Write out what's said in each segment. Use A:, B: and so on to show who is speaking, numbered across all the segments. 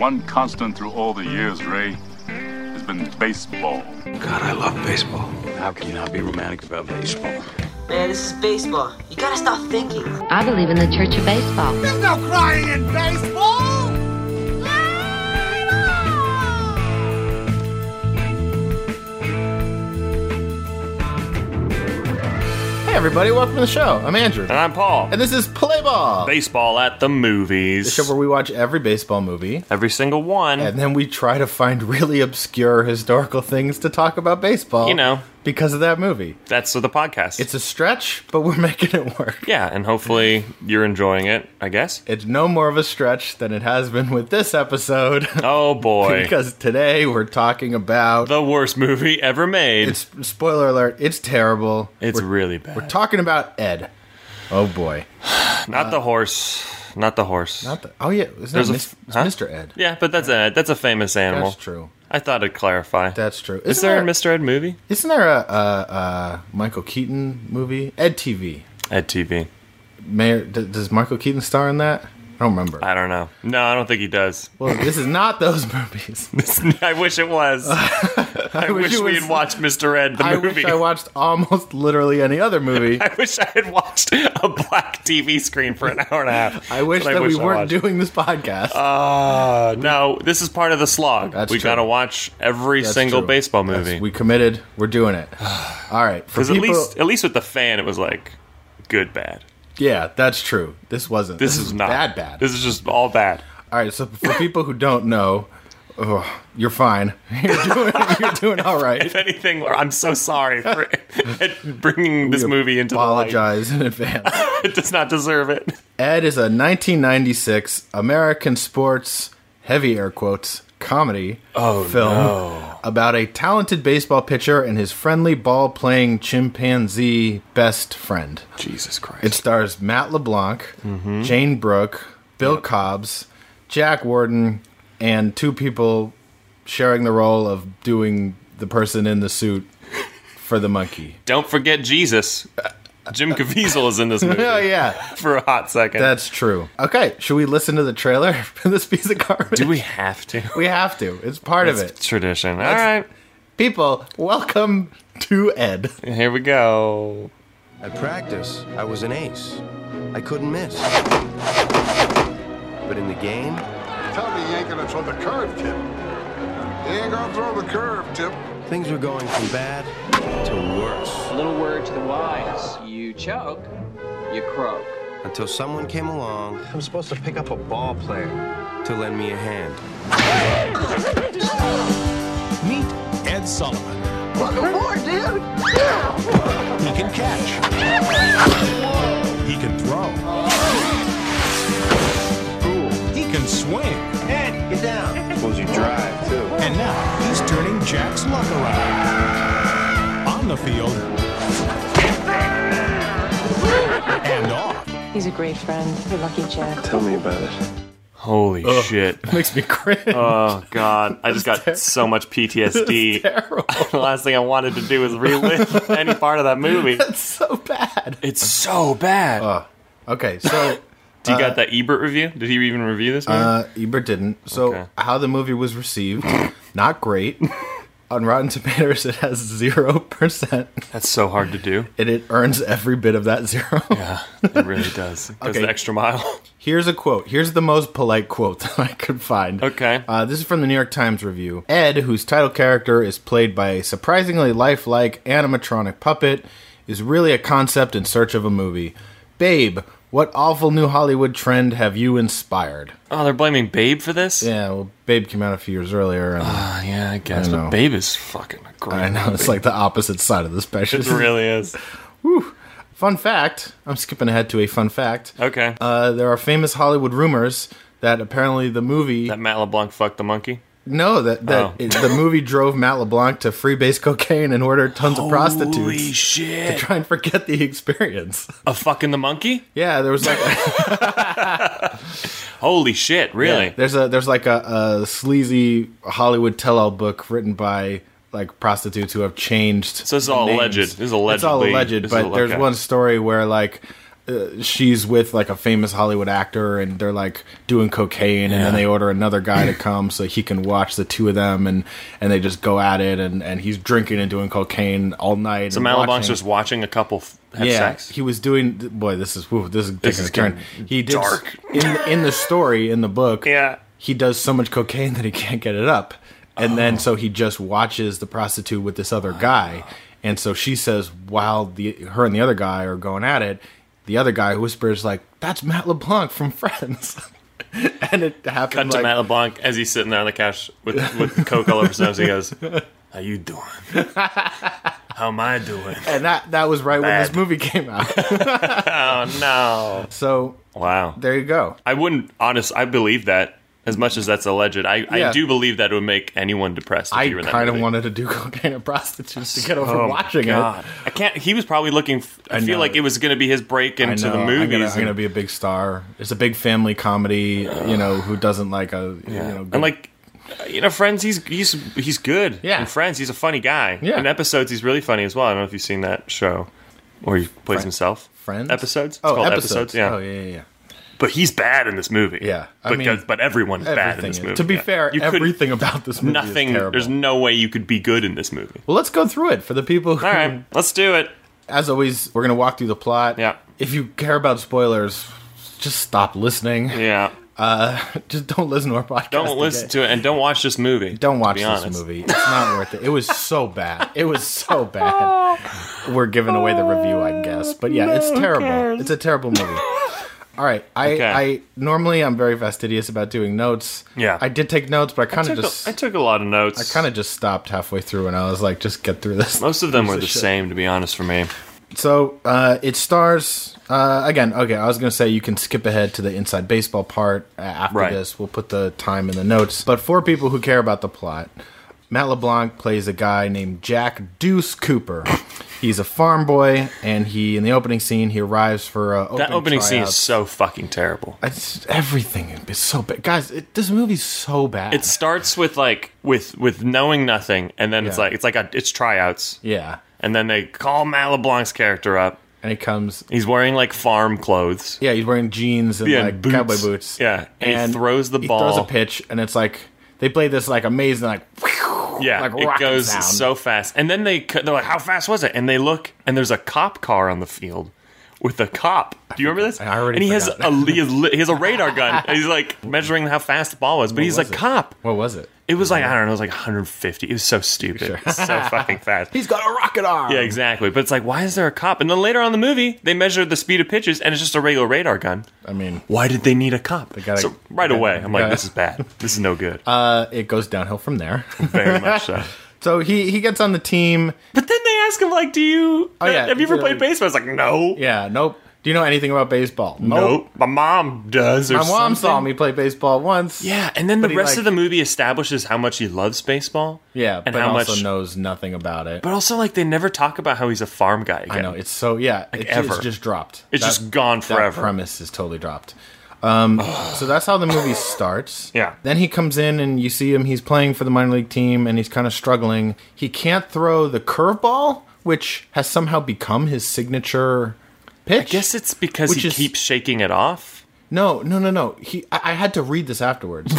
A: one constant through all the years, Ray, has been baseball.
B: God, I love baseball. How can you not be romantic about baseball?
C: Man, this is baseball. You gotta stop thinking.
D: I believe in the Church of Baseball.
E: There's no crying in baseball!
F: Hey, everybody, welcome to the show. I'm Andrew.
G: And I'm Paul.
F: And this is Play Ball,
G: Baseball at
F: the
G: the movies.
F: show where we watch every baseball movie.
G: Every single one.
F: And then we try to find really obscure historical things to talk about baseball.
G: You know.
F: Because of that movie.
G: That's the podcast.
F: It's a stretch, but we're making it work.
G: yeah, and hopefully you're enjoying it, I guess.
F: It's no more of a stretch than it has been with this episode.
G: Oh boy.
F: because today we're talking about.
G: the worst movie ever made.
F: It's spoiler alert, it's terrible.
G: It's
F: we're,
G: really bad.
F: we're talking about Ed. Oh boy.
G: not the horse. Not the horse.
F: Not the, oh, yeah. It's, not
G: There's a
F: mis-
G: f-
F: it's
G: huh?
F: Mr. Ed.
G: yeah, but that's a that's a famous animal.
F: That's true.
G: I thought I'd clarify.
F: That's true.
G: Is there a Mr. Ed movie?
F: Isn't there a, a, a Michael Keaton movie? Ed TV.
G: Ed TV.
F: Mayor, d- does Michael Keaton star in that? I don't remember.
G: I don't know. No, I don't think he does.
F: well, this is not those movies.
G: I wish it was. I,
F: wish
G: wish,
F: it
G: we
F: was-
G: had watched Mr. Ed the
F: I
G: movie.
F: wish I watched almost literally any other movie.
G: I wish I had watched a black TV screen for an hour and a half.
F: I wish
G: But
F: that we
G: I
F: weren't
G: watched.
F: doing this podcast.
G: Uh, no, this is part of the slog.
F: That's
G: we
F: true.
G: got to watch every
F: That's
G: single
F: true.
G: baseball
F: Yes,
G: movie.
F: we committed. We're doing it. All right. For
G: Because
F: people,
G: at least, at least with the fan, it was like good, bad.
F: yeah, that's true. This wasn't.
G: This, is not
F: bad. Bad.
G: This is just all bad.
F: All right. So for people who don't know, ugh, you're fine. You're doing. you're doing all right.
G: If anything, I'm so sorry for bringing this
F: We
G: movie into
F: apologize in advance.
G: the light. It does not deserve it.
F: Ed is a 1996 American sports heavy air quotes comedy
G: Oh,
F: film about a talented baseball pitcher and his friendly ball playing chimpanzee best friend.
G: Jesus Christ. Mm-hmm.
F: It stars Matt LeBlanc, Jane Brooke, Bill Cobbs, Jack Warden, and two people sharing the role of doing the person in the suit for the monkey.
G: Don't forget Jesus. Jim Caviezel is in this movie
F: Oh yeah.
G: for a hot second.
F: That's true. Okay, should we listen to the trailer for this piece of garbage?
G: Do we have to?
F: We have to. It's part of
G: It's
F: it.
G: tradition. All right,
F: People, welcome to Ed.
G: here we go.
B: At practice, I was an ace. I couldn't miss. But in the game,
H: Tell me you ain't gonna throw the curve tip. You ain't gonna throw the curve tip.
B: things were going from bad to worse.
I: Little word to the wise. You choke, you croak.
B: Until someone came along
I: I'm supposed to pick up a ball player.
B: to lend me a hand.
E: Welcome aboard, dude!
H: He can catch. He can throw. He can swing.
B: Get down. Suppose you drive, too.
H: And now he's turning Jack's luck around. On the field. And off.
J: He's a great friend. You're lucky, Jack.
B: Tell me about it.
G: Holy shit.
F: Makes me cringe.
G: Oh god, I just got so much PTSD.
F: terrible.
G: the last thing I wanted to do was relive any part of that movie.
F: That's Uh, so bad.
G: It's so bad.
F: Okay, so
G: Do you got that Ebert review? Did he even review this movie?
F: uh, Ebert didn't. So
G: Okay.
F: how the movie was received? Not great. On Rotten Tomatoes, it has zero percent,
G: That's so hard to do.
F: and it earns every bit of that zero.
G: Yeah, it really does. It goes
F: Okay.
G: the extra mile.
F: Here's a quote. Here's the most polite quote that I could find.
G: Okay.
F: Uh, this is from the New York Times review. Ed, whose title character is played by a surprisingly lifelike animatronic puppet, is really a concept in search of a movie. Babe, what awful new Hollywood trend have you inspired?
G: Oh, they're blaming Babe for this?
F: Yeah, well, Babe came out a few years earlier, and
G: Ah, yeah, I guess.
F: I know.
G: but Babe is fucking a great.
F: I know it's like the opposite side of the spectrum.
G: It really is.
F: Fun fact I'm skipping ahead to a fun fact.
G: Okay.
F: Uh, there are famous Hollywood rumors that apparently the movie.
G: that Matt LeBlanc fucked the monkey?
F: No, that that
G: Oh.
F: it- the movie drove Matt LeBlanc to freebase cocaine and order tons of
G: Holy
F: prostitutes to
G: shit.
F: try and forget the experience.
G: A fucking the monkey?
F: Yeah, there was like
G: Holy shit, really?
F: there's a there's like a, a sleazy Hollywood tell-all book written by like prostitutes who have changed.
G: So this is all
F: names.
G: alleged. This
F: It's
G: is
F: all
G: allegedly-
F: alleged,
G: this is
F: but
G: all-
F: there's
G: okay.
F: one story where like uh, she's with like a famous Hollywood actor, and they're like doing cocaine, and then they order another guy to come so he can watch the two of them, and and they just go at it, and and he's drinking and doing cocaine all night.
G: So
F: and
G: Malibon's
F: watching.
G: just watching a couple f- have sex.
F: He was doing. Boy, this is whew, this is taking
G: is
F: a turn.
G: getting
F: He did
G: dark.
F: in in the story in the book.
G: Yeah.
F: he does so much cocaine that he can't get it up, and
G: Oh.
F: then so he just watches the prostitute with this other guy, and so she says while the her and the other guy are going at it, the other guy whispers like, "That's Matt LeBlanc from Friends," and it
G: Cut
F: happened
G: to
F: like
G: Matt LeBlanc as he's sitting there on the couch with with coke all over his nose. He goes, "How you doing? How am I doing?
F: and that that was right when this
G: Bad.
F: movie came out.
G: No,
F: so
G: wow.
F: there you go.
G: I wouldn't honest. I believe that as much as that's alleged. I,
F: Yeah.
G: I do believe that it would make anyone depressed. If
F: I
G: you were in that
F: kind of
G: movie.
F: wanted to do cocaine and prostitutes to get over
G: Oh,
F: watching it.
G: God. I can't. He was probably looking. f- I,
F: I
G: feel
F: know.
G: like it was going to be his break
F: I
G: into
F: know,
G: the
F: I'm
G: movies.
F: gonna- I'm
G: and-
F: gonna, be a big star. It's a big family comedy. You know who doesn't like a you know.
G: and like you know, Friends. He's he's he's good.
F: Yeah.
G: in Friends, he's a funny guy.
F: Yeah.
G: in episodes, he's really funny as well. I don't know if you've seen that show where he plays himself.
F: Friends
G: episodes. It's
F: Oh,
G: called
F: episodes.
G: Yeah,
F: Oh yeah, yeah, yeah.
G: but he's bad in this movie.
F: Yeah. I
G: but
F: mean,
G: guys- but everyone's bad in
F: Everything
G: this
F: is-
G: movie.
F: To be
G: Yeah.
F: fair,
G: you couldn't-
F: everything about this movie
G: Nothing.
F: is terrible.
G: There's no way you could be good in this movie.
F: well, let's go through it for the people. Who,
G: All right, let's do it.
F: As always, we're gonna walk through the plot.
G: Yeah.
F: If you care about spoilers, just stop listening.
G: Yeah.
F: Uh, just don't listen to our podcast.
G: Don't listen
F: again.
G: to it and don't watch this movie.
F: Don't
G: to
F: watch
G: be
F: this
G: honest.
F: movie. It's not worth it. It was so bad. It was so bad. We're giving away the review,
G: Oh,
F: I guess. But yeah, it's terrible. It's a terrible movie. All right. I,
G: Okay.
F: I normally I'm very fastidious about doing notes.
G: Yeah.
F: I did take notes, but I kind
G: I
F: of
G: took,
F: just
G: a, I took a lot of notes.
F: I kind of just stopped halfway through, and I was like, just get through this.
G: most of them were
F: Piece
G: the
F: shit.
G: same, to be honest, for me.
F: So uh, it stars uh, again. Okay, I was gonna say you can skip ahead to the inside baseball part uh, after
G: Right.
F: this. We'll put the time in the notes. But for people who care about the plot, Matt LeBlanc plays a guy named Jack Deuce Cooper. He's a farm boy, and he in the opening scene he arrives for uh,
G: That opening scene is
F: tryouts.
G: so fucking terrible.
F: It's, everything is so bad, guys. It, this movie's so bad.
G: It starts with like with with knowing nothing, and then it's
F: Yeah.
G: like it's like a, it's tryouts,
F: yeah,
G: and then they call Matt LeBlanc's character up.
F: and it comes.
G: He's wearing like farm clothes,
F: Yeah, he's wearing jeans and
G: Yeah,
F: like
G: boots.
F: cowboy boots.
G: Yeah, and he throws the
F: he
G: ball.
F: throws a pitch, and it's like they play this like amazing like. whew,
G: yeah,
F: like
G: it
F: rocket
G: goes
F: sound.
G: so fast, and then they c- they're like, "How fast was it?" And they look, and there's a cop car on the field with a cop. Do you remember this?
F: I already
G: and he has
F: forgot.
G: a he has, li- he has a radar gun, and he's like measuring how fast the ball was, but he's a
F: was it?
G: cop.
F: What was it?
G: It was like I don't know, it was like 150. It was so stupid, It was so fucking fast.
F: He's got a rocket arm.
G: Yeah, exactly. But it's like, why is there a cop? And then later on in the movie, they measure the speed of pitches, and it's just a regular radar gun.
F: I mean,
G: Why did they need a cop?
F: gotta-
G: so right
F: they
G: away,
F: gotta-
G: I'm like,
F: gotta-
G: this is bad. This is no good.
F: uh, it goes downhill from there.
G: Very much so.
F: so he he gets on the team.
G: But then they ask him, like, do you?
F: Oh, yeah.
G: have you ever
F: Yeah.
G: played baseball? I was like, no,
F: Yeah. Nope. Do you know anything about baseball?
G: nope. My mom does. Or
F: My mom saw
G: something.
F: me play baseball once.
G: Yeah, and then
F: But
G: the
F: he,
G: rest
F: like-
G: of the movie establishes how much he loves baseball.
F: Yeah,
G: and
F: but
G: how
F: also
G: much.
F: knows nothing about it.
G: But also, like, they never talk about how he's a farm guy again.
F: I know it's so yeah. it's,
G: ever.
F: it's just dropped.
G: It's just gone
F: That
G: forever.
F: premise is totally dropped. Um, so that's how the movie starts.
G: Yeah.
F: Then he comes in and you see him. He's playing for the minor league team and he's kind of struggling. He can't throw the curveball, which has somehow become his signature pitch.
G: I guess it's because
F: Which
G: he
F: is-
G: keeps shaking it off.
F: no, no, no, no. He. I, I had to read this afterwards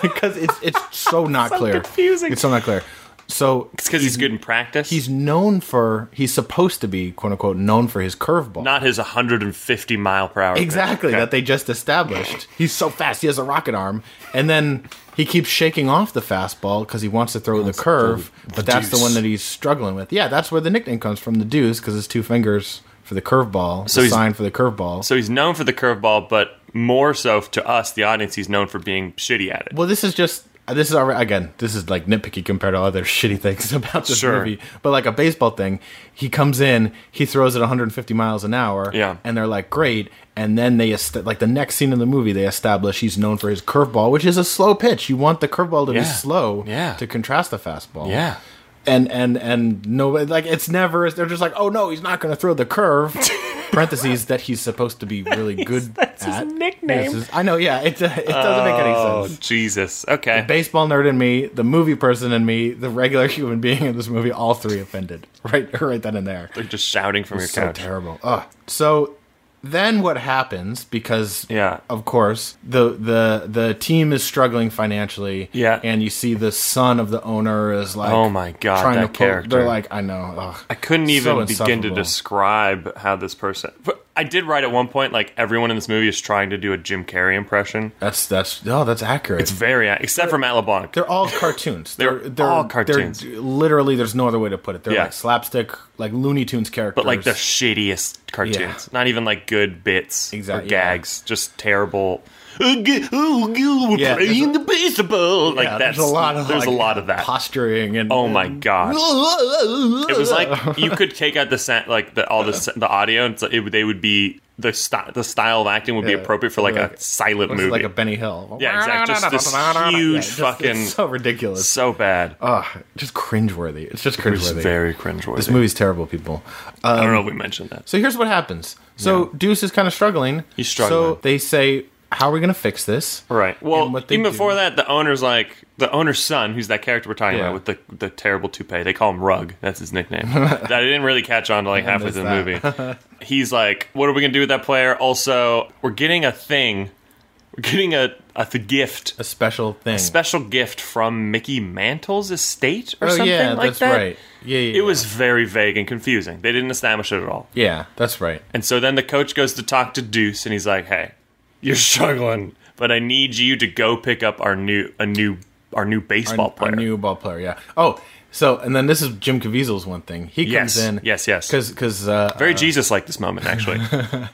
F: because it's it's so not
G: So
F: clear.
G: confusing.
F: It's so not clear. So
G: It's because he's, good in practice.
F: he's known for he's supposed to be quote unquote known for his curveball.
G: not his 150 mile per hour. pitch.
F: Exactly,
G: Okay.
F: that they just established. He's so fast, he has a rocket arm. And then he keeps shaking off the fastball because he wants to throw the curve, but that's the
G: deuce.
F: one that he's struggling with. Yeah, that's where the nickname comes from, the deuce, because it's two fingers for the curveball,
G: So
F: the
G: he's-
F: sign for the curveball.
G: so he's known for the curveball, but more so to us, the audience, he's known for being shitty at it.
F: well, this is just. This is already again. This is like nitpicky compared to other shitty things about this
G: Sure.
F: movie. But like a baseball thing, he comes in, he throws it 150 miles an hour,
G: Yeah.
F: and they're like, "Great!" And then they est- like the next scene in the movie, they establish he's known for his curveball, which is a slow pitch. You want the curveball to
G: Yeah.
F: be slow,
G: Yeah.
F: to contrast the fastball,
G: Yeah.
F: And and and no, like it's never. They're just like, "Oh no, he's not going to throw the curve." parentheses that he's supposed to be really good
G: that's his
F: at.
G: nickname.
F: This is- I know. Yeah, it, it doesn't make any
G: Oh
F: sense
G: Jesus! Okay.
F: baseball nerd in me, the movie person in me, the regular human being in this movie, all three offended. Right, right then and there.
G: They're just shouting from your
F: So
G: couch.
F: terrible. Ugh. So Then what happens? Because
G: Yeah.
F: of course the the the team is struggling financially.
G: Yeah.
F: and you see the son of the owner is like,
G: Oh my God, that character.
F: They're like, I know. Ugh.
G: I couldn't
F: So
G: even begin to
F: insufferable.
G: describe how this person. But I did write at one point like everyone in this movie is trying to do a Jim Carrey impression.
F: That's that's no, that's accurate.
G: It's very except for Matt LeBlanc.
F: They're all cartoons.
G: They're all cartoons.
F: they're- literally, there's no other way to put it. They're
G: Yeah.
F: like slapstick, like Looney Tunes characters.
G: but like the shittiest cartoons. Not even like good bits
F: Exactly,
G: or
F: yeah.
G: gags. Just terrible. Oh, g- oh, g- we're
F: Yeah, there's
G: playing the baseball. Like
F: Yeah,
G: that's
F: there's a lot of
G: there's a
F: like,
G: lot of that.
F: posturing and
G: oh my god.
F: It
G: It was like you could take out the sound, like the, all the s- the audio, and so it, they would be the sty the style of acting would be
F: Yeah.
G: appropriate for like,
F: Like-
G: a silent movie.
F: like a Benny Hill.
G: Yeah, exactly. Just this huge
F: Yeah, just-
G: fucking
F: it's so
G: so,
F: ridiculous.
G: bad.
F: Ugh, just cringeworthy. It's just
G: It's
F: cringeworthy.
G: very cringeworthy.
F: this movie's terrible, people.
G: I don't know if we mentioned that.
F: So here's what happens. So Deuce is kind of struggling.
G: He's struggling.
F: So they say, "How are we going to fix this?"
G: Right. Well,
F: And what they
G: even
F: do-
G: before that, the owner's like the owner's son, who's that character we're talking
F: Yeah.
G: about with the the terrible toupee. They call him Rug. That's his nickname. That I didn't really catch on to like halfway through the movie. He's like, "What are we gonna do with that player?" Also, we're getting a thing. We're getting a a th- gift.
F: A special thing.
G: special gift from Mickey Mantle's estate or
F: oh
G: something
F: yeah,
G: like
F: that's
G: that.
F: right. Yeah, yeah.
G: It was very vague and confusing. They didn't establish it at all.
F: Yeah, that's right.
G: And so then the coach goes to talk to Deuce and he's like, "Hey, you're struggling, but I need you to go pick up our new a new our new baseball
F: Our-
G: player."
F: Our new ball player, yeah. Oh, so and then this is Jim Caviezel's one thing. He
G: Yes,
F: comes in,
G: yes, yes.
F: because because uh,
G: very Jesus like this moment actually.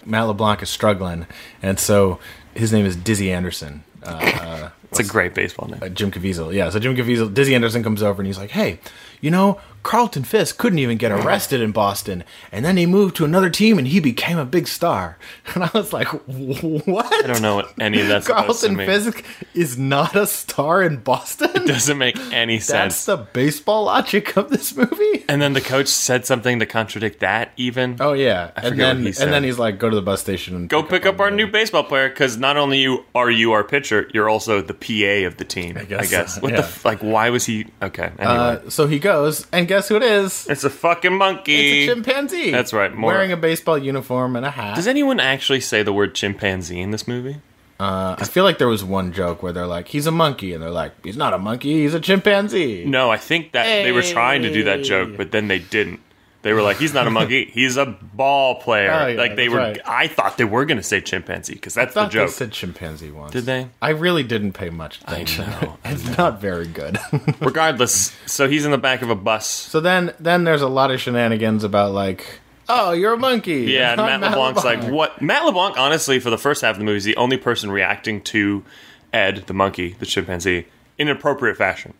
F: Matt LeBlanc is struggling, and so his name is Dizzy Anderson. Uh,
G: it's a great baseball
F: uh,
G: name.
F: Jim Caviezel, yeah. So Jim Caviezel, Dizzy Anderson comes over and he's like, "Hey, you know, Carlton Fisk couldn't even get arrested in Boston, and then he moved to another team and he became a big star." And I was like, "What?"
G: I don't know what any of that's supposed to
F: Carlton
G: mean.
F: Fisk is not a star in Boston.
G: Doesn't make any sense.
F: That's the baseball logic of this movie.
G: and then the coach said something to contradict that even.
F: Oh yeah, and
G: forget what
F: then
G: he said.
F: and then he's like, "Go to the bus station and
G: go pick up our new baseball player because not only you are you our pitcher, you're also the PA of the team. I
F: guess.
G: guess. I guess. What
F: Yeah.
G: the f- like? Why was he? Okay. Anyway,
F: Uh, so he goes, and guess who it is?
G: it's a fucking monkey.
F: It's a chimpanzee.
G: E. That's right, more-
F: Wearing a baseball uniform and a hat.
G: Does anyone actually say the word chimpanzee in this movie?
F: Uh, I feel like there was one joke where they're like, "He's a monkey," and they're like, "He's not a monkey. He's a chimpanzee."
G: No, I think that they were trying to do that joke,
F: Hey.
G: but then they didn't. They were like, "He's not a monkey. He's a ball player."
F: Oh, yeah,
G: like they
F: that's
G: were.
F: right.
G: I thought they were going to say chimpanzee because that's
F: I
G: the
F: thought they
G: joke.
F: said chimpanzee once.
G: Did they?
F: I really didn't pay much attention.
G: know,
F: it's not very good.
G: Regardless, so he's in the back of a bus.
F: so then, then there's a lot of shenanigans about like, "Oh, you're a monkey."
G: Yeah, and
F: I'm
G: Matt, LeBlanc's
F: LeBlanc."
G: like, what? Matt LeBlanc, honestly, for the first half of the movie, is the only person reacting to Ed, the monkey, the chimpanzee, in an appropriate fashion.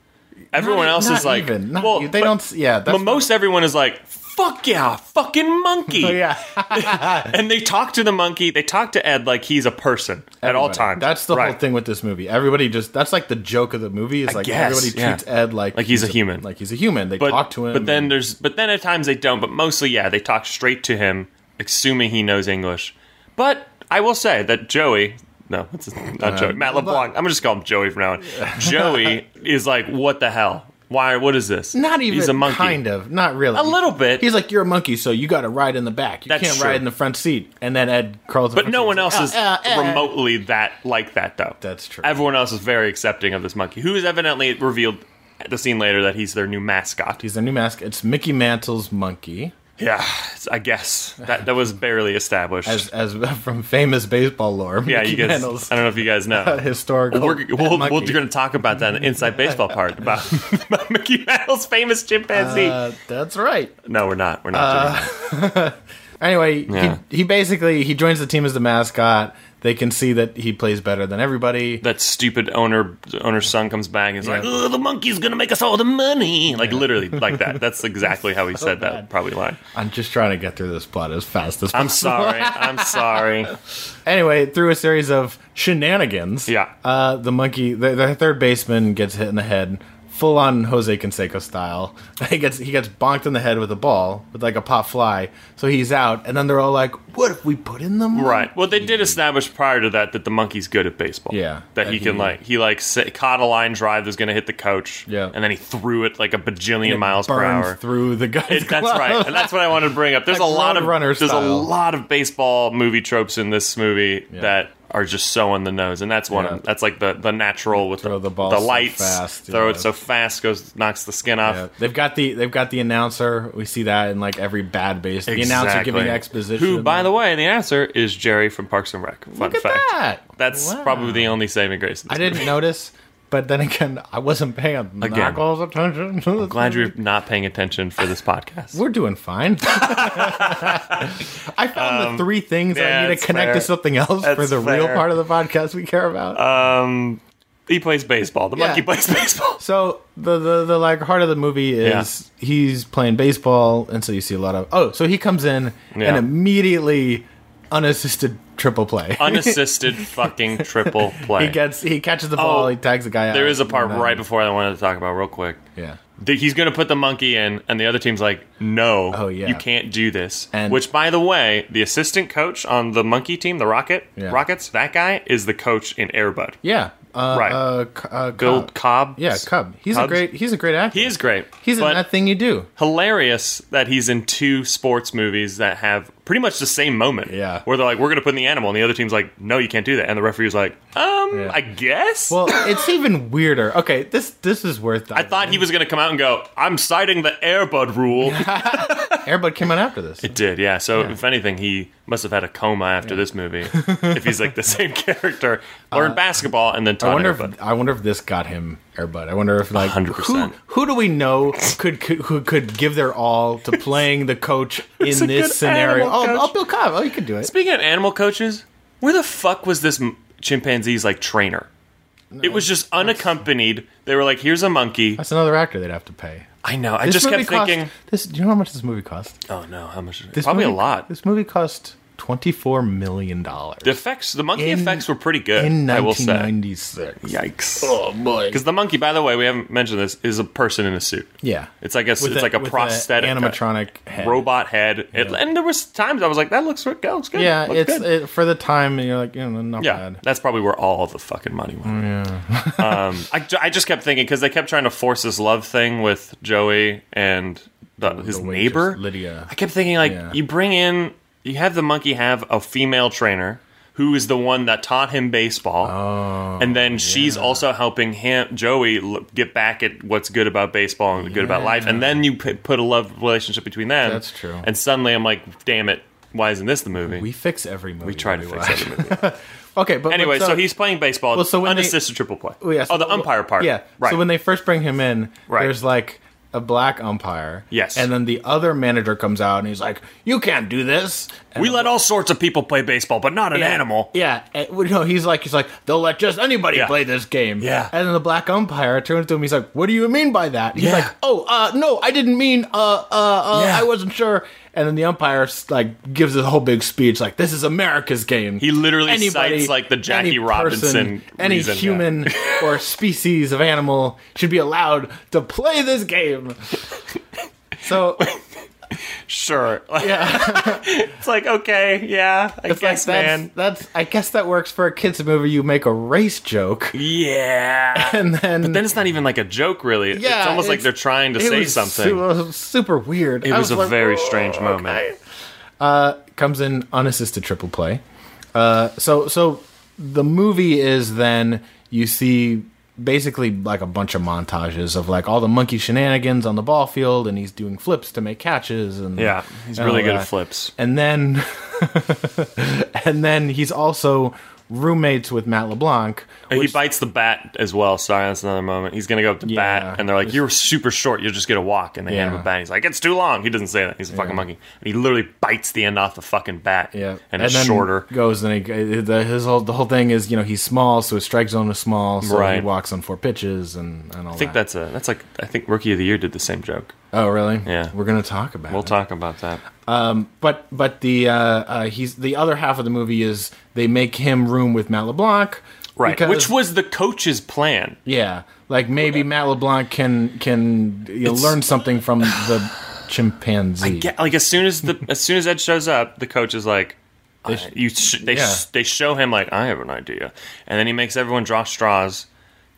G: Everyone
F: Not-
G: else
F: not
G: is like,
F: even. Not
G: well,
F: e- they
G: but-
F: don't s- yeah, that's-
G: but most everyone is like, fuck yeah, fucking monkey.
F: Yeah.
G: and they talk to the monkey. They talk to Ed like he's a person at all
F: Everybody.
G: times.
F: That's the
G: Right.
F: whole thing with this movie. Everybody just that's like the joke of the movie is like
G: guess,
F: everybody
G: yeah.
F: treats Ed like
G: Like he's a human.
F: Like he's a human. They
G: But
F: talk to him.
G: but then
F: and-
G: there's but then at times they don't. But mostly, yeah, they talk straight to him, assuming he knows English. But I will say that Joey. No, it's not Joey.
F: Uh,
G: Matt LeBlanc. I'm gonna just call him Joey from now on. Joey is like, what the hell? Why? What is this?
F: not even
G: He's a monkey.
F: kind of not really
G: A little bit.
F: He's like you're a monkey, so you got to ride in the back. You
G: That's
F: can't
G: true.
F: ride in the front seat. And then Ed crawls.
G: But no one else is
F: Uh, uh, uh.
G: remotely that like that though.
F: That's true.
G: Everyone else is very accepting of this monkey, who is evidently revealed at the scene later that he's their new mascot.
F: He's their new mask. It's Mickey Mantle's monkey,
G: Yeah, it's- I guess that that was barely established.
F: as as from famous baseball lore.
G: yeah,
F: Mickey
G: you guys.
F: Mantle's
G: I don't know if you guys know.
F: historical.
G: We're, we'll, we're
F: monkey.
G: going to talk about that in the inside baseball part about, about Mickey Mantle's famous chimpanzee.
F: Uh, that's right.
G: no, we're not. We're not. doing that.
F: Anyway,
G: Yeah.
F: he, he basically he joins the team as the mascot. They can see that he plays better than everybody.
G: That stupid owner owner's son comes back and is like,
F: Yeah.
G: "Oh, the monkey's going to make us all the money." Like literally, like that. That's exactly how he said that. Probably line.
F: I'm just trying to get through this plot as fast as
G: I'm
F: possible.
G: sorry. I'm sorry.
F: Anyway, through a series of shenanigans,
G: Yeah.
F: uh, the monkey, the, the third baseman, gets hit in the head full on Jose Canseco style. He gets he gets bonked in the head with a ball with like a pop fly, so he's out. And then they're all like, "What if we put in the monkey?"
G: Right. Well, they did establish prior to that that the monkey's good at baseball.
F: Yeah.
G: That
F: That
G: he can
F: he-
G: like he like sit, caught a line drive that's going to hit the coach.
F: Yeah.
G: And then he threw it like a bajillion
F: It
G: miles per
F: burns
G: hour.
F: through the guy's
G: It- that's
F: glove.
G: right, and that's what I wanted to bring up. There's
F: Like
G: a lot of
F: Roadrunner
G: there's a
F: style.
G: lot of baseball movie tropes in this movie
F: Yeah.
G: that are just so on the nose, and that's one.
F: Yeah.
G: Of them. That's like the the natural with
F: Throw
G: the,
F: the ball so
G: lights,
F: fast,
G: throw
F: yeah.
G: it so fast, goes knocks the skin off.
F: Yeah. They've got the they've got the announcer. We see that in like every bad base. The announcer giving exposition.
G: Who, by the way, the announcer is Jerry from Parks and Rec. Fun
F: Look at
G: fact.
F: that.
G: That's
F: Wow.
G: probably the only saving grace. of
F: I
G: this
F: didn't
G: movie.
F: notice, but then again, I wasn't paying
G: Again.
F: Knuckles attention. To this
G: Glad
F: movie.
G: you're not paying attention for this podcast.
F: We're doing fine. I found the three things
G: Um, yeah,
F: I need
G: that's
F: to connect
G: fair.
F: to something else for
G: That's
F: the real
G: fair.
F: part of the podcast we care about.
G: um, he plays baseball. The
F: Yeah.
G: monkey plays baseball.
F: so the, the the like heart of the movie is he's playing baseball, and so you see a lot of oh, so he comes in
G: Yeah.
F: and immediately unassisted triple play.
G: Unassisted fucking triple play.
F: he gets he catches the ball,
G: Oh,
F: he tags the guy out.
G: there is a part
F: and then-
G: right before I wanted to talk about real quick.
F: Yeah.
G: that he's going to put the monkey in, and the other team's like, "No,
F: Oh, yeah.
G: you can't do this."
F: And-
G: Which, by the way, the assistant coach on the monkey team, the Rocket
F: Yeah.
G: Rockets, that guy is the coach in Airbud.
F: Yeah. Uh,
G: Right.
F: Uh, C- uh,
G: Bill
F: Cobb.
G: Cobb.
F: Yeah, Cub. He's a
G: Cubs?
F: great. He's a great actor.
G: He is great.
F: He's
G: but
F: in that thing you do.
G: hilarious that he's in two sports movies that have pretty much the same moment.
F: Yeah.
G: where they're like, "We're going to put in the animal," and the other team's like, "No, you can't do that," and the referee's like, "Um,
F: Yeah.
G: I guess."
F: Well, it's even weirder. Okay, this this is worth.
G: I thought he was going to come out and go, "I'm citing the Airbud rule."
F: Airbud came out after this.
G: It did, yeah. So if anything, he must have had a coma after this movie. if he's like the same character, learned basketball and then
F: Uh, I
G: taught
F: wonder
G: Airbud.
F: if I wonder if this got him Airbud. I wonder if like who
G: 100%.
F: who do we know could, could who could give their all to playing the coach in
G: He's a
F: this
G: good
F: scenario?
G: animal
F: Oh,
G: coach.
F: oh, Bill Cobb. Oh, you could do it.
G: Speaking of animal coaches, where the fuck was this m- chimpanzee's like trainer? it was just unaccompanied. They were like, "Here's a monkey."
F: That's another actor they'd have to pay.
G: I know. I
F: This
G: just
F: movie
G: kept
F: cost-
G: thinking,
F: This. Do you know how much this movie cost?
G: "Oh no, how much?"
F: This
G: Probably
F: movie-
G: a lot.
F: This movie cost twenty four million dollars.
G: the effects, the monkey
F: In-
G: effects, were pretty good.
F: in
G: I will say.
F: 1996.
G: Yikes.
F: Oh boy.
G: Because the monkey, by the way, we haven't mentioned this, is a person in a suit.
F: Yeah,
G: It's like a
F: With
G: it's like a
F: with
G: prosthetic uh,
F: animatronic head.
G: robot head. It- and there was times I was like, that looks, that looks good.
F: Yeah,
G: Looks
F: it's
G: good.
F: it, for the time, and you're like, you know, not
G: yeah,
F: bad. Oh,
G: that's probably where all the fucking money went. Yeah. um, I, ju- I just kept thinking because they kept trying to force this love thing with Joey and the, his
F: the waitress,
G: neighbor
F: Lydia.
G: I kept thinking like
F: Yeah.
G: you bring in, you have the monkey have a female trainer who is the one that taught him baseball,
F: Oh,
G: and then she's also helping him Joey l- get back at what's good about baseball and good about life, and then you p- put a love relationship between them.
F: That's true.
G: And suddenly I'm like, damn it, why isn't this the movie?
F: We fix every movie.
G: we try to fix
F: watch.
G: every movie.
F: Okay, but
G: Anyway,
F: but
G: so, he's playing baseball.
F: Well, so when they-
G: unassisted triple play.
F: Oh, yeah, so-
G: oh, the umpire part.
F: Yeah.
G: right.
F: So when they first bring him in,
G: Right.
F: there's like a black umpire.
G: Yes.
F: And then the other manager comes out and he's like, "You can't do this." And
G: we let all sorts of people play baseball, but not an
F: Yeah.
G: animal.
F: Yeah, and, well, no, he's like, he's like, they'll let just anybody
G: Yeah.
F: play this game.
G: Yeah.
F: and then the black umpire turns to him. He's like, "What do you mean by that?" He's
G: Yeah.
F: like, "Oh, uh, no, I didn't mean. Uh, uh, uh,
G: Yeah.
F: I wasn't sure." And then the umpire like gives this whole big speech, like, "This is America's game."
G: He literally cites, like, the Jackie
F: any
G: Robinson
F: any
G: reason, yeah.
F: human or species of animal should be allowed to play this game. So
G: Sure.
F: yeah.
G: It's like, okay, yeah, I
F: It's like that's,
G: guess, man.
F: that's I guess that works for a kids movie. You make a race joke,
G: Yeah.
F: and then
G: then it's not even like a joke, really.
F: yeah,
G: it's almost like they're trying to
F: it
G: say
F: was
G: something.
F: su- uh, super weird.
G: it
F: I
G: was, a
F: like,
G: very
F: "Whoa." Uh,
G: strange moment.
F: Comes in unassisted triple play. Uh, so so the movie is then you see basically like a bunch of montages of like all the monkey shenanigans on the ball field, and he's doing flips to make catches, and
G: Yeah, he's
F: and
G: really
F: all
G: good
F: that.
G: at flips.
F: and then and then he's also roommates with Matt LeBlanc.
G: And
F: which-
G: he bites the bat as well. Sorry, that's another moment. He's gonna go up to
F: Yeah.
G: bat, and they're like, "You're super short. You're just gonna walk." And they hand him
F: Yeah.
G: a bat. He's like, "It's too long." He doesn't say that. He's a fucking monkey. And he literally bites the end off the fucking bat.
F: Yeah,
G: and, it's shorter.
F: Goes and he, the, his whole the whole thing is you know he's small, so his strike zone is small, so he
G: Right.
F: walks on four pitches and and all.
G: I think
F: that.
G: that's a that's like I think Rookie of the Year did the same joke.
F: Oh, really?
G: Yeah.
F: we're gonna talk about.
G: We'll
F: it.
G: talk about that.
F: But but the uh, uh, he's the other half of the movie is they make him room with Matt LeBlanc.
G: right?
F: Because-
G: Which was the coach's plan.
F: Yeah, like maybe Matt LeBlanc can can you know,
G: It's-
F: learn something from the chimpanzee.
G: Get, like as soon as the as soon as Ed shows up, the coach is like,
F: They sh-
G: "Uh, you sh- they
F: yeah.
G: sh- they show him like I have an idea, and then he makes everyone draw straws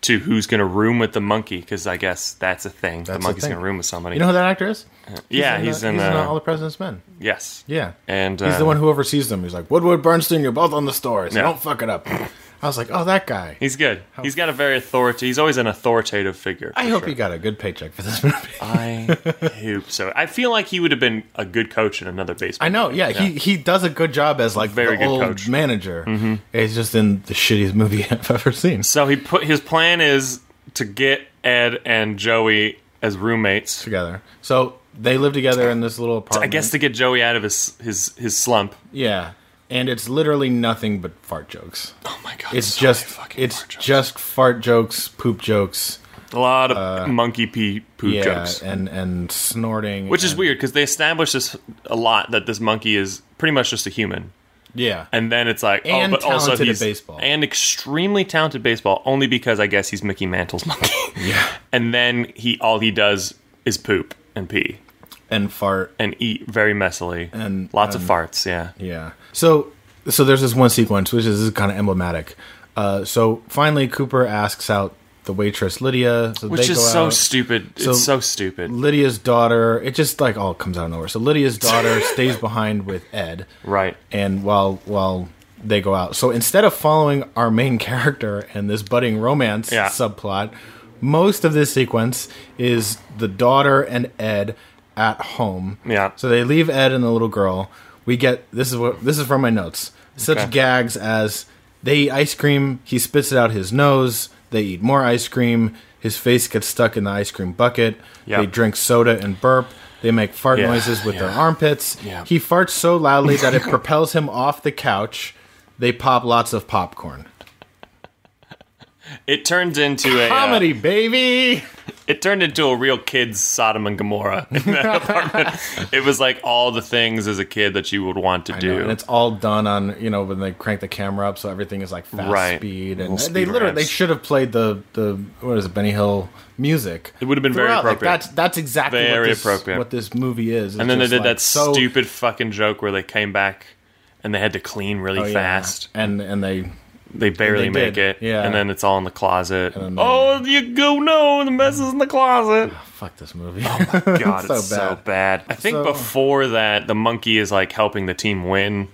G: to who's going to room with the monkey because I guess that's a thing. the
F: That's a
G: monkey's
F: thing.
G: going to room with somebody.
F: you know who that actor is?
G: yeah, he's in,
F: he's
G: uh,
F: All the President's Men.
G: yes,
F: Yeah,
G: and
F: he's
G: uh,
F: the one who oversees them. He's like Woodward Bernstein. You're both on the story, so
G: Yeah.
F: don't fuck it up. I was like, oh, that guy.
G: He's good. He's got a very authority. He's always an authoritative figure.
F: I
G: for
F: hope
G: sure. Uh,
F: he got a good paycheck for this movie.
G: I hope so. I feel like he would have been a good coach in another baseball.
F: I know. Yeah, he he does a good job as like
G: Very
F: the
G: good
F: old
G: coach. Mm-hmm.
F: manager. He's just in the shittiest movie I've ever seen.
G: So he put his plan is to get Ed and Joey as roommates.
F: Together, so they live together in this little
G: I
F: apartment.
G: guess to get Joey out of his his his slump.
F: yeah, and it's literally nothing but fart jokes.
G: Oh my god!
F: It's
G: so
F: just
G: many fucking
F: it's
G: fart jokes.
F: just fart jokes, poop jokes,
G: a lot of monkey pee poo
F: Uh, yeah,
G: jokes,
F: and and snorting,
G: which is
F: and-
G: weird because they establish this a lot that this monkey is pretty much just a human,
F: Yeah,
G: and then it's like
F: And
G: oh, but also
F: talented at
G: he's
F: baseball.
G: and extremely talented baseball only because I guess he's Mickey Mantle's monkey. Yeah, and then he all he does is poop and pee
F: and fart.
G: and eat very messily
F: And- um,
G: lots
F: and-
G: of farts. Yeah,
F: Yeah. So so there's this one sequence which is, this is kind of emblematic. Uh, so finally, Cooper asks out the waitress Lydia, so
G: which
F: they
G: is
F: go
G: so
F: out.
G: stupid.
F: So-
G: it's so stupid.
F: Lydia's daughter, it just like all comes out of nowhere. So Lydia's daughter stays behind with Ed.
G: Right.
F: And while while they go out. So instead of following our main character and this budding romance
G: Yeah.
F: subplot, most of this sequence is the daughter and Ed at home.
G: Yeah.
F: So they leave Ed and the little girl. We get this is what this is from my notes. Such
G: Okay.
F: gags as they eat ice cream, he spits it out his nose, they eat more ice cream, his face gets stuck in the ice cream bucket.
G: Yeah.
F: They drink soda and burp. They make fart
G: Yeah,
F: noises with their
G: yeah.
F: armpits.
G: Yeah.
F: He farts so loudly that it propels him off the couch. They pop lots of popcorn.
G: It turns into a uh,
F: Comedy, baby!
G: It turned into a real kid's Sodom and Gomorrah in that apartment. it was like all the things as a kid that you would want to
F: I know,
G: do.
F: and it's all done on you know when they crank the camera up, so everything is like fast
G: Right.
F: speed.
G: Little
F: And
G: speed
F: they literally they
G: ramps.
F: should have played the the what is it Benny Hill music.
G: It would have been very
F: throughout. Like,
G: appropriate.
F: that's that's exactly
G: Very
F: what this,
G: appropriate.
F: what this movie is.
G: and then they
F: It's
G: did
F: just, like,
G: that
F: so-
G: stupid fucking joke where they came back and they had to clean really
F: oh, yeah.
G: fast.
F: and and they
G: They barely
F: they
G: make
F: did.
G: it.
F: Yeah.
G: And then it's all in the closet. oh, you go no, the mess is in the closet.
F: fuck this movie.
G: Oh God,
F: So
G: it's so bad. I think
F: So-
G: before that, the monkey is like helping the team win.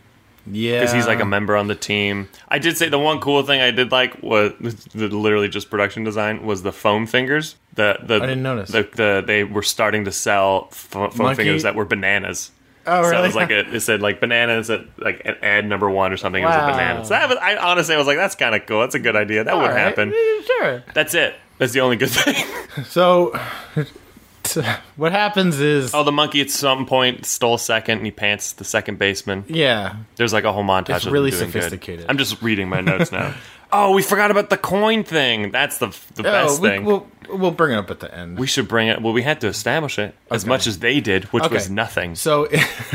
F: yeah,
G: because he's like a member on the team. I did say the one cool thing I did like was the, literally just production design was the foam fingers. The the
F: I didn't notice.
G: The, the they were starting to sell fo- foam
F: Monkey-
G: fingers that were bananas.
F: Oh,
G: So it
F: really?
G: was like a, it said like bananas at like at ad number one or something. It
F: Wow.
G: was a banana. So that was, I honestly I was like that's kind of cool. That's a good idea. That
F: All
G: would
F: right,
G: happen.
F: Sure.
G: That's it. That's the only good thing.
F: So, t- what happens is,
G: oh, the monkey at some point stole second and he pants the second baseman.
F: yeah,
G: There's like a whole montage.
F: It's
G: of them
F: really
G: doing good.
F: sophisticated.
G: I'm just reading my notes now. oh, we forgot about the coin thing. That's the the best
F: Oh, we,
G: thing.
F: We'll, we'll bring it up at the end.
G: we should bring it. Well, we had to establish it as much as they did, which
F: Okay.
G: was nothing.
F: so,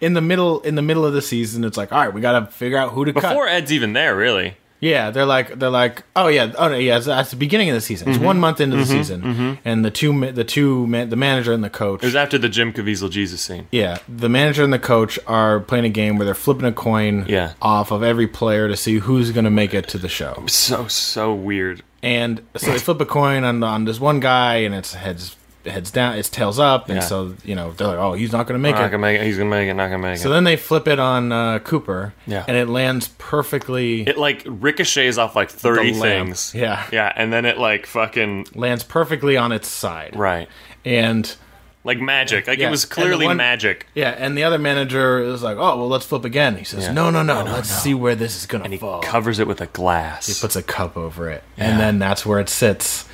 F: in the middle, in the middle of the season, it's like, all right, we got to figure out who to
G: Before
F: cut.
G: Ed's even there, really.
F: Yeah, they're like, they're like, oh yeah, oh no, yeah, it's, that's the beginning of the season.
G: Mm-hmm.
F: It's one month into the season, and the two, ma- the two, ma- the manager and the coach.
G: It was after the Jim Caviezel Jesus scene.
F: Yeah, the manager and the coach are playing a game where they're flipping a coin
G: Yeah.
F: off of every player to see who's going to make it to the show.
G: So so weird.
F: And so they flip a coin on on this one guy, and it's heads heads down, it's tails up, and
G: Yeah.
F: so you know they're like, oh, he's not going to make
G: Not
F: it.
G: gonna make it. He's gonna make it. Not gonna make it.
F: So then they flip it on uh, Cooper,
G: Yeah.
F: and it lands perfectly.
G: it like ricochets off like thirty
F: The lamp.
G: things.
F: Yeah.
G: yeah, and then it like fucking
F: lands perfectly on its side,
G: right,
F: And
G: like magic. Like
F: Yeah,
G: it was
F: and the
G: clearly
F: one-
G: magic.
F: yeah, and the other manager is like, oh, well, let's flip again. He says,
G: Yeah.
F: no, no, no, let's see where this is going
G: And
F: to
G: he
F: fall.
G: covers it with a glass.
F: Puts a cup over it,
G: Yeah.
F: and then that's where it sits.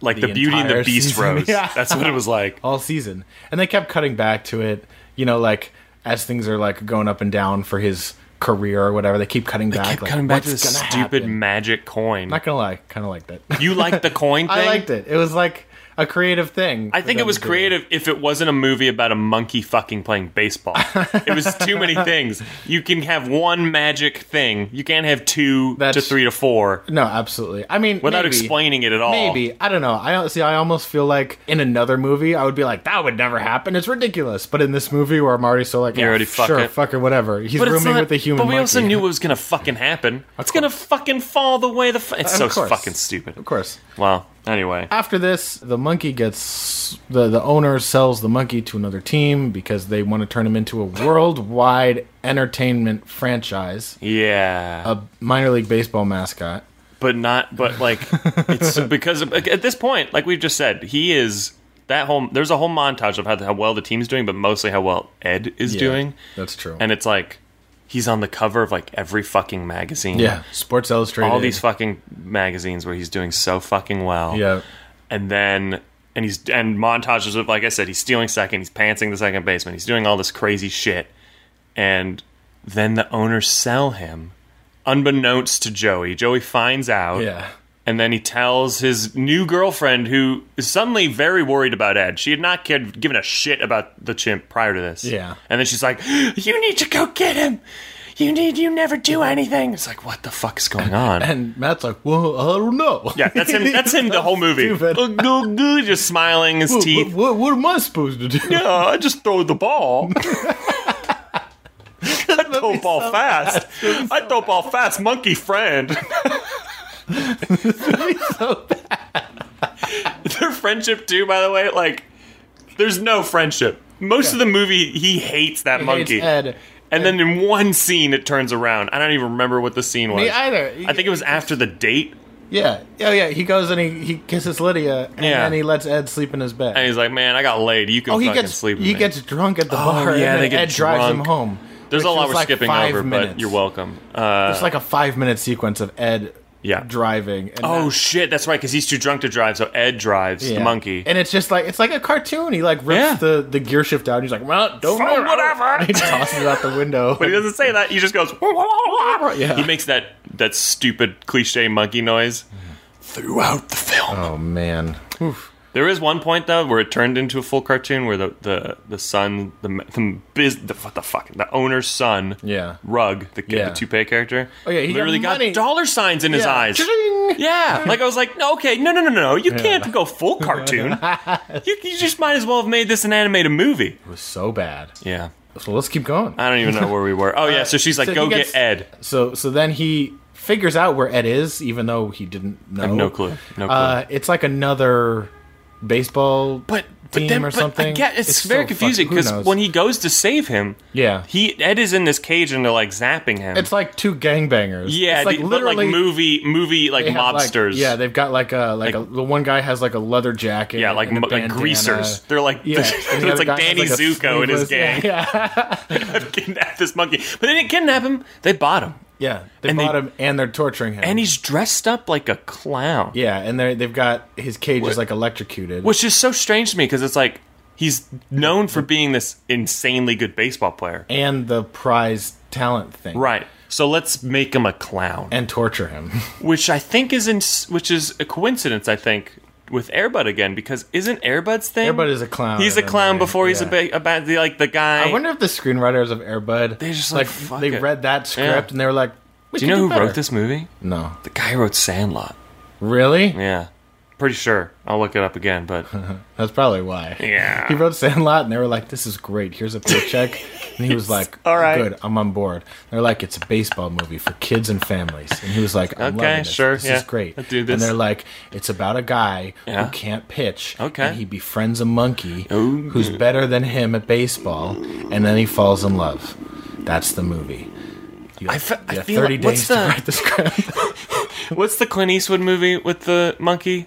G: like the,
F: the
G: Beauty and the
F: entire
G: Beast
F: season.
G: rose.
F: Yeah.
G: That's what it was like.
F: all season. And they kept cutting back to it, you know, like as things are like going up and down for his career or whatever. They keep cutting back.
G: kept
F: like,
G: coming back to
F: what's
G: this
F: gonna
G: stupid
F: happen?
G: magic coin.
F: Not gonna lie, kind of liked it.
G: you liked the coin thing?
F: I liked it. It was like a creative thing.
G: I
F: for
G: think
F: them
G: it was
F: to do.
G: creative if it wasn't a movie about a monkey fucking playing baseball. it was too many things. You can have one magic thing. You can't have two to
F: That's-
G: three to four
F: No, absolutely. I mean,
G: without
F: maybe-
G: explaining it at all.
F: Maybe I don't know. I don't- see. I almost feel like in another movie, I would be like, "That would never happen. It's ridiculous." But in this movie, where I'm already so like,
G: You
F: "Yeah,
G: already fuck
F: sure,
G: it."
F: fucking whatever." He's
G: But it's
F: rooming
G: not-
F: with a human.
G: But we also
F: monkey.
G: knew it was gonna fucking happen. It's gonna fucking fall the way the. F- it's
F: Of
G: so
F: course.
G: fucking stupid.
F: of course.
G: Wow. Anyway,
F: After this, the monkey gets the the owner sells the monkey to another team because they want to turn him into a worldwide entertainment franchise,
G: yeah,
F: a minor league baseball mascot.
G: but not. But like, it's because at this point, like we just said, he is that whole. There's a whole montage of how, how well the team's doing, but mostly how well Ed is
F: Yeah,
G: doing.
F: That's true.
G: and it's like he's on the cover of like every fucking magazine.
F: yeah, Sports Illustrated.
G: All these fucking magazines where he's doing so fucking well.
F: yeah.
G: And then and he's and montages of like I said, he's stealing second, he's pantsing the second baseman, he's doing all this crazy shit. And then the owners sell him. Unbeknownst to Joey. Joey finds out.
F: Yeah.
G: And then he tells his new girlfriend, who is suddenly very worried about Ed. She had not cared, given a shit about the chimp prior to this.
F: Yeah.
G: And then she's like, "You need to go get him. You need. You never do anything." It's like, what the fuck is going on?
F: And Matt's like, well, I don't know.
G: yeah, that's him. That's him the whole movie.
F: Stupid.
G: Ugh, ugh, ugh, Just smiling his
F: What-
G: teeth.
F: What, what am I supposed to do?
G: Yeah, I just throw the ball. I throw ball fast. I throw ball fast, monkey friend. Their friendship too, by the way, like there's no friendship. Most of the movie he hates that monkey.
F: Hates Ed.
G: And then in one scene it turns around. I don't even remember what the scene was.
F: Me either.
G: I think it was after the date.
F: Yeah. Oh, yeah. He goes and he, he kisses Lydia, and
G: Yeah.
F: then he lets Ed sleep in his bed.
G: And he's like, Man, I got laid. You can
F: oh, he
G: fucking
F: gets
G: sleep with
F: he
G: me."
F: gets drunk at the bar,
G: Oh, yeah,
F: and
G: they
F: then
G: get
F: Ed drives him
G: drunk.
F: home.
G: There's a
F: which
G: lot
F: was
G: we're
F: like
G: skipping
F: five
G: over, but
F: minutes.
G: you're welcome. Uh,
F: It's like a five minute sequence of Ed
G: Yeah.
F: driving. And
G: Oh
F: that-
G: shit, that's right, because he's too drunk to drive, so Ed drives
F: yeah.
G: the monkey.
F: And it's just like it's like a cartoon. He like rips
G: Yeah.
F: the, the gear shift out. He's like, well, don't
G: Phone
F: worry."
G: whatever.
F: He tosses it out the window.
G: but he doesn't say that. He just goes.
F: Yeah.
G: He makes that that stupid cliche monkey noise throughout the film.
F: oh man. Oof.
G: There is one point though where it turned into a full cartoon where the the the son the the biz the what the fuck the owner's son
F: Yeah.
G: Rug the kid,
F: Yeah.
G: the toupee character
F: Oh, yeah, he got
G: literally got,
F: money.
G: dollar signs in his
F: Yeah.
G: eyes.
F: Cha-ching.
G: Yeah, like I was like, no, okay, no, no, no, no, you can't go full cartoon. you, you just might as well have made this an animated movie.
F: It was so bad.
G: Yeah,
F: So let's keep going.
G: I don't even know where we were. Oh yeah, so she's like,
F: so
G: "Go
F: he
G: get
F: gets-
G: Ed."
F: So so then he figures out where Ed is, even though he didn't know.
G: I have no clue. No clue.
F: Uh, it's like another baseball
G: but but
F: team
G: then
F: or
G: but
F: something.
G: again, it's, very
F: so
G: confusing
F: fucking- who
G: because
F: knows?
G: when he goes to save him,
F: yeah,
G: he Ed is in this cage and they're like zapping him.
F: it's like two gangbangers.
G: yeah,
F: it's like
G: the- but,
F: literally
G: like movie movie like
F: they have, like-
G: mobsters.
F: yeah, they've got like a like,
G: Like-
F: a the one guy has like a leather jacket.
G: yeah, like
F: and a
G: mo- like
F: bandana.
G: greasers. They're like
F: Yeah, and the other
G: it's
F: guy
G: like
F: has,
G: Danny
F: a
G: Zuko and his
F: sleeveless-
G: gang
F: Yeah, yeah.
G: kidnapped this monkey, but they didn't kidnap him. They bought him,
F: Yeah, they
G: And they-
F: bought him and they're torturing him.
G: and he's dressed up like a clown.
F: yeah, and they they've got his cage is like electrocuted.
G: Which is so strange to me because it's like he's known for being this insanely good baseball player.
F: and the prize talent thing.
G: Right. So let's make him a clown,
F: And torture him.
G: which I think is in, which is a coincidence. I think with Airbud again because isn't Airbud's thing?
F: Airbud is a clown
G: He's a
F: in that
G: clown
F: movie,
G: before he's a
F: yeah.
G: ba- about the, like the guy.
F: I wonder if the screenwriters of Airbud they
G: just like, fuck
F: they
G: it.
F: read that script
G: Yeah.
F: and they were like, we
G: do you
F: can
G: know who
F: better.
G: wrote this movie?
F: No,
G: The guy who wrote Sandlot.
F: really?
G: Yeah, pretty sure. I'll look it up again, but
F: That's probably why.
G: Yeah.
F: he wrote Sandlot and they were like, this is great. Here's a paycheck, and he was like,
G: all right.
F: good, I'm on board. They're like, it's a baseball movie for kids and families, and he was like, I'm
G: Okay,
F: loving this.
G: sure,
F: this
G: yeah.
F: is great.
G: I'll do this.
F: And they're like, it's about a guy
G: Yeah.
F: who can't pitch,
G: Okay. Oh.
F: and he befriends a monkey who's better than him at baseball, and then he falls in love. That's the movie. You have,
G: I fe- I
F: you have
G: feel
F: 30
G: like- what's
F: days
G: the-
F: to write the script.
G: what's the Clint Eastwood movie with the monkey?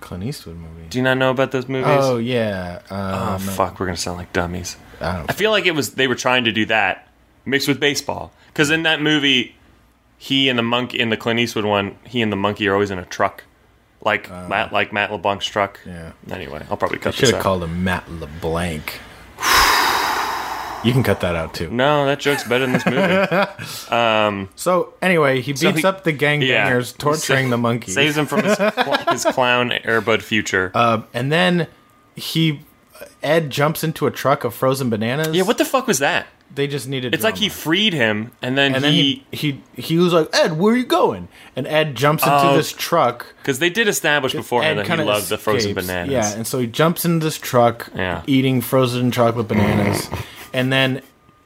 F: Clint Eastwood movie.
G: Do you not know about those movies?
F: Oh yeah,
G: Oh,
F: um,
G: fuck, we're gonna sound like dummies.
F: I don't
G: I feel like it was they were trying to do that mixed with baseball because in that movie, he and the monkey in the Clint Eastwood one, he and the monkey are always in a truck, like Matt like Matt LeBlanc's truck.
F: Oh. Yeah.
G: Anyway, I'll probably cut
F: should
G: this
F: have
G: out.
F: called him Matt LeBlanc. You can cut that out too.
G: No, that joke's better than this movie.
F: So anyway, he beats
G: he-
F: up the gangbangers,
G: yeah.
F: torturing the monkey,
G: Saves him from his, cl- his clown airbud future.
F: Uh, and then he Ed jumps into a truck of frozen bananas.
G: yeah, what the fuck was that?
F: they just needed.
G: It's like he
F: drama.
G: freed him, and then,
F: and then
G: he
F: he, he he was like Ed, where are you going? And Ed jumps into
G: Oh.
F: this truck.
G: because they did establish beforehand
F: Ed
G: that he
F: kinda
G: loved the frozen
F: escapes.
G: bananas.
F: Yeah, and so he jumps into this truck,
G: Yeah.
F: eating frozen chocolate bananas, and then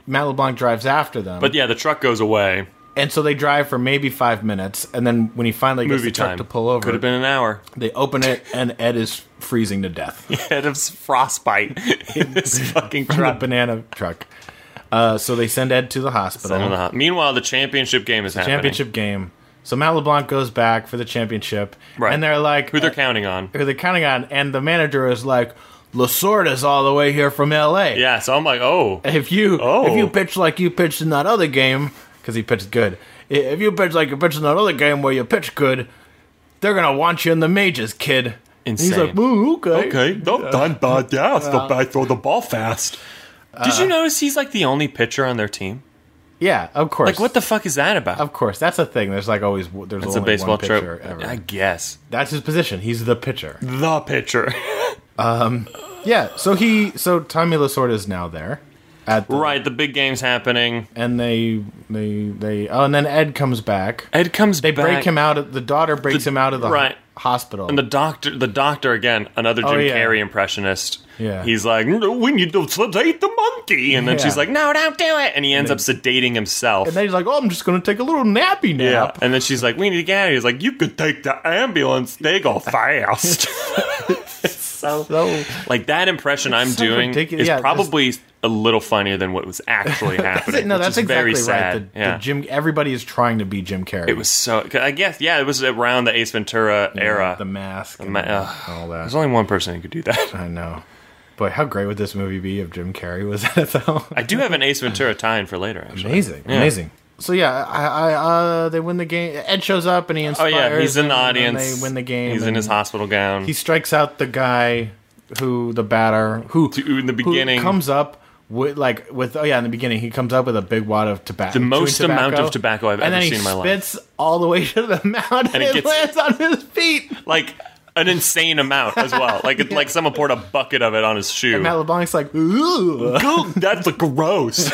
F: Matt LeBlanc drives after them.
G: but yeah, the truck goes away.
F: and so they drive for maybe five minutes, and then when he finally gets
G: Movie
F: the truck
G: time
F: to pull over,
G: Could have been an hour.
F: they open it, and Ed is freezing to death.
G: Adam's frostbite in this fucking
F: from
G: truck.
F: the banana truck. Uh, so they send Ed to the hospital.
G: I don't know how- Meanwhile, the championship game is happening.
F: championship game. So Matt LeBlanc goes back for the championship,
G: Right.
F: and they're like, uh,
G: Who they're counting on?
F: who they're counting on, and the manager is like, Lasorda's all the way here from L.A.
G: Yeah, so I'm like, oh,
F: If you
G: Oh.
F: if you pitch like you pitched in that other game, because he pitched good. i- If you pitch like you pitched in that other game where you pitch good, they're gonna want you in the majors, kid. And He's
G: Insane.
F: like, "Ooh, okay,
G: no, done bad. Yeah, still bad. Throw the ball fast. Did
F: Uh,
G: you notice he's like the only pitcher on their team?
F: yeah, of course."
G: Like, what the fuck is that about?
F: Of course, that's a thing. There's like always there's
G: it's a
F: only
G: baseball
F: one pitcher
G: trope,
F: ever.
G: I guess.
F: That's his position. He's the pitcher.
G: The pitcher,
F: Yeah. So he, so Tommy Lasorda is now there, at the,
G: right? The big game's happening.
F: and they, they, they. Oh, and then Ed comes back.
G: Ed comes.
F: They
G: back,
F: break him out. of The daughter breaks
G: The-
F: him out of the
G: right.
F: hospital.
G: And the doctor, the doctor again, another Jim
F: Oh, yeah.
G: Carrey impressionist.
F: Yeah.
G: he's like, no, we need to sedate the monkey, and then
F: Yeah.
G: she's like, no, don't do it, and he ends up sedating himself.
F: And then he's like, "Oh, I'm just gonna take a little nappy
G: yeah,
F: nap."
G: and then she's like, we need to get out. of here." He's like, you could take the ambulance. They go fast.
F: So
G: like that impression I'm
F: so
G: doing
F: ridiculous.
G: is
F: Yeah,
G: probably a little funnier than what was actually
F: that's it.
G: happening.
F: No,
G: which
F: that's
G: is
F: exactly
G: very sad.
F: right. The,
G: yeah.
F: the Jim. Everybody is trying to be Jim Carrey.
G: it was so. 'cause I guess yeah, it was around the Ace Ventura era.
F: the mask and
G: Ma- ugh.
F: all
G: There's
F: that.
G: only one person who could do that.
F: I know. Boy, how great would this movie be if Jim Carrey was in it though?
G: I do have an Ace Ventura tie-in for later. Actually,
F: Amazing,
G: Yeah.
F: amazing. So yeah, I, I uh, they win the game. Ed shows up and he
G: Oh
F: inspires.
G: yeah, he's in the
F: and then
G: audience.
F: They win the game.
G: He's in
F: and
G: his hospital gown.
F: He strikes out the guy who the batter who
G: To- in the
F: who
G: beginning-
F: comes up with like with oh yeah in the beginning he comes up with a big wad of tobacco.
G: The most amount of tobacco I've
F: and
G: ever
F: then he
G: seen in my life.
F: Spits all the way to the mound and,
G: it
F: it lands
G: gets-
F: on his feet.
G: like an insane amount as well. Like it, like someone poured a bucket of it on his shoe.
F: Matt LeBlanc's like ooh,
G: Goo, That's gross.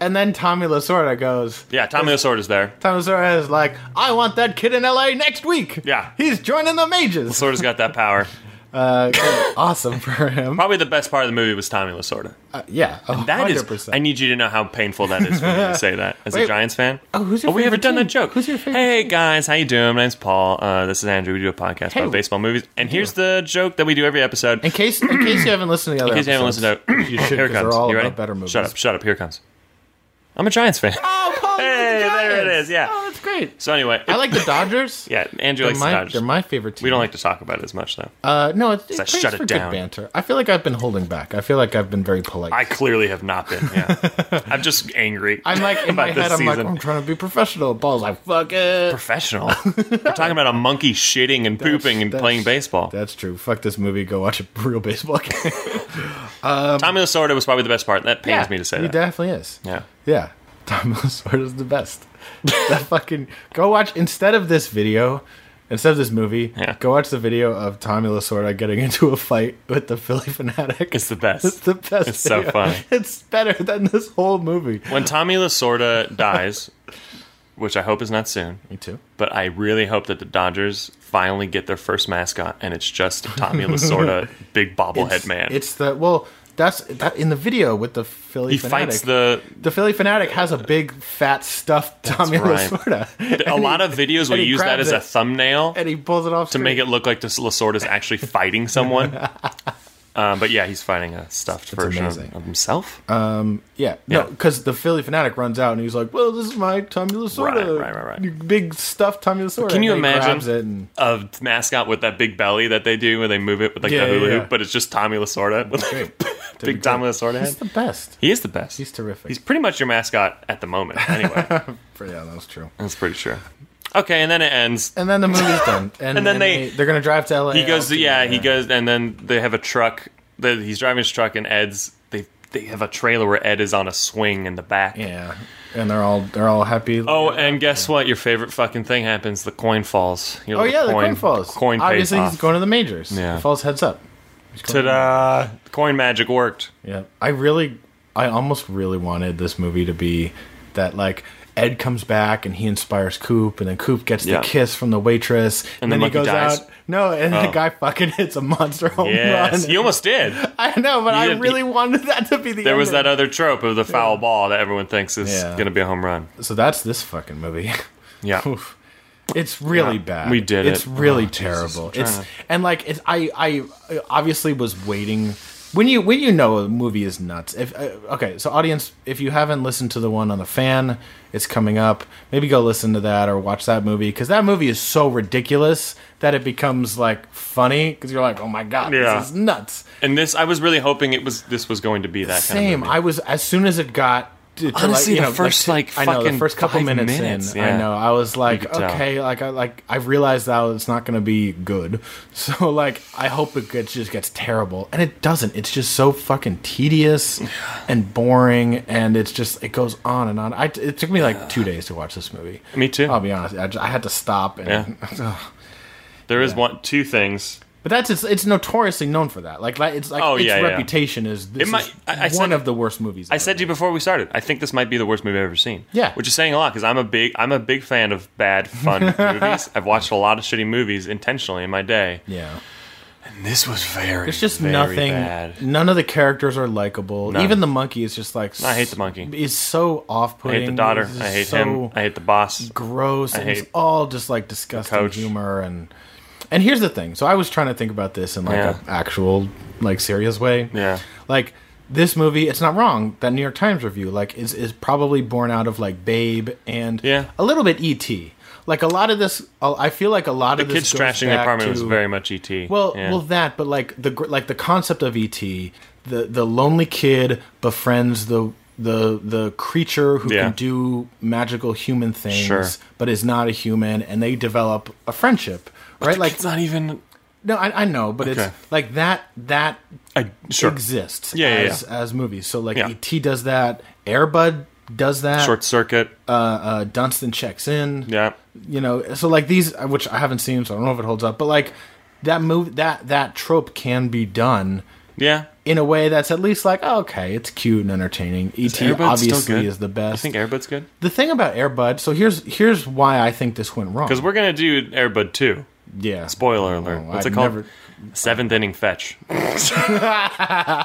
F: and then Tommy Lasorda goes.
G: yeah, Tommy Lasorda's there.
F: Tommy Lasorda is like, I want that kid in L.A. next week.
G: Yeah.
F: he's joining the majors. Uh,
G: Lasorda's got that power.
F: awesome for him. Uh,
G: Probably the best part of the movie was Tommy Lasorda.
F: Yeah,
G: That is.
F: 100%.
G: I need you to know how painful that is for me to say that as a
F: Wait.
G: Giants fan.
F: Oh, who's your
G: we haven't
F: favorite
G: done that
F: team?
G: joke.
F: Who's your favorite
G: Hey guys, how you doing? My name's Paul. Uh, this is Andrew. We do a podcast
F: Hey.
G: about baseball movies, and here's the joke that we do every episode.
F: In case, in case you haven't listened to the other,
G: In case you haven't
F: episodes,
G: listened to,
F: you should.
G: here
F: 'cause
G: it comes.
F: They're all
G: you ready?
F: about better movies.
G: Shut up! Shut up! Here it comes. I'm a Giants fan.
F: Oh, Paul, you like
G: Hey,
F: the
G: there it
F: Giants.
G: is, yeah.
F: oh, that's great.
G: So anyway,
F: I like the Dodgers.
G: Yeah, Andrew
F: they're
G: likes the
F: my,
G: Dodgers.
F: They're my favorite team.
G: We don't like to talk about it as much though.
F: Uh, no, it's,
G: I
F: it's
G: shut
F: shut
G: it
F: for
G: down.
F: good banter. I feel like I've been holding back. I feel like I've been very polite.
G: I clearly have not been. Yeah, I'm just angry.
F: am like in
G: about
F: my
G: this
F: head. I'm like
G: season.
F: I'm trying to be professional. Paul's like fuck it.
G: professional. We're talking about a monkey shitting and pooping and
F: That's-
G: playing baseball.
F: That's true. Fuck this movie. Go watch a real baseball game.
G: Tommy Lasorda was probably the best part. That pains me to say
F: he
G: that.
F: definitely is.
G: yeah.
F: Yeah, Tom Lasorda is the best. that fucking go watch instead of this video, instead of this movie,
G: Yeah.
F: go watch the video of Tommy Lasorda getting into a fight with the Philly fanatic.
G: It's the best.
F: It's the best.
G: It's so funny.
F: It's better than this whole movie.
G: When Tommy Lasorda dies, which I hope is not soon,
F: Me too.
G: but I really hope that the Dodgers finally get their first mascot and it's just Tommy Lasorda, big bobblehead
F: It's-
G: man.
F: It's the well. That's that in the video with the Philly.
G: he
F: fanatic,
G: fights the.
F: The Philly fanatic has a big fat stuffed Tommy
G: right.
F: Lasorda.
G: A
F: And
G: lot
F: he-
G: of videos
F: and
G: will
F: he
G: use that
F: grabs
G: as a
F: it,
G: thumbnail
F: and he pulls it off
G: to make it look like this Lasorda's actually fighting someone. Um, but yeah, he's fighting a stuffed version of,
F: amazing. Uh,
G: of himself.
F: Yeah, no,
G: Yeah.
F: because the Philly fanatic runs out and he's like, "Well, this is my Tommy Lasorda,
G: Right, right, right, right.
F: big stuffed Tommy Lasorda."
G: Can you
F: And then he grabs
G: imagine
F: it and
G: a mascot with that big belly that they do where they move it with like
F: Yeah,
G: the hula
F: yeah, yeah.
G: hoop, but it's just Tommy Lasorda with
F: great.
G: like,
F: That'd be
G: big Tommy
F: great.
G: Lasorda
F: He's the
G: head.
F: best.
G: He is the best.
F: He's terrific.
G: He's pretty much your mascot at the moment. Anyway,
F: yeah, that's true.
G: that's pretty sure. Okay, and then it ends.
F: And then the movie's done, and,
G: And then they-
F: they're gonna drive to LA.
G: He goes,
F: out
G: yeah, he
F: together.
G: goes, and then they have a truck. The, he's driving his truck, and Ed's they they have a trailer where Ed is on a swing in the back.
F: Yeah, and they're all they're all happy.
G: Oh, and guess what? Your favorite fucking thing happens. The coin falls. You know,
F: Oh, yeah, the coin, falls.
G: Coin pays
F: Obviously,
G: off.
F: he's going to the majors.
G: Yeah.
F: He falls heads up.
G: Ta-da! Coin magic worked.
F: Yeah, I really, I almost really wanted this movie to be that like Ed comes back and he inspires Coop, and then Coop gets
G: Yeah.
F: the kiss from the waitress,
G: And then
F: he
G: Lucky dies?
F: out. No, and the
G: Oh.
F: guy fucking hits a monster home
G: Yes,
F: run.
G: you almost did.
F: I know, but
G: You
F: I
G: did-
F: really wanted that to be the.
G: There was that
F: ending.
G: other trope of the foul ball that everyone thinks is
F: Yeah.
G: going to be a home run.
F: So that's this fucking movie.
G: Yeah.
F: Oof. It's really
G: Yeah,
F: bad.
G: we did
F: It's
G: it.
F: really
G: Oh, Jesus,
F: terrible.
G: I'm trying
F: it's
G: to-
F: and like it's I I uh, obviously was waiting when you when you know a movie is nuts. If uh, okay, so audience, if you haven't listened to the one on the fan, it's coming up. Maybe go listen to that or watch that movie because that movie is so ridiculous that it becomes like funny because you're like, oh my god,
G: Yeah.
F: this is nuts.
G: And this, I was really hoping it was this was going to be that kind of
F: Same.
G: movie.
F: I was as soon as it got. To, to,
G: Honestly,
F: like, you
G: the
F: know,
G: first,
F: like,
G: like,
F: I know the
G: fucking
F: first couple
G: five
F: minutes,
G: minutes,
F: in, I
G: yeah.
F: know I was like,
G: could tell.
F: okay, like I like I realized that it's not going to be good, so like I hope it gets, just gets terrible, and it doesn't. It's just so fucking tedious and boring, and it's just it goes on and on. I it took me like two days to watch this movie.
G: Me too.
F: I'll be honest, I, ju- I had to stop. And,
G: There is one, two things.
F: But that's it's, it's notoriously known for that. Like, like it's like
G: Oh,
F: its
G: yeah, yeah.
F: reputation is this
G: It might-
F: is
G: I- I
F: one
G: said-
F: of the worst movies.
G: I said to you before we started. I think this might be the worst movie I've ever seen.
F: Yeah.
G: which is saying a lot because I'm a big I'm a big fan of bad fun movies. I've watched a lot of shitty movies intentionally in my day.
F: yeah.
G: This was very.
F: There's just
G: very
F: nothing.
G: Bad.
F: None of the characters are likable.
G: None.
F: Even the monkey is just like.
G: I hate the monkey.
F: Is so
G: I
F: off-putting.
G: hate the daughter.
F: It's just
G: I hate
F: so
G: him. I hate the boss.
F: gross.
G: I
F: and it's
G: hate
F: all just like disgusting
G: coach.
F: humor and. And here's the thing. So I was trying to think about this in like
G: Yeah.
F: an actual, like serious way.
G: Yeah.
F: Like this movie, it's not wrong. That New York Times review, like, is is probably born out of like Babe and
G: Yeah.
F: a little bit E.T. Like a lot of this, I feel like a lot
G: The
F: of this
G: kids
F: goes
G: trashing the
F: back
G: apartment was
F: to-
G: very much ET.
F: well,
G: Yeah.
F: well, that, but like the gr- like the concept of ET, the the lonely kid befriends the the the creature who
G: Yeah.
F: can do magical human things,
G: Sure.
F: but is not a human, and they develop a friendship, right?
G: The
F: Like
G: kid's not even.
F: no, I, I know, but
G: Okay.
F: it's like that that
G: I, sure.
F: exists
G: Yeah, yeah,
F: as as movies. So like
G: Yeah.
F: ET does that, Airbud does that,
G: Short circuit.
F: uh, Dunstan checks in,
G: yeah.
F: you know so like these which i haven't seen so i don't know if it holds up but like that move that that trope can be done
G: Yeah.
F: in a way that's at least like okay it's cute and entertaining et
G: Air Bud's still
F: obviously
G: good.
F: is the best
G: You think Airbud's good?
F: the thing about airbud so here's here's why i think this went wrong
G: Because we're gonna do Airbud two.
F: yeah
G: Spoiler alert.
F: Oh,
G: What's
F: I've
G: it called?
F: never-
G: Seventh inning fetch.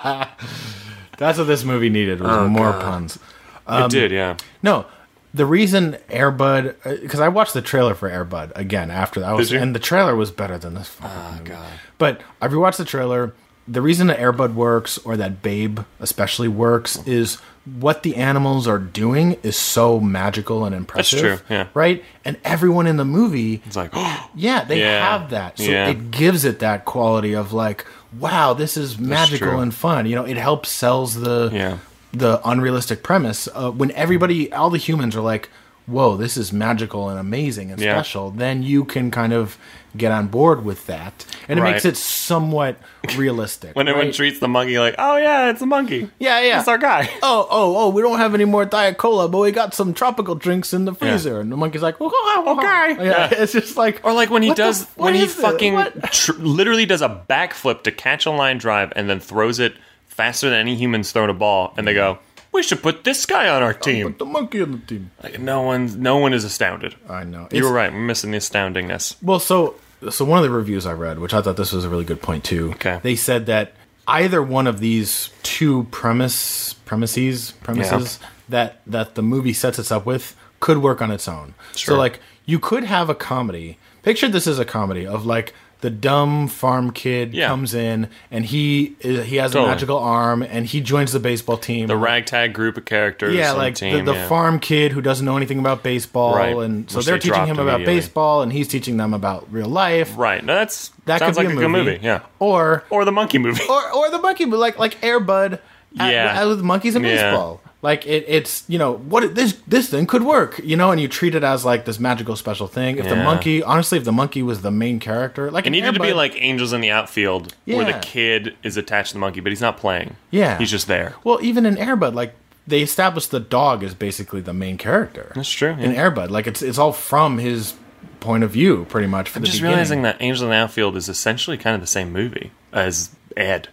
F: that's what this movie needed was more puns Um,
G: it did. Yeah.
F: No, the reason Airbud because I watched the trailer for Airbud again after that, I was,
G: Did you? Ah,
F: and the trailer was better than this. Oh god! But I rewatched the trailer. The reason that Airbud works, or that Babe especially works, is what the animals are doing is so magical and impressive.
G: true, yeah.
F: Right, and everyone in the movie
G: It's like.
F: yeah, they
G: Yeah.
F: have that. So
G: Yeah.
F: it gives it that quality of like, wow, this is magical
G: true.
F: and fun. You know, it helps sells the
G: Yeah.
F: the unrealistic premise uh, when everybody, all the humans are like, whoa, this is magical and amazing and
G: Yeah.
F: special. Then you can kind of get on board with that, and it
G: Right.
F: makes it somewhat realistic.
G: When everyone
F: right?
G: treats the monkey like, oh yeah, it's a monkey.
F: Yeah, yeah.
G: It's our guy.
F: Oh, oh, oh, we don't have any more Diet Cola, but we got some tropical drinks in the
G: Yeah.
F: freezer. And the monkey's like, okay. Yeah,
G: Yeah.
F: it's just like.
G: Or like when he
F: what the
G: does,
F: f- what
G: when he
F: is this?
G: fucking
F: What?
G: tr- literally does a backflip to catch a line drive and then throws it faster than any human's thrown a ball, and they go, "We should put this guy on our team."
F: Put the monkey on the team.
G: Like, no one's, no one is astounded.
F: I know.
G: You
F: It's-
G: were right. We're missing the astoundingness.
F: Well, so so one of the reviews I read, which I thought this was a really good point too.
G: Okay.
F: They said that either one of these two premise premises premises that that the movie sets us up with could work on its own.
G: Sure.
F: So like you could have a comedy. Picture this as a comedy of like the dumb farm kid
G: Yeah.
F: comes in and he is, he has a
G: Totally.
F: magical arm and he joins the baseball team.
G: The ragtag group of characters.
F: Yeah,
G: on
F: like
G: team,
F: the, the
G: yeah.
F: farm kid who doesn't know anything about baseball,
G: Right,
F: and so
G: which
F: they're
G: they
F: teaching
G: dropped
F: him about
G: immediately.
F: baseball, and he's teaching them about real life.
G: Right. No, that's
F: That
G: sounds
F: could be
G: like
F: a, movie.
G: good movie. Yeah.
F: Or
G: Or the monkey movie.
F: or or the monkey, but like like Airbud.
G: Yeah.
F: with monkeys and
G: Yeah.
F: baseball. Like it, it's you know what this this thing could work, you know, and you treat it as like this magical special thing. If the
G: Yeah.
F: monkey, honestly, if the monkey was the main character, like
G: It
F: an
G: needed to be
F: Airbud-
G: like Angels in the Outfield, where
F: Yeah.
G: the kid is attached to the monkey, but he's not playing.
F: Yeah.
G: He's just there.
F: well, even in Airbud, like they established the dog is basically the main character.
G: That's true.
F: In
G: yeah.
F: Airbud, like it's it's all from his point of view, pretty much. For
G: I'm
F: the
G: just
F: beginning.
G: realizing that Angels in the Outfield is essentially kind of the same movie as Ed.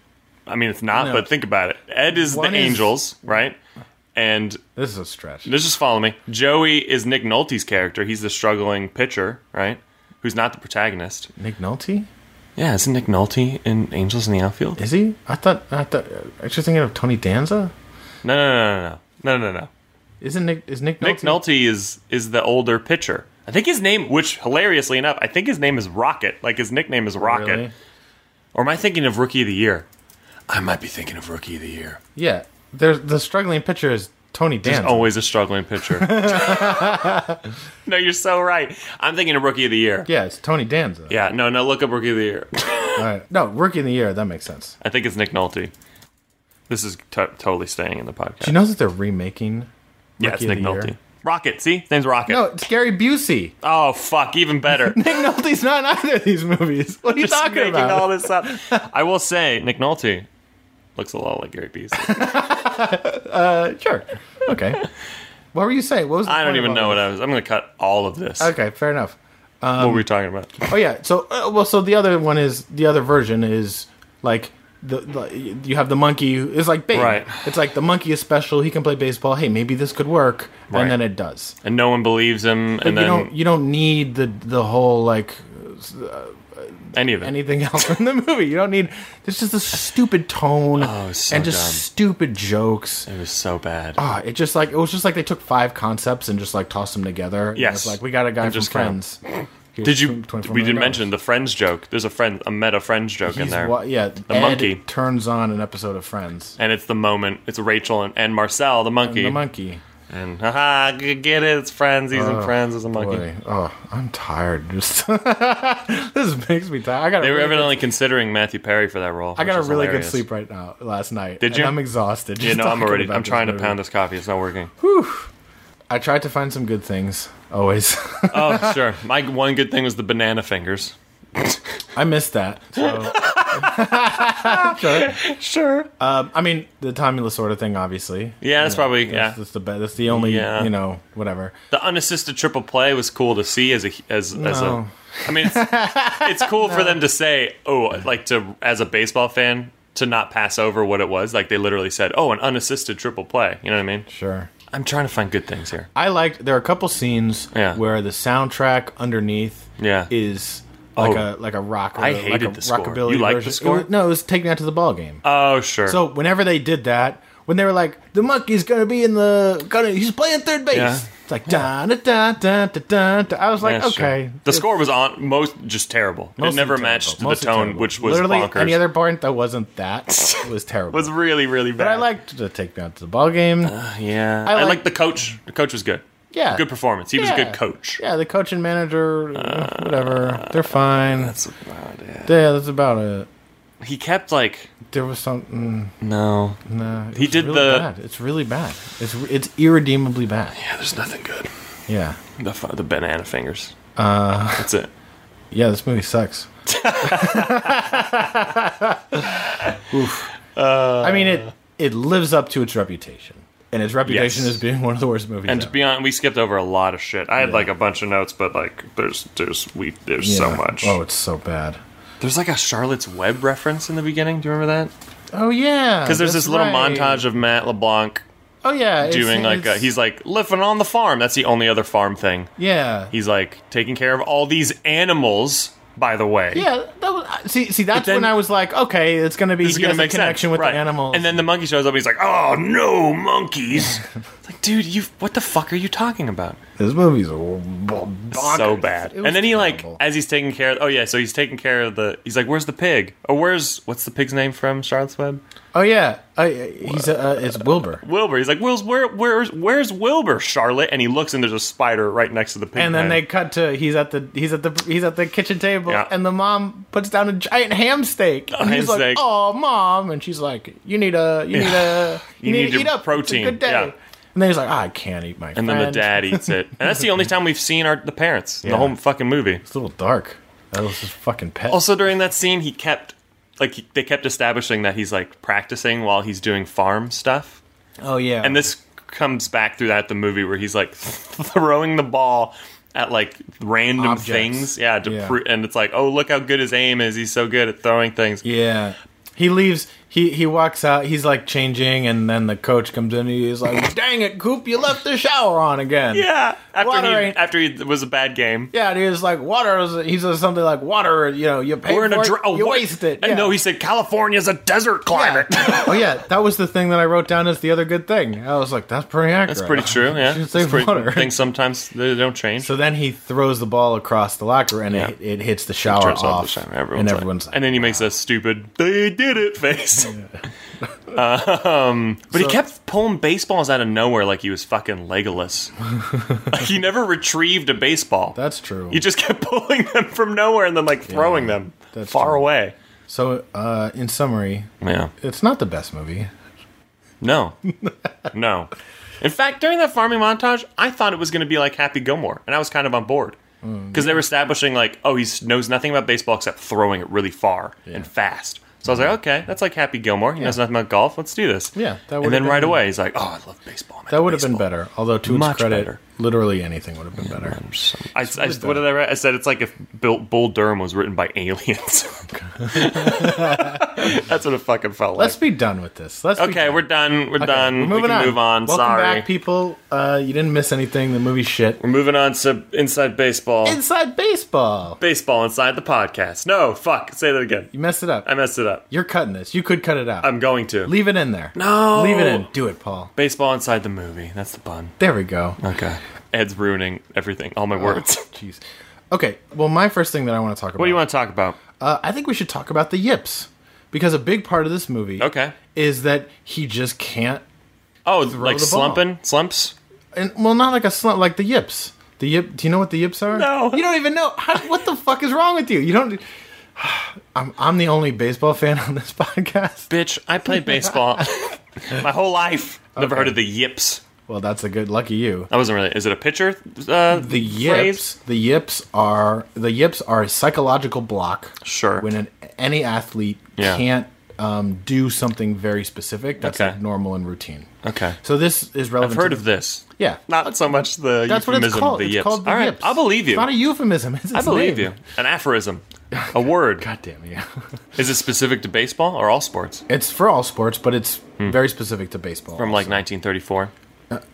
G: I mean, it's not,
F: No.
G: but think about it. Ed is
F: One
G: the
F: is-
G: Angels, right? And
F: this is a stretch.
G: Let's just follow me. Joey is Nick Nolte's character. He's the struggling pitcher, right? Who's not the protagonist.
F: Nick Nolte
G: Yeah, isn't Nick Nolte in Angels in the Outfield?
F: is he? I thought I thought. I was just thinking of Tony Danza.
G: No, no, no, no, no, no, no, no.
F: Isn't Nick? Is Nick Nolte?
G: Nick Nolte is is the older pitcher. I think his name, which hilariously enough, I think his name is Rocket. Like his nickname is Rocket.
F: Really?
G: Or am I thinking of Rookie of the Year? I might be thinking of Rookie of the Year.
F: Yeah, there's the struggling pitcher is Tony
G: There's
F: Danza.
G: always a struggling pitcher. no, you're so right. I'm thinking of Rookie of the Year.
F: yeah, it's Tony Danza.
G: Yeah, no, no, look up Rookie of the Year.
F: All right. No, rookie of the year. That makes sense.
G: I think it's Nick Nolte. This is to totally staying in the podcast.
F: Do you know that they're remaking?
G: yeah, it's
F: Rookie of
G: Nick
F: the Year?
G: Nolte. Rocket, see? His name's Rocket.
F: No, it's Gary Busey.
G: Oh, fuck, even better.
F: Nick Nolte's not in either of these movies. What are you
G: Just
F: talking
G: making
F: about?
G: all this up. I will say, Nick Nolte looks a lot like Gary Busey.
F: Sure. Okay. what were you saying? What was? The
G: I don't
F: point
G: even
F: about
G: know what
F: this?
G: I was. I'm going to cut all of this.
F: Okay, fair enough.
G: what were we talking about?
F: Oh yeah. So uh, well, so the other one is the other version is like the, the you have the monkey who is like Babe.
G: Right.
F: It's like the monkey is special. He can play baseball. Hey, maybe this could work,
G: Right.
F: and then it does.
G: And no one believes him,
F: But
G: and
F: you
G: then
F: don't you don't need the the whole like
G: any of it.
F: anything else in the movie. You don't need this is the stupid tone
G: Oh, it's so
F: and just
G: dumb.
F: stupid jokes.
G: it was so bad.
F: Ah, it just like it was just like they took five concepts and just like tossed them together. And
G: Yes.
F: it's like we got a guy
G: I'm
F: from
G: just kinda-
F: Friends.
G: Did you?
F: Here's $24
G: We
F: million
G: didn't mention the Friends joke. There's a friend, a meta Friends joke in
F: He's
G: there.
F: wa- yeah, the Ed
G: monkey.
F: turns on an episode of Friends.
G: and it's the moment. It's Rachel and, and Marcel, the monkey.
F: And the monkey.
G: And haha, g- get it? It's friends. He's in friends as a monkey.
F: Boy, oh, I'm tired. Just this makes me tired. I got
G: They
F: a
G: were
F: really
G: evidently considering Matthew Perry for that role.
F: good, I got
G: which
F: a
G: is
F: really
G: hilarious.
F: good sleep right now last night.
G: Did
F: and
G: you?
F: I'm exhausted.
G: You
F: just
G: know, I'm
F: talking
G: already.
F: about
G: I'm
F: this
G: trying to
F: movie.
G: pound this coffee. It's not working.
F: I tried to find some good things always.
G: oh, sure. My one good thing was the banana fingers.
F: I missed that. So. sure.
G: Sure.
F: Um, I mean, the Tommy Lasorda thing, obviously.
G: Yeah, that's probably
F: That's,
G: yeah.
F: that's the be- that's the only
G: Yeah.
F: you know whatever.
G: The unassisted triple play was cool to see as a as as a.
F: No.
G: I mean, it's, it's cool for them to say, oh, like to as a baseball fan to not pass over what it was. Like they literally said, oh, an unassisted triple play. You know what I mean?
F: Sure.
G: I'm trying to find good things here.
F: I liked. There are a couple scenes
G: Yeah.
F: where the soundtrack underneath
G: Yeah.
F: is like
G: Oh.
F: a like a rock. Or
G: I
F: like
G: hated
F: a
G: the score.
F: rockabilly
G: You liked
F: version.
G: the
F: It
G: score?
F: was- no, it was taken out to the ball game.
G: Oh, sure.
F: so whenever they did that, when they were like, the monkey's gonna be in the gonna he's playing third base.
G: Yeah.
F: It's like da da da da da da. da. I was like,
G: Yeah, sure.
F: okay.
G: The
F: It's
G: score was on most just terrible. it
F: mostly
G: never
F: terrible.
G: matched
F: Mostly
G: the tone,
F: terrible.
G: which was
F: literally
G: bonkers.
F: any other part that wasn't that it was terrible.
G: was really really bad.
F: but I liked to take me out to the ball game.
G: yeah.
F: I
G: I,
F: like-
G: liked the coach. The coach was good.
F: yeah,
G: Good performance. He was a
F: Yeah.
G: good coach.
F: Yeah, the coach and manager, uh, whatever, they're fine.
G: That's about it.
F: yeah, that's about it.
G: He kept like
F: There was something.
G: no.
F: Nah, it
G: He
F: was
G: did
F: really
G: the-
F: Bad. It's really bad. It's re- it's irredeemably bad.
G: Yeah, there's nothing good.
F: Yeah,
G: The fu- the banana fingers. Uh, That's it.
F: yeah. This movie sucks. Oof.
G: Uh,
F: I mean it. It lives up to its reputation, and its reputation
G: Yes.
F: is being one of the worst movies.
G: And to
F: ever.
G: be honest, we skipped over a lot of shit. I had like a bunch of notes, but like there's there's we there's so
F: Yeah.
G: much.
F: Oh, it's so bad.
G: There's like a Charlotte's Web reference in the beginning. Do you remember that?
F: Oh yeah,
G: Because there's
F: that's
G: this little
F: right.
G: montage of Matt LeBlanc
F: Oh yeah, it's-
G: doing like
F: it's-
G: a, he's like living on the farm. That's the only other farm thing.
F: yeah
G: He's like taking care of all these animals. By the way,
F: Yeah, that was, see, see, that's
G: then-
F: when I was like, okay, it's going to be
G: this is
F: he
G: gonna
F: has a
G: make
F: connection
G: sense,
F: with
G: right.
F: the animals.
G: And then the monkey shows up. He's like, oh no, monkeys! Like, dude, you what the fuck are you talking about?
F: This movie's bonkers.
G: So bad.
F: It
G: And then
F: was
G: he like
F: terrible.
G: as he's taking care of oh yeah, so he's taking care of the he's like, Where's the pig? Or where's what's the pig's name from Charlotte's Web?
F: oh yeah, I, I- he's uh, it's Wilbur.
G: Wilbur. He's like, Will's where where's where's Wilbur, Charlotte? And he looks and there's a spider right next to the pig.
F: And then they
G: man.
F: cut to he's at the he's at the he's at the kitchen table,
G: Yeah.
F: and the mom puts down a giant ham steak. and
G: ham
F: he's
G: steak.
F: like, "Oh, mom!" And she's like, "You need a you need a you,
G: You
F: need,
G: need
F: to
G: your
F: eat up.
G: protein,
F: It's a good day."
G: yeah.
F: And then he's like, "Ah, "I can't eat my."
G: And then the dad eats it. And that's the only time we've seen our the parents in the
F: Yeah.
G: whole fucking movie.
F: It's a little dark. That was his fucking pet.
G: Also during that scene he kept like he, they kept establishing that he's like practicing while he's doing farm stuff.
F: oh yeah,
G: And this comes back throughout the movie where he's like throwing the ball at like random
F: Objects.
G: things. Yeah, to
F: Yeah.
G: Pre- and it's like, oh, look how good his aim is. He's so good at throwing things.
F: Yeah. He leaves. He he walks out. He's like changing, and then the coach comes in. and He's like, "Dang it, Coop! You left the shower on again."
G: Yeah, after he,
F: Water ain't-
G: after he it was a bad game.
F: Yeah, and he was like, "Water." Was, he says something like, "Water." You know, you pay
G: We're in
F: for
G: a oh,
F: it,
G: drought.
F: you waste it.
G: And
F: Yeah.
G: no, he said California's a desert climate.
F: oh yeah, that was the thing that I wrote down as the other good thing. I was like, "That's pretty accurate."
G: That's pretty true. Yeah,
F: Should
G: It's
F: say
G: pretty-
F: water.
G: Things sometimes they don't change.
F: So then he throws the ball across the locker, and it, it hits the shower
G: Turns off
F: off,
G: the timer.
F: and
G: Everyone's like-
F: everyone's like,
G: and then he makes a stupid "they did it" face. um, but he kept pulling baseballs out of nowhere like he was fucking Legolas. like he never retrieved a baseball.
F: "That's true."
G: he just kept pulling them from nowhere and then like throwing them
F: that's
G: far
F: true.
G: away.
F: so, uh, in summary,
G: Yeah.
F: it's not the best movie.
G: No. no. In fact, during that farming montage, I thought it was going to be like Happy Gilmore, and I was kind of on board.
F: Mm.
G: Because they were establishing, like, oh, he s- knows nothing about baseball except throwing it really far and fast. So I was like, okay, that's like Happy Gilmore. He knows nothing about golf. Let's do this.
F: Yeah, that
G: and
F: would've
G: then
F: been-
G: right away, he's like, oh, I love baseball.
F: That would have been better. Although to its
G: Much
F: credit,
G: better.
F: literally anything would have been better.
G: I, I, what did I write? I said it's like if Bill, Bull Durham was written by aliens. that's what it fucking felt
F: Let's
G: like.
F: be done with this. Let's be
G: Okay,
F: done.
G: we're done. We're
F: Okay,
G: done.
F: We're moving
G: we can
F: on.
G: move on.
F: Welcome
G: Sorry.
F: back, people. Uh, you didn't miss anything. The movie shit.
G: We're moving on to Inside Baseball.
F: Inside baseball.
G: baseball inside the podcast. No, fuck. Say that again.
F: You messed it up.
G: I messed it up.
F: You're cutting this. You could cut it out.
G: I'm going to.
F: Leave it in there.
G: No.
F: Leave it in. Do it, Paul.
G: Baseball inside the movie. That's the pun.
F: There we go.
G: Okay. Ed's ruining everything. All my
F: Oh.
G: words.
F: Jeez. Okay. Well, my first thing that I want to talk about.
G: What do you want to talk about?
F: Uh, I think we should talk about the yips because a big part of this movie.
G: Okay.
F: Is that he just can't
G: Oh, like
F: the ball.
G: slumping? Slumps?
F: and well, not like a slump, like the yips. The yip. Do you know what the yips are?
G: No.
F: You don't even know. How, what the fuck is wrong with you? You don't. I'm I'm the only baseball fan on this podcast.
G: Bitch, I played baseball my whole life. Never heard of the yips.
F: Well, that's a good lucky you.
G: That wasn't really. Is it a pitcher? Uh,
F: The yips.
G: Phrase?
F: The yips are the yips are a psychological block.
G: Sure.
F: When an, any athlete
G: Yeah.
F: can't um, do something very specific that's
G: Okay.
F: like normal and routine.
G: Okay.
F: So this is relevant.
G: I've heard
F: to-
G: of this.
F: Yeah.
G: Not so much the
F: That's what
G: euphemism,
F: it's called.
G: the
F: it's
G: yips.
F: called the
G: All right,
F: yips.
G: I believe you.
F: It's not a euphemism. It's
G: I
F: its
G: believe
F: name.
G: you. An aphorism. A word.
F: God damn you.
G: Is it specific to baseball or all sports?
F: It's for all sports, but it's very specific to baseball.
G: Hmm. From like 1934.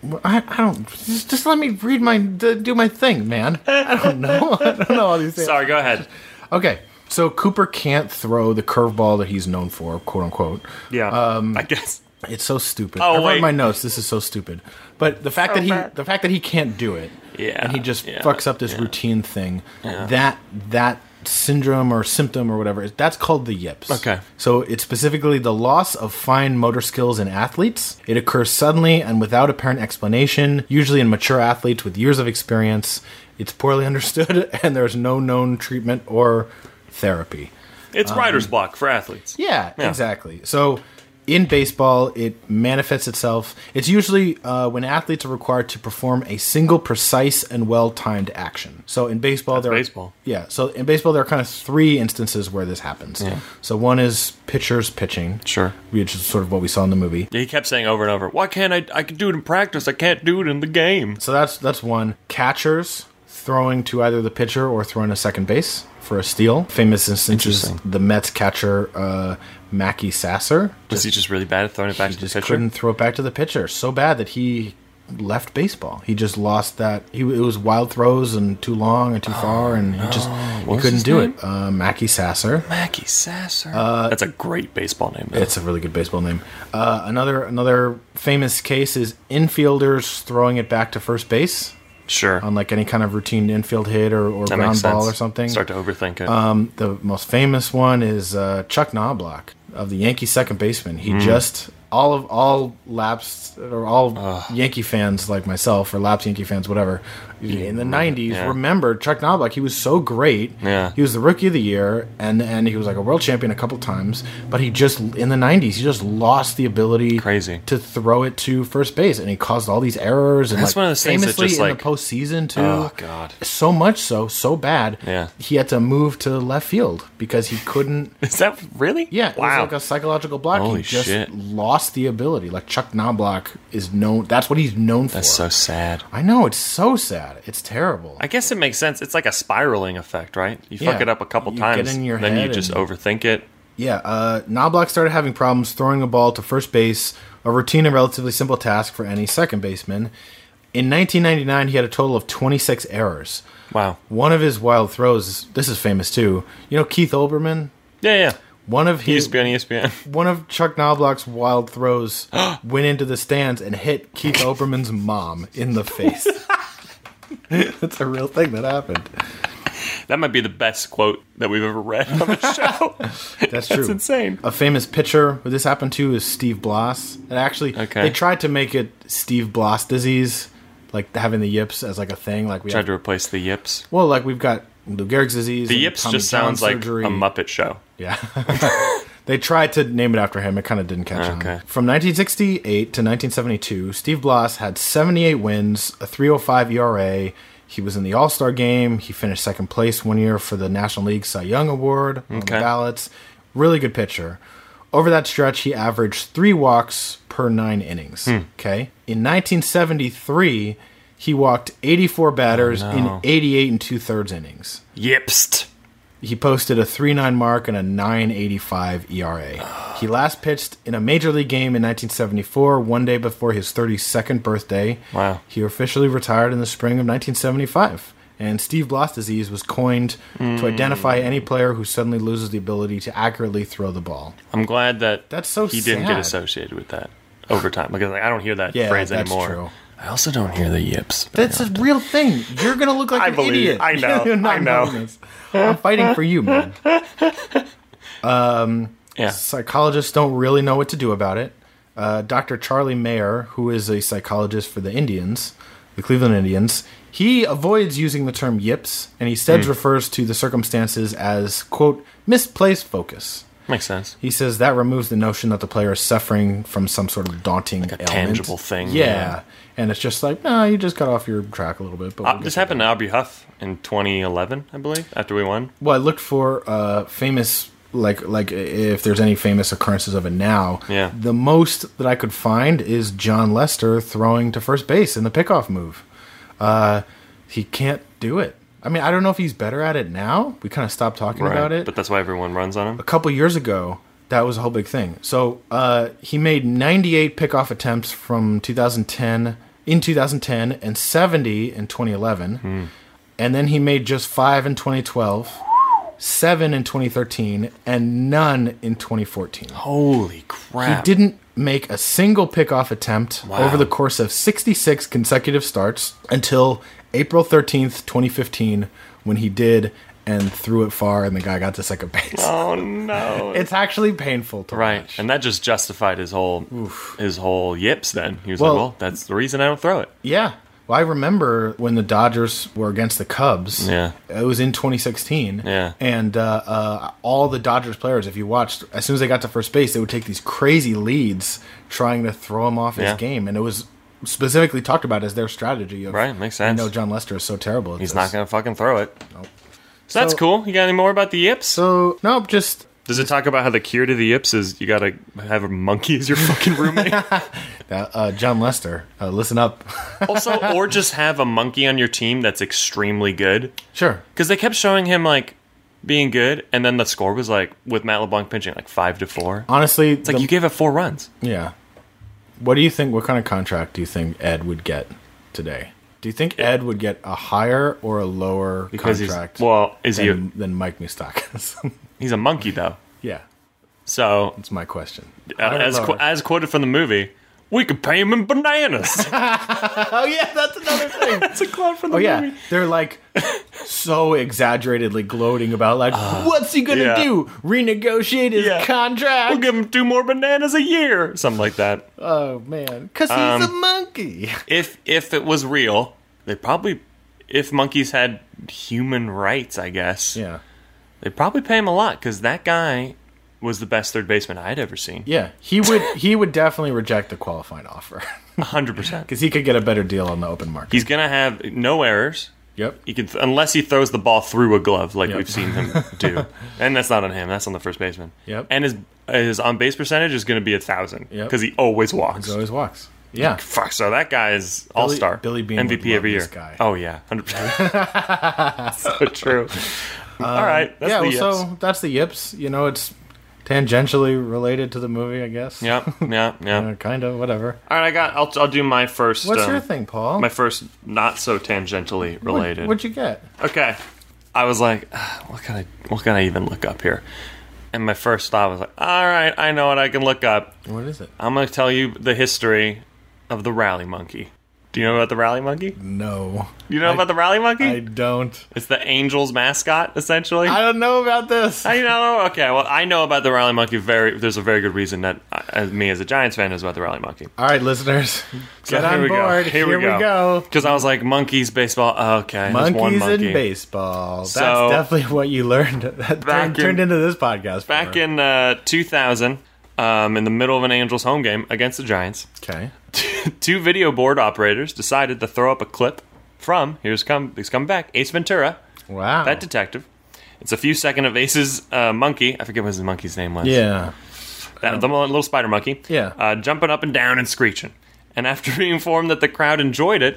F: Well, I, I don't just, just let me read my d- do my thing, man. I don't know. I don't know all these things.
G: Sorry, go ahead.
F: Okay, so Cooper can't throw the curveball that he's known for, quote unquote.
G: Yeah. I guess.
F: It's so stupid.
G: Oh,
F: I wrote
G: wait.
F: in my notes. This is so stupid. But the fact that he the fact that he can't do it,
G: Yeah,
F: and he just
G: yeah,
F: fucks up this routine thing. That that syndrome or symptom or whatever that's called the yips
G: Okay.
F: so it's specifically the loss of fine motor skills in athletes it occurs suddenly and without apparent explanation usually in mature athletes with years of experience it's poorly understood and there's no known treatment or therapy
G: It's writer's block for athletes.
F: yeah, exactly. So in baseball, it manifests itself. It's usually uh, when athletes are required to perform a single precise and well timed action. So in baseball, there are,
G: baseball.
F: Yeah. So in baseball, there are kind of three instances where this happens. So one is pitchers pitching.
G: Sure.
F: Which is sort of what we saw in the movie.
G: He kept saying over and over, why can't I? I can do it in practice. I can't do it in the game.
F: So that's that's one. Catchers throwing to either the pitcher or throwing to second base for a steal. Famous instance is
G: Interesting.
F: the Mets catcher uh, Mackey Sasser.
G: Was he just really bad at throwing it back
F: he
G: to the
F: just
G: pitcher?
F: couldn't throw it back to the pitcher so bad that he left baseball. He just lost that. He it was wild throws and too long and too far, and he just he
G: was
F: couldn't
G: Oh, his
F: do
G: name?
F: it. Uh, Mackie Sasser.
G: Mackie Sasser. That's a great baseball name. Though.
F: Uh, It's a really good baseball name. Uh, another another famous case is infielders throwing it back to first base
G: sure.
F: on like any kind of routine infield hit or, or
G: that
F: ground
G: makes
F: ball
G: sense.
F: or something.
G: Start to overthink it.
F: Um, the most famous one is uh, Chuck Knobloch of the Yankee second baseman.
G: Mm.
F: He just all of all lapsed or all Yankee fans like myself or lapsed Yankee fans, whatever. In the '90s,
G: yeah.
F: remember Chuck Knobloch? He was so great.
G: Yeah.
F: he was the rookie of the year, and and he was like a world champion a couple times. But he just in the '90s, he just lost the ability
G: Crazy.
F: to throw it to first base, and he caused all these errors. And
G: That's
F: like,
G: one of those things that
F: famously
G: just,
F: in
G: like-
F: the postseason too.
G: Oh, God.
F: So much so, so bad.
G: Yeah.
F: He had to move to left field because he couldn't.
G: Is that really?
F: Yeah, it
G: Wow.
F: was like a psychological block. he
G: Holy
F: just
G: shit.
F: lost the ability. Like Chuck Knobloch is known. That's what he's known for.
G: That's so sad.
F: I know it's so sad. It's terrible.
G: I guess it makes sense. It's like a spiraling effect, right? You
F: Yeah.
G: fuck it up a couple
F: You get
G: times,
F: in your
G: then you
F: head
G: just
F: and-
G: overthink it.
F: yeah, uh, Knobloch started having problems throwing a ball to first base, a routine and relatively simple task for any second baseman. In 1999, he had a total of 26 errors.
G: Wow.
F: One of his wild throws. This is famous too. You know Keith Olbermann.
G: Yeah, yeah. E
F: One of
G: He
F: his
G: used to be on ESPN.
F: one of Chuck Knobloch's wild throws went into the stands and hit Keith Oberman's mom in the face. That's a real thing that happened.
G: That might be the best quote that we've ever read on the show.
F: That's true.
G: That's insane.
F: A famous pitcher who this happened to is Steve Bloss. And actually,
G: Okay.
F: they tried to make it Steve Bloss disease, like having the yips as like a thing. Like we
G: Tried
F: have,
G: to replace the yips.
F: well, like we've got Lou Gehrig's disease.
G: The
F: and
G: yips
F: Tommy
G: just
F: John
G: sounds like
F: surgery.
G: a Muppet show.
F: Yeah. they tried to name it after him. It kind of didn't catch on.
G: Okay.
F: From 1968 to 1972, Steve Bloss had 78 wins, a 305 ERA. E He was in the All Star game. He finished second place one year for the National League Cy Young Award on the
G: Okay.
F: ballots. Really good pitcher. Over that stretch, he averaged three walks per nine innings.
G: Hmm.
F: Okay. In 1973, he walked 84 batters
G: Oh,
F: in 88 and two thirds innings
G: Yipsed.
F: he posted a 3.9 mark and a 9.85 ERA. E He last pitched in a major league game in 1974, one day before his 32nd birthday.
G: Wow.
F: He officially retired in the spring of 1975. And Steve Bloss disease was coined
G: Hmm.
F: to identify any player who suddenly loses the ability to accurately throw the ball.
G: I'm glad that
F: That's so
G: he didn't get
F: sad.
G: associated with that over time because like, I don't hear that
F: Yeah,
G: phrase
F: that's
G: anymore.
F: true.
G: I also don't hear the yips. very
F: That's a
G: often.
F: real thing. You're gonna look like
G: I
F: an
G: believe you.
F: idiot.
G: I know.
F: You're not
G: I know.
F: knowing this. I'm fighting for you, man.
G: yeah.
F: psychologists don't really know what to do about it. Uh, Dr. Charlie Mayer, who is a psychologist for the Indians, the Cleveland Indians, he avoids using the term yips and he instead
G: Hmm.
F: refers to the circumstances as, quote, misplaced focus.
G: Makes sense.
F: He says that removes the notion that the player is suffering from some sort of daunting
G: a
F: ailment.
G: tangible thing,
F: Yeah.
G: yeah.
F: And it's just like, no, you just got off your track a little bit. But we'll
G: Uh,
F: get
G: this
F: to
G: happened to Aubrey Huff in 2011, I believe, after we won.
F: Well, I looked for uh, famous, like like if there's any famous occurrences of it now.
G: Yeah.
F: The most that I could find is John Lester throwing to first base in the pickoff move. Uh, he can't do it. I mean, I don't know if he's better at it now. We kind of stopped talking about it
G: But that's why everyone runs on him.
F: a couple years ago, that was a whole big thing. So uh, he made 98 pickoff attempts from 2010 in 2010 and 70 in 2011,
G: Hmm.
F: and then he made just five in 2012, seven in 2013, and none in 2014.
G: Holy
F: He
G: crap.
F: didn't make a single pickoff attempt
G: Wow.
F: over the course of 66 consecutive starts until April 13th, 2015, when he did and threw it far, and the guy got to second base.
G: Oh no.
F: It's actually painful to
G: Right,
F: watch.
G: and that just justified his whole his whole yips. Then he was
F: Well-
G: like, "Well, that's the reason I don't throw it."
F: yeah. Well, I remember when the Dodgers were against the Cubs.
G: Yeah.
F: It was in 2016.
G: Yeah.
F: And uh, uh, all the Dodgers players, if you watched, as soon as they got to first base, they would take these crazy leads trying to throw him off his
G: Yeah.
F: game. And it was specifically talked about as their strategy. Of,
G: Right, makes sense.
F: You know, John Lester is so terrible. at
G: He's
F: this."
G: not gonna fucking throw it. So that's
F: So-
G: cool. You got any more about the yips?
F: So, nope, just
G: Does it talk about how the cure to the yips is you gotta have a monkey as your fucking roommate?
F: uh, uh, John Lester. Uh, listen up.
G: also, or just have a monkey on your team that's extremely good?
F: sure.
G: Because they kept showing him like being good, and then the score was like with Matt LeBlanc pinching like five to four.
F: Honestly,
G: It's like you gave it four runs.
F: yeah. What do you think? What kind of contract do you think Ed would get today? Do you think Ed would get a higher or a lower
G: because
F: contract
G: he's well, is he?
F: than,
G: A,
F: than Mike Moustakas?
G: he's a monkey though.
F: yeah,
G: So
F: that's my question.
G: uh,
F: Higher or
G: as qu-
F: lower?
G: as quoted from the movie, we could pay him in bananas.
F: oh yeah, that's another thing.
G: That's a quote from the
F: Oh yeah, they're like so exaggeratedly gloating about like what's he gonna
G: Uh, yeah.
F: do? Renegotiate his
G: Yeah.
F: contract?
G: We'll give him two more bananas a year, something like that.
F: oh man, because
G: Um,
F: he's a monkey.
G: if if it was real, they probably if monkeys had human rights, I guess
F: Yeah,
G: they'd probably pay him a lot because that guy was the best third baseman I'd ever seen.
F: yeah, he would he would definitely reject the qualifying offer
G: hundred percent.
F: because he could get a better deal on the open market.
G: He's gonna have no errors.
F: yep.
G: He can unless he throws the ball through a glove like
F: Yeah.
G: we've seen him do, and that's not on him. That's on the first baseman.
F: Yep.
G: And his his on base percentage is going to be a thousand
F: Yep.
G: because he always walks.
F: He always walks. Yeah.
G: Fuck. So that guy is all star.
F: Billy Beane would
G: MVP
F: love
G: every year.
F: this guy.
G: Oh yeah, hundred percent. So true. all right. That's
F: Um, yeah,
G: the
F: well,
G: yips.
F: so that's the yips. You know, it's tangentially related to the movie, I guess.
G: Yeah, yeah, yeah.
F: Uh, kind of, whatever.
G: All right, I got. I'll, I'll do my first.
F: What's
G: um,
F: your thing, Paul?
G: My first, not so tangentially
F: What-
G: related.
F: What'd you get?
G: okay. I was like, "Ah, what can I, what can I even look up here? And my first thought was like, all right, I know what I can look up.
F: What is it?
G: I'm gonna tell you the history of the rally monkey. Do you know about the rally monkey?
F: No,
G: You know about the rally monkey?
F: I don't.
G: it's the Angels mascot, essentially.
F: I don't know about this.
G: I know. Okay. Well, I know about the rally monkey. Very. There's a very good reason that I, as me as a Giants fan knows about the rally monkey.
F: All right, listeners, get
G: So
F: on board. Here, we go.
G: Because I was like, monkeys, baseball. Okay, there's one
F: Monkeys
G: monkey.
F: in baseball. That's
G: So-
F: definitely what you learned. That
G: Back
F: turned, turned
G: in-
F: into this podcast.
G: Back
F: for.
G: in uh, 2000, um, in the middle of an Angels home game against the Giants,
F: Okay.
G: two video board operators decided to throw up a clip from Here's Come He's Come Back Ace Ventura,
F: Wow.
G: that detective. It's a few second of Ace's uh, monkey. I forget what his monkey's name was.
F: yeah.
G: That- the little spider monkey.
F: Yeah.
G: Uh, jumping up and down and screeching. And after being informed that the crowd enjoyed it,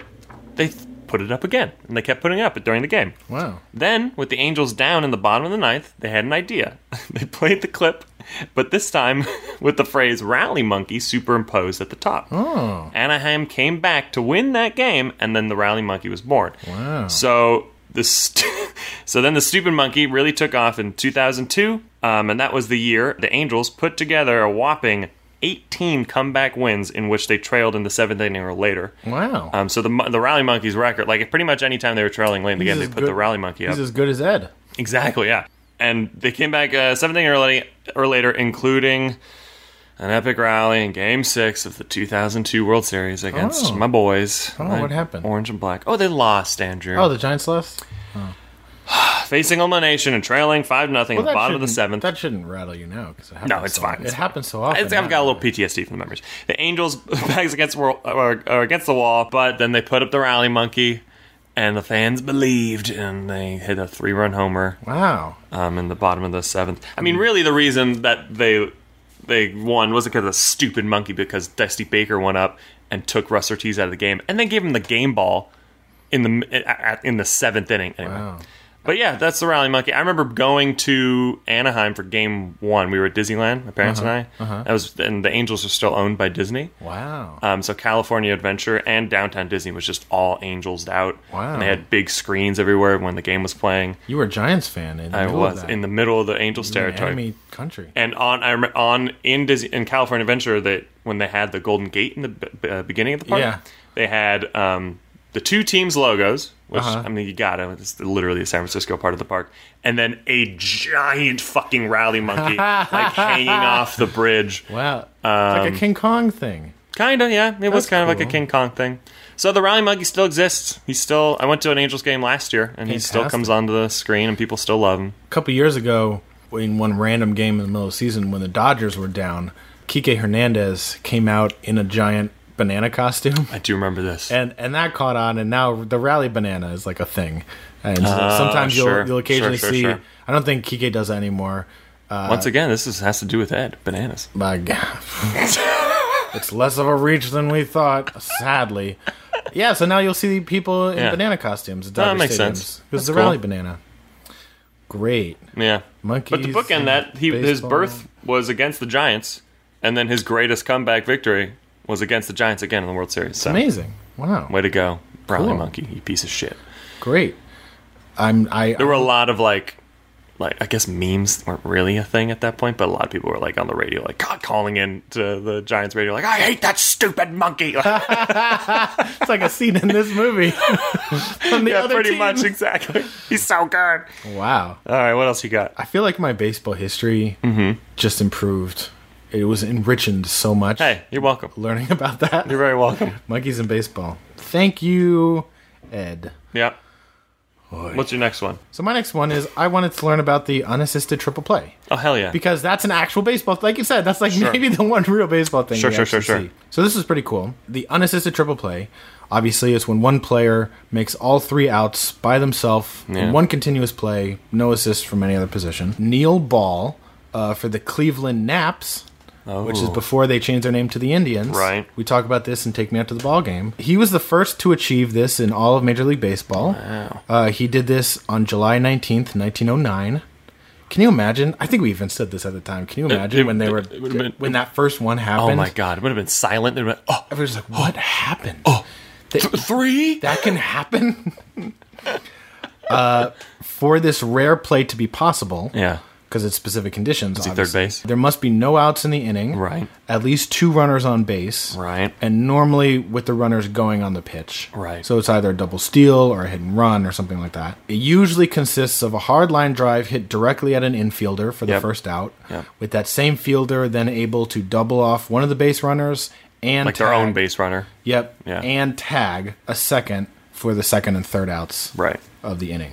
G: they th- put it up again. And they kept putting it up during the game.
F: Wow.
G: Then, with the Angels down in the bottom of the ninth, they had an idea. they played the clip, but this time with the phrase rally monkey superimposed at the top. Anaheim came back to win that game, and then the rally monkey was born.
F: Wow.
G: So the st- so then the stupid monkey really took off in 2002, um, and that was the year the Angels put together a whopping 18 comeback wins in which they trailed in the seventh inning or later.
F: Wow.
G: Um, so the mo- the rally monkey's record, like pretty much any time they were trailing late in the
F: He's
G: game, they
F: as
G: put
F: good-
G: the rally monkey up.
F: He's as good as Ed.
G: Exactly, yeah. And they came back uh, seventh inning early, or later, including an epic rally in Game Six of the 2002 World Series against
F: Oh.
G: my boys.
F: Oh,
G: my
F: what happened?
G: Orange and black. Oh, they lost, Andrew.
F: Oh, the Giants lost.
G: Facing elimination and trailing five nothing at
F: that
G: the bottom of the
F: shouldn't-
G: seventh.
F: That shouldn't rattle you now because it happens.
G: No, it's
F: so-
G: fine,
F: It
G: it's fine.
F: happens so often.
G: It's- I've got a little PTSD from the memories. The Angels backs against wor- or, or against the wall, but then they put up the rally monkey, and the fans believed, and they hit a three-run homer.
F: Wow.
G: um, in the bottom of the seventh. I mean, really, the reason that they they won wasn't because of the stupid monkey, because Dusty Baker went up and took Russ Ortiz out of the game, and then gave him the game ball in the at- in the seventh inning. Anyway.
F: Wow.
G: But yeah, that's the rally monkey. I remember going to Anaheim for game one. We were at Disneyland, my parents
F: Uh-huh,
G: and I. That was, and the Angels are still owned by Disney.
F: Wow.
G: Um, so California Adventure and Downtown Disney was just all angels out.
F: Wow.
G: And they had big screens everywhere when the game was playing.
F: you were a Giants fan. In the
G: I
F: middle
G: was
F: of that.
G: in the middle of the Angels territory.
F: enemy country.
G: And on I rem- on in Disney, in California Adventure that when they had the Golden Gate in the b- b- uh, beginning of the park,
F: Yeah.
G: they had um, the two teams' logos, which
F: Uh-huh.
G: I mean you got it. It's literally the San Francisco part of the park, and then a giant fucking rally monkey like hanging off the bridge.
F: Wow. it's
G: um,
F: like a King Kong thing.
G: Kinda, yeah. It was
F: That's
G: kind of like a
F: cool.
G: King Kong thing. So the rally monkey still exists. He's still. I went to an Angels game last year, and he still
F: Fantastic.
G: comes onto the screen, and people still love him.
F: couple years ago in one random game in the middle of the season when the Dodgers were down, Kike Hernandez came out in a giant banana costume.
G: I do remember this.
F: And and that caught on and now the rally banana is like a thing. And so sometimes you'll
G: Uh-huh, sure.
F: you'll occasionally
G: Sure, sure,
F: see
G: sure.
F: I don't think Kike does that anymore.
G: Once
F: uh,
G: again, this is, has to do with Ed bananas.
F: My God. it's less of a reach than we thought, sadly. Yeah, so now you'll see people in
G: Yeah.
F: banana costumes at
G: That
F: Dodger
G: makes
F: stadiums.
G: sense.
F: Because
G: That's
F: the
G: cool.
F: rally banana. Great.
G: Yeah,
F: Monkeys
G: But the book in
F: and
G: that he his
F: baseball.
G: birth was against the Giants, and then his greatest comeback victory was against the Giants again in the World Series. So
F: Amazing. Wow.
G: way to go, Brawley
F: Cool.
G: Monkey, you piece of shit.
F: Great. I'm I
G: There were a lot of like, like I guess memes weren't really a thing at that point, but a lot of people were like on the radio, like God, calling in to the Giants radio, like I hate that stupid monkey. yeah,
F: it's like a scene in this movie. On the other
G: pretty
F: team.
G: much exactly. He's so good.
F: Wow.
G: All right, what else you got?
F: I feel like my baseball history
G: Mm-hmm.
F: just improved. It was enriched so much.
G: Hey, you're welcome.
F: Learning about that.
G: You're very welcome.
F: Monkeys in baseball. Thank you, Ed.
G: Yeah. What's your next one?
F: So my next one is I wanted to learn about the unassisted triple play.
G: Oh hell yeah!
F: because that's an actual baseball. Like you said, that's like maybe the one real baseball thing.
G: Sure,
F: we
G: sure, sure,
F: actually
G: sure.
F: see. So this is pretty cool. The unassisted triple play, obviously, is when one player makes all three outs by themselves
G: Yeah.
F: in one continuous play, no assist from any other position. Neil Ball uh, for the Cleveland Naps. Which is
G: Oh.
F: before they changed their name to the Indians.
G: Right.
F: We talk about this and take me out to the ball game. He was the first to achieve this in all of Major League Baseball. Wow. Uh, he did this on July nineteenth, nineteen oh nine. Can you imagine? I think we even said this at the time. Can you imagine
G: it-
F: when they were
G: it would've been-
F: when that first one happened?
G: oh my god, it would have been silent. It would have been, oh,
F: Everyone's like, "What happened?
G: th- three?
F: That can happen." uh, for this rare play to be possible,
G: yeah.
F: because it's specific conditions.
G: he third
F: obviously,
G: base?
F: There must be no outs in the inning.
G: Right.
F: At least two runners on base.
G: Right.
F: And normally with the runners going on the pitch.
G: Right.
F: So it's either a double steal or a hit and run or something like that. It usually consists of a hard line drive hit directly at an infielder for the
G: Yep.
F: first out.
G: Yep.
F: With that same fielder then able to double off one of the base runners and
G: Like their own
F: tag-
G: base runner.
F: Yep.
G: Yeah.
F: And tag a second for the second and third outs
G: Right.
F: of the inning.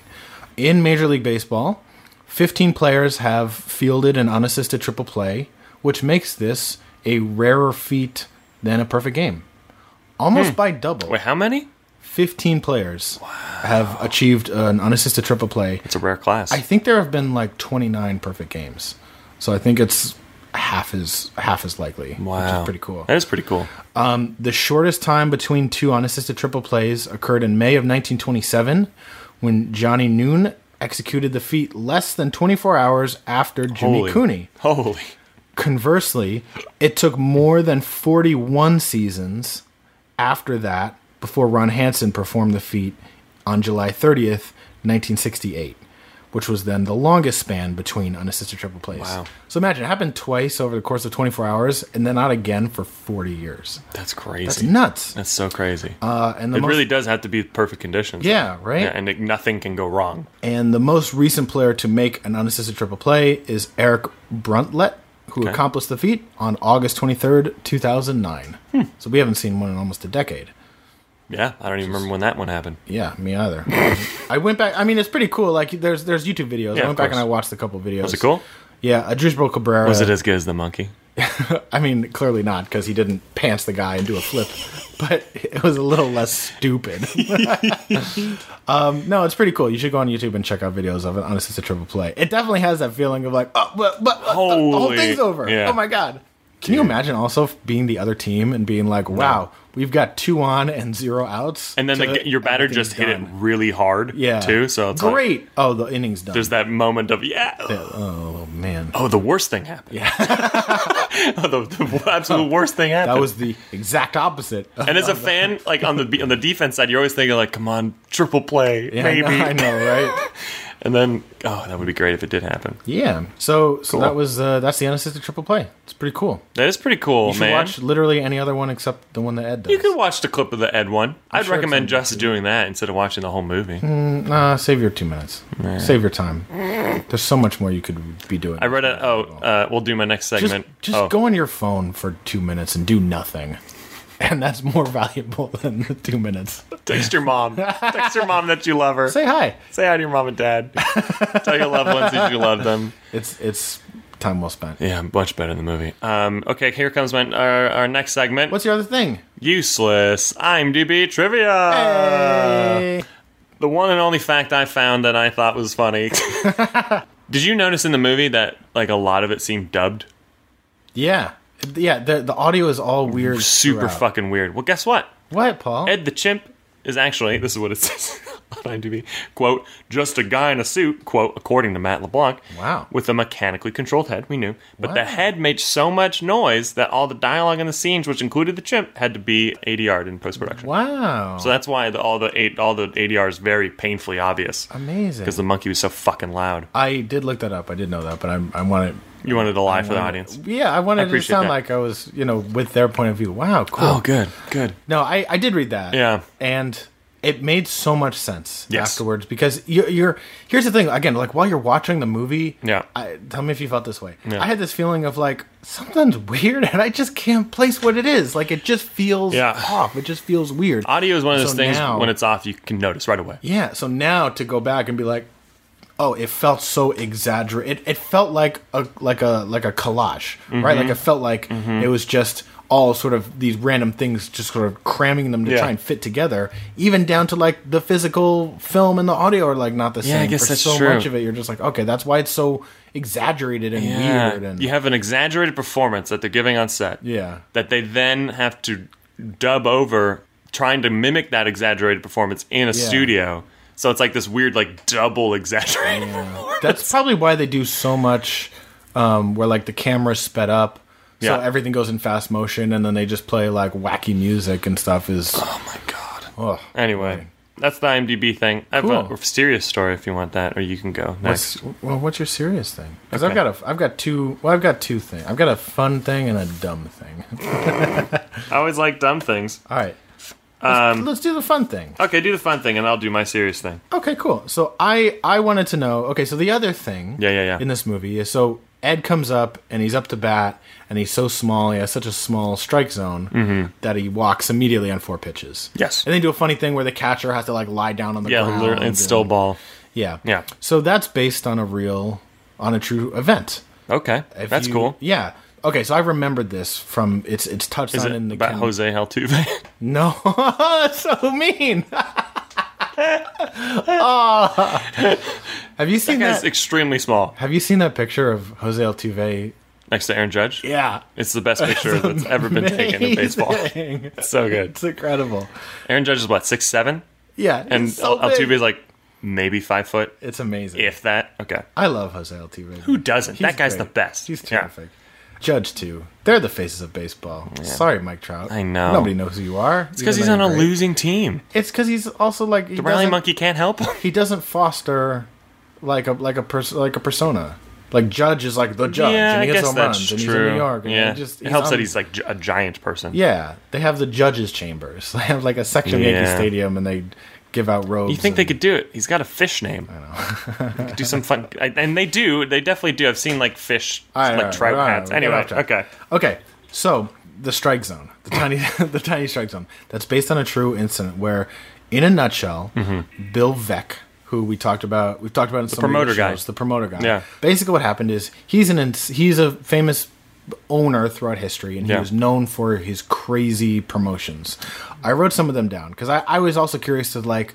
F: In Major League Baseball, 15 players have fielded an unassisted triple play, which makes this a rarer feat than a perfect game. Almost by double,
G: Hmm. Wait, how many?
F: 15 players have achieved an unassisted triple play.
G: It's a rare class.
F: I think there have been like 29 perfect games. So I think it's half as half as likely, which is pretty cool.
G: That is pretty cool.
F: The shortest time between two unassisted triple plays occurred in May of 1927 when Johnny Noon executed the feat less than 24 hours after Jimmy
G: Holy.
F: Cooney.
G: Holy.
F: Conversely, it took more than 41 seasons after that before Ron Hansen performed the feat on July 30th, 1968, which was then the longest span between unassisted triple plays.
G: Wow.
F: So imagine it happened twice over the course of 24 hours and then not again for 40 years.
G: That's crazy.
F: That's
G: That's,
F: nuts.
G: so crazy.
F: Uh, and the
G: it
F: most,
G: really does have to be perfect conditions.
F: Yeah, right?
G: Yeah, and it, nothing can go wrong.
F: and the most recent player to make an unassisted triple play is Eric Bruntlett, who
G: Okay.
F: accomplished the feat on August 23rd, 2009.
G: Hmm.
F: So we haven't seen one in almost a decade.
G: Yeah, I don't even remember when that one happened.
F: Yeah, me either. I went back. I mean, it's pretty cool. Like, there's there's YouTube videos. I
G: Yeah, of
F: went back and
G: course.
F: I watched a couple videos.
G: Was it cool?
F: Yeah, Adrisbro Cabrera.
G: Was it as good as the monkey?
F: I mean, clearly not because he didn't pants the guy and do a flip, but it was a little less stupid. um, no, it's pretty cool. You should go on YouTube and check out videos of it. Honestly, it's a triple play. It definitely has that feeling of like, oh, but, but but the whole
G: Holy-
F: thing's over.
G: yeah.
F: Oh my god. Can you imagine also being the other team and being like, wow, we've got two on and zero outs,
G: And then
F: to
G: the, your batter
F: everything's
G: just hit it
F: done.
G: really hard,
F: yeah,
G: too. So it's like,
F: great. oh, the inning's done.
G: there's that moment of, yeah.
F: oh man,
G: Oh, the worst thing happened. Yeah. the, the absolute worst thing happened.
F: that was the exact opposite. of-
G: And as a fan, like on the on the defense side, you're always thinking like, "Come on, triple play,
F: Yeah,
G: maybe."
F: I know, right?
G: And then, oh, that would be great if it did happen.
F: Yeah. So so
G: Cool.
F: that was uh, that's the unassisted triple play. It's pretty cool.
G: That is pretty cool,
F: You should
G: man.
F: watch literally any other one except the one that Ed does.
G: you could watch the clip of the Ed one. i
F: sure it's on
G: would
F: Hmm.
G: recommend just doing that instead of watching the whole movie.
F: nah, save your two minutes. Save your time. There's so much more you could be doing.
G: I read a oh, uh, we'll do my next
F: just
G: segment.
F: just
G: oh.
F: go on your phone for two minutes and do nothing. And that's more valuable than the two minutes.
G: text your mom. text your mom that you love her.
F: Say hi.
G: Say hi to your mom and dad. Tell your loved ones that you love them.
F: It's it's time well spent.
G: Yeah, much better than the movie. Um, okay, here comes my, our, our next segment.
F: What's your other thing?
G: useless IMDb trivia?
F: Hey.
G: the one and only fact I found that I thought was funny. Did you notice in the movie that like a lot of it seemed dubbed?
F: Yeah. Yeah, the the audio is all weird.
G: Super
F: throughout.
G: fucking weird. Well, guess what?
F: What, Paul?
G: Ed the chimp is actually this is what it says. on IMDb. Quote, just a guy in a suit, quote, according to Matt LeBlanc.
F: Wow.
G: With a mechanically controlled head, we knew. But the
F: Wow.
G: head made so much noise that all the dialogue in the scenes, which included the chimp, had to be ADR'd in post production.
F: Wow.
G: So that's why the, all the eight, all the ADR is very painfully obvious
F: Amazing.
G: because the monkey was so fucking loud.
F: I did look that up. I did know that, but I, I want it.
G: You wanted to lie for the audience.
F: Yeah, I wanted
G: I
F: it to
G: appreciate
F: sound
G: that.
F: like I was, you know, with their point of view. Wow, cool.
G: Oh, good, good.
F: No, I, I did read that.
G: Yeah.
F: And it made so much sense
G: Yes.
F: afterwards because you're, you're here's the thing again like while you're watching the movie
G: Yeah.
F: I, tell me if you felt this way
G: Yeah.
F: i had this feeling of like something's weird and i just can't place what it is like it just feels
G: Yeah.
F: off it just feels weird
G: Audio is one of those
F: So
G: things
F: now-
G: when it's off, you can notice right away.
F: yeah so now to go back and be like oh it felt so exaggerated it, it felt like a like a like a collage right
G: Mm-hmm.
F: like it felt like it was just all sort of these random things just sort of cramming them to
G: Yeah.
F: try and fit together even down to like the physical film and the audio are like not the
G: Yeah, I
F: same
G: guess
F: for
G: that's
F: so
G: true.
F: much of it you're just like okay that's why it's so exaggerated and
G: Yeah.
F: weird and
G: You have an exaggerated performance that they're giving on set.
F: yeah
G: That they then have to dub over, trying to mimic that exaggerated performance in a studio. So it's like this weird, like double exaggerated. performance.
F: That's probably why they do so much um, where like the camera's sped up. So
G: Yeah.
F: everything goes in fast motion and then they just play like wacky music and stuff is
G: oh my god.
F: oh,
G: Anyway, that's the IMDb thing. I have
F: Cool.
G: a serious story if you want that, or you can go next.
F: what's, well what's your serious thing? Cuz I've
G: Okay.
F: got a I've got two well I've got two things. I've got a fun thing and a dumb thing.
G: I always like dumb things.
F: All right.
G: Um,
F: let's, let's do the fun thing.
G: Okay, do the fun thing, and I'll do my serious thing.
F: Okay, cool. So I I wanted to know. Okay, so the other thing,
G: Yeah, yeah, yeah.
F: in this movie is so Ed comes up and he's up to bat and he's so small. He has such a small strike zone that he walks immediately on four pitches.
G: Mm-hmm. Yes.
F: and they do a funny thing where the catcher has to like lie down on the
G: Yeah,
F: ground
G: literally, and still ball.
F: Yeah,
G: Yeah.
F: So that's based on a real, on a true event.
G: Okay,
F: If
G: that's
F: you-
G: cool.
F: Yeah. Okay, so I remembered this from it's it's touched
G: Is
F: on
G: it
F: in the
G: about
F: Ken-
G: Jose Altuve?
F: No, that's so mean. oh, Ah. have you seen
G: that
F: that?
G: guy's extremely small
F: Have you seen that picture of Jose Altuve?
G: next to Aaron Judge.
F: Yeah.
G: It's the best picture that's ever been taken in baseball.
F: Amazing.
G: It's so good.
F: It's incredible.
G: Aaron Judge is what six seven,
F: Yeah.
G: and
F: it's so
G: Altuve
F: big.
G: is like maybe five foot,
F: It's amazing.
G: if that. Okay,
F: I love Jose Altuve.
G: who doesn't?
F: He's
G: that guy's
F: great.
G: the best.
F: He's
G: Yeah.
F: terrific. Judge too. They're the faces of baseball. Sorry, Mike Trout.
G: I know.
F: Nobody knows who you are.
G: It's because he's on a losing team.
F: It's because he's also like he
G: The rally
F: doesn't-
G: monkey can't help him.
F: he doesn't foster like a like a pers- like a persona. Like Judge is like the judge,
G: yeah,
F: and he
G: I
F: hits
G: guess
F: home
G: that's
F: runs,
G: true.
F: and he's in New York, and
G: yeah,
F: he just
G: it helps
F: on-
G: that he's like gi- a giant person.
F: yeah. They have the judges' chambers. They have like a section of Yankee
G: Yeah.
F: Stadium, and they give out robes.
G: You think they
F: and-
G: could do it? He's got a fish name. I know. they could do some fun, I- and they do. They definitely do. I've seen like fish,
F: All right,
G: like
F: all right,
G: trout
F: all right,
G: hats.
F: we'll get
G: Anyway,
F: off track.
G: okay.
F: Okay, so the strike zone, the tiny, the tiny strike zone. That's based on a true incident where, in a nutshell, Bill Veck, who we talked about, we've talked about in the some of your
G: Mm-hmm. promoter guy.
F: shows, the promoter guy.
G: Yeah.
F: Basically, what happened is he's an ins- he's a famous owner throughout history, and he
G: Yeah.
F: was known for his crazy promotions. I wrote some of them down because I, I was also curious to like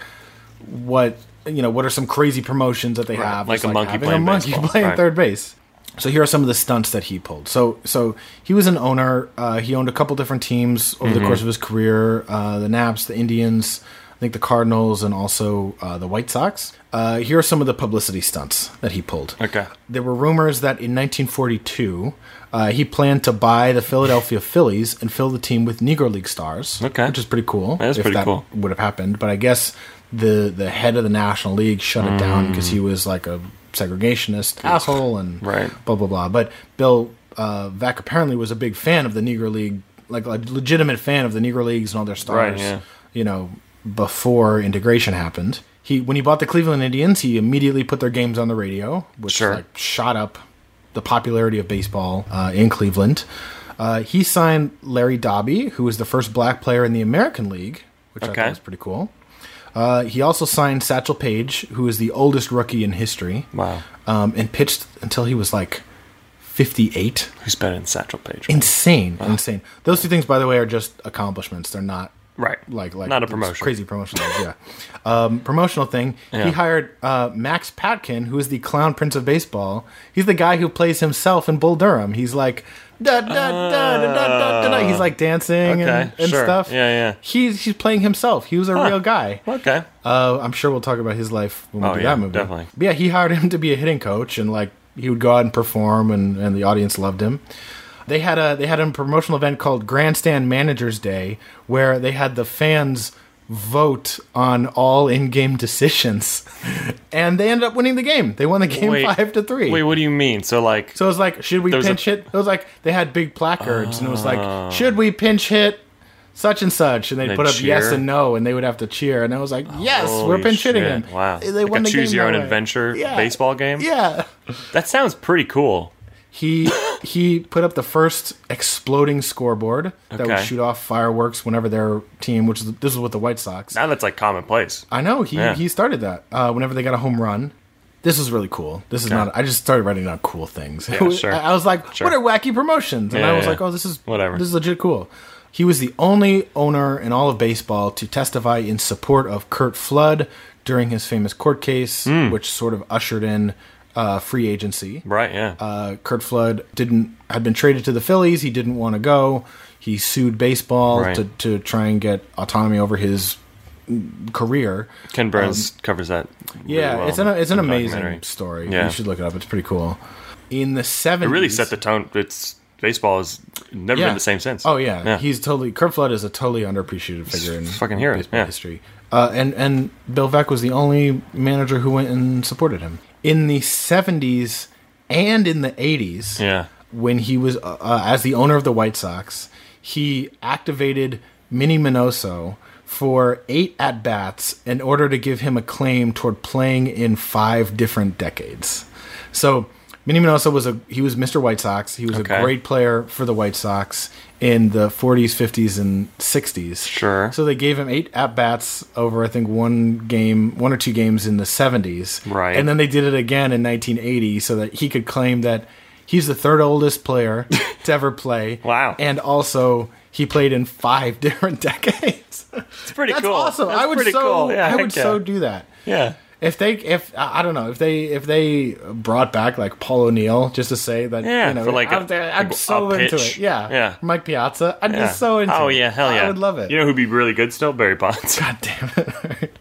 F: what you know what are some crazy promotions that they have
G: like
F: It's
G: a monkey
F: having
G: playing
F: a monkey
G: baseball,
F: playing
G: right.
F: third base so here are some of the stunts that he pulled so so he was an owner uh, he owned a couple different teams over
G: Mm-hmm.
F: the course of his career uh, the naps the indians i think the cardinals and also uh, the white sox uh, here are some of the publicity stunts that he pulled
G: Okay.
F: there were rumors that in 1942 uh, he planned to buy the philadelphia phillies and fill the team with negro league stars
G: Okay.
F: which is pretty cool
G: That is
F: if
G: pretty cool.
F: would have happened. But I guess the the head of the National League shut it down
G: Mm.
F: because he was like a segregationist asshole and
G: Ah, Right.
F: blah blah blah. But Bill uh, Vack apparently was a big fan of the Negro League, like a legitimate fan of the Negro Leagues and all their stars.
G: Right, yeah.
F: You know, before integration happened. He when he bought the Cleveland Indians, he immediately put their games on the radio, which
G: Sure.
F: like shot up the popularity of baseball uh, in Cleveland. Uh, he signed Larry Dobbie, who was the first black player in the American League, which I
G: Okay.
F: thought was pretty cool. Uh, he also signed Satchel Paige, who is the oldest rookie in history,
G: Wow.
F: um, and pitched until he was like 58.
G: Who's better than Satchel Paige?
F: Insane, insane. Those two things, by the way, are just accomplishments. They're not
G: Right.
F: like like
G: Not a
F: those
G: promotion.
F: crazy promotional yeah um, promotional thing
G: Yeah.
F: he hired uh, max patkin who is the clown prince of baseball he's the guy who plays himself in bull durham he's like da, da, da, da, da, da, da, da. he's like dancing
G: Okay,
F: and, and
G: sure.
F: stuff
G: Yeah, yeah.
F: he's, he's playing himself he was a real guy
G: Okay.
F: uh, i'm sure we'll talk about his life when we
G: Oh,
F: do
G: yeah,
F: that movie
G: definitely.
F: But yeah he hired him to be a hitting coach and like he would go out and perform and, and the audience loved him they had a they had a promotional event called Grandstand Managers Day where they had the fans vote on all in-game decisions, and they ended up winning the game. They won the game
G: Wait.
F: five to three.
G: Wait, what do you mean? So like,
F: so it was like, should we
G: There was a- Oh.
F: pinch hit? It was like they had big placards, and it was like, should we pinch hit? Such and such, and they'd
G: They'd
F: put up yes
G: cheer?
F: and no, and they would have to cheer, and I was like, "Yes, we're
G: Holy
F: pinch hitting him."
G: shit. Wow.
F: they
G: Like a
F: won the
G: choose
F: game
G: your
F: that
G: own
F: way.
G: adventure
F: Yeah.
G: baseball game?
F: Yeah,
G: that sounds pretty cool.
F: he he put up the first exploding scoreboard that would
G: Okay.
F: shoot off fireworks whenever their team, which is this is with the White Sox.
G: Now that's like commonplace.
F: I know he
G: Yeah.
F: he started that uh, whenever they got a home run. This is really cool. This is not. I just started writing down cool things.
G: Yeah, sure.
F: I, I was like,
G: Sure.
F: what are wacky promotions? And
G: Yeah,
F: I was
G: yeah.
F: like, oh, this is
G: Whatever.
F: This is legit cool. He was the only owner in all of baseball to testify in support of Kurt Flood during his famous court case,
G: Hmm.
F: which sort of ushered in uh, free agency.
G: Right. Yeah.
F: Uh, Kurt Flood didn't had been traded to the Phillies. He didn't want to go. He sued baseball
G: Right.
F: to, to try and get autonomy over his mm, career.
G: Ken Burns covers that. really
F: um, Yeah,
G: well
F: it's an it's an
G: in the
F: amazing
G: documentary.
F: story.
G: Yeah.
F: You should look it up. It's pretty cool. In the
G: It
F: seventies,
G: really set the tone. It's baseball has never been the same since.
F: Oh yeah. he's totally Kurt Flood is a totally underappreciated figure in
G: fucking hero,
F: baseball
G: yeah.
F: history. Uh, and and Bill Veck was the only manager who went and supported him in the seventies and in the eighties.
G: Yeah.
F: when he was uh, uh, as the owner of the White Sox, he activated Minnie Minoso for eight at bats in order to give him a claim toward playing in five different decades. So Minnie Minoso was a he was Mr. White Sox. He was
G: Okay.
F: a great player for the White Sox in the 40s, 50s, and 60s.
G: Sure.
F: So they gave him eight at bats over I think one game, one or two games in the 70s.
G: Right.
F: And then they did it again in 1980 so that he could claim that he's the third oldest player to ever play.
G: Wow.
F: And also he played in five different decades.
G: it's pretty
F: That's
G: cool.
F: awesome.
G: That's
F: I would
G: pretty
F: so
G: cool. Yeah,
F: I
G: heck
F: would
G: yeah.
F: so do that.
G: Yeah.
F: If they if I I don't know if they if they brought back like Paul O'Neill just to say that
G: Yeah,
F: you know
G: for, like,
F: I'm,
G: a-
F: I'm
G: a
F: so into
G: pitch.
F: it yeah
G: Yeah.
F: Mike Piazza I'd
G: Yeah.
F: be so into
G: Oh
F: it.
G: yeah, hell yeah.
F: I would love it
G: You know who'd be really good still? Barry Bonds.
F: God damn it.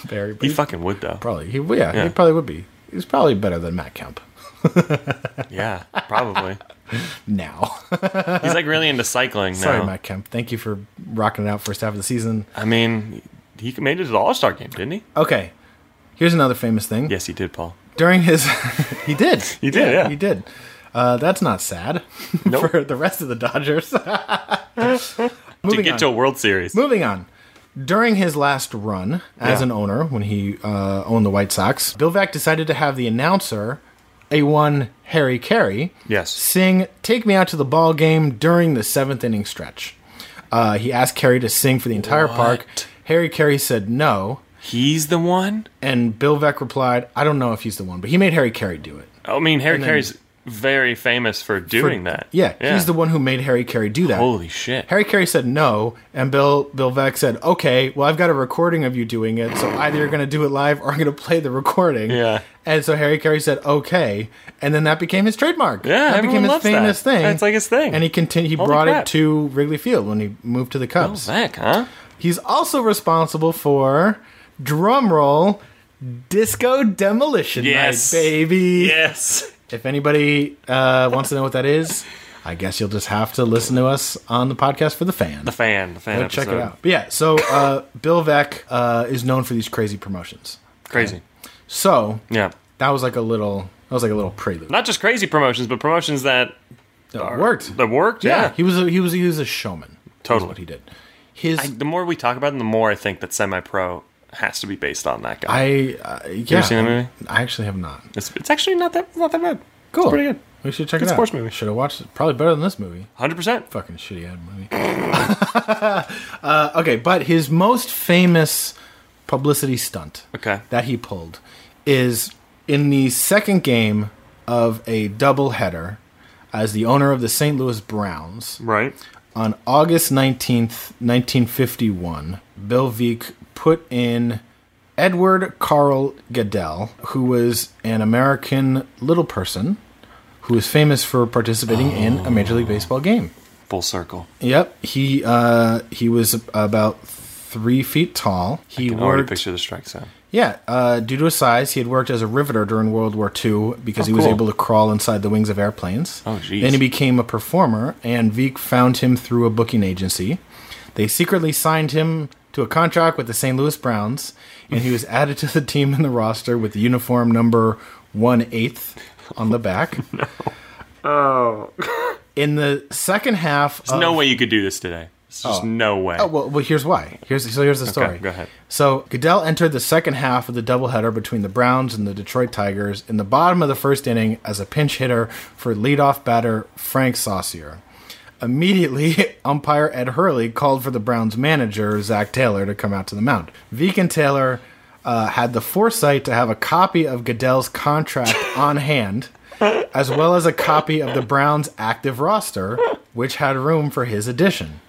F: Barry, but
G: he
F: he
G: fucking would though.
F: probably he yeah,
G: Yeah.
F: he probably would be. He's probably better than Matt Kemp
G: Yeah, probably.
F: now.
G: He's like really into cycling now.
F: Sorry, Matt Kemp. Thank you for rocking it out first half of the season.
G: I mean, he made it to the All Star game, didn't he?
F: Okay. Here's another famous thing.
G: Yes, he did, Paul.
F: During his he did.
G: He did, yeah.
F: He did. Uh, that's not sad
G: Nope.
F: for the rest of the Dodgers.
G: to
F: Moving
G: get
F: on.
G: to a World Series.
F: Moving on. During his last run as
G: Yeah.
F: an owner, when he uh, owned the White Sox, Bill Vack decided to have the announcer, a one Harry Carey,
G: Yes.
F: sing "Take Me Out to the Ball Game" during the seventh inning stretch. Uh, he asked Carey to sing for the entire park.
G: What?
F: Harry Carey said no,
G: He's the one?
F: and Bill Veck replied, "I don't know if he's the one, but he made Harry Carey do it."
G: I mean, Harry
F: then-
G: Carey's very famous for doing that.
F: Yeah, he's the one who made Harry Carey do that.
G: Holy shit.
F: Harry Carey said no, and Bill Bill Veck said, "Okay, well, I've got a recording of you doing it, so either you're going to do it live or I'm going to play the recording."
G: Yeah.
F: And so Harry Carey said, "Okay," and then that became his trademark.
G: Yeah,
F: that
G: everyone
F: became his
G: loves
F: famous
G: that.
F: thing.
G: That's like his thing.
F: And he continued. He
G: Holy
F: brought
G: crap.
F: it to Wrigley Field when he moved to the Cubs.
G: Zach, huh?
F: He's also responsible for drum roll, Disco Demolition
G: Yes.
F: Night, baby.
G: Yes.
F: If anybody uh, wants to know what that is, I guess you'll just have to listen to us on the podcast for the fan.
G: The fan. The fan
F: Go
G: episode.
F: check it out. But yeah, so uh, Bill Vec uh, is known for these crazy promotions.
G: Crazy.
F: So
G: Yeah.
F: that was like a little that was like a little prelude.
G: Not just crazy promotions, but promotions that
F: It
G: are-
F: worked.
G: That worked.
F: yeah.
G: Yeah.
F: he was a, he was he was a showman. is
G: Totally.
F: what he did. His
G: I- the more we talk about him, the more I think that semi-pro has to be based on that guy.
F: I uh, yeah. You
G: seen that movie?
F: I actually have not.
G: it's, it's actually not that not that bad.
F: Cool.
G: It's pretty good.
F: We should check
G: Good
F: it out.
G: sports movie.
F: Should have watched it. Probably better than this movie.
G: Hundred percent.
F: Fucking shitty ad movie. uh, okay, but his most famous publicity stunt
G: Okay.
F: that he pulled is in the second game of a doubleheader as the owner of the St. Louis Browns.
G: Right.
F: On August 19th, 1951, Belvique put in Edward Carl Goodell, who was an American little person who was famous for participating in a Major League Baseball game.
G: Full circle.
F: Yep, he uh, he was about three feet tall. He
G: You can already
F: worked
G: picture the strike zone.
F: yeah, uh, due to his size, he had worked as a riveter during World War II because
G: Oh,
F: he was
G: cool.
F: able to crawl inside the wings of airplanes.
G: Oh, jeez.
F: Then he became a performer, and Veek found him through a booking agency. They secretly signed him to a contract with the St. Louis Browns, and he was added to the team in the roster with uniform number one eighth on the back. Oh. In the second half,
G: There's no way you could do this today. There's just no way.
F: Oh, well, well, here's why. Here's so here's the story.
G: go ahead.
F: So Goodell entered the second half of the doubleheader between the Browns and the Detroit Tigers in the bottom of the first inning as a pinch hitter for leadoff batter Frank Saucier. Immediately, umpire Ed Hurley called for the Browns manager Zach Taylor to come out to the mound. Veek and Taylor uh, had the foresight to have a copy of Goodell's contract on hand, as well as a copy of the Browns' active roster, which had room for his addition.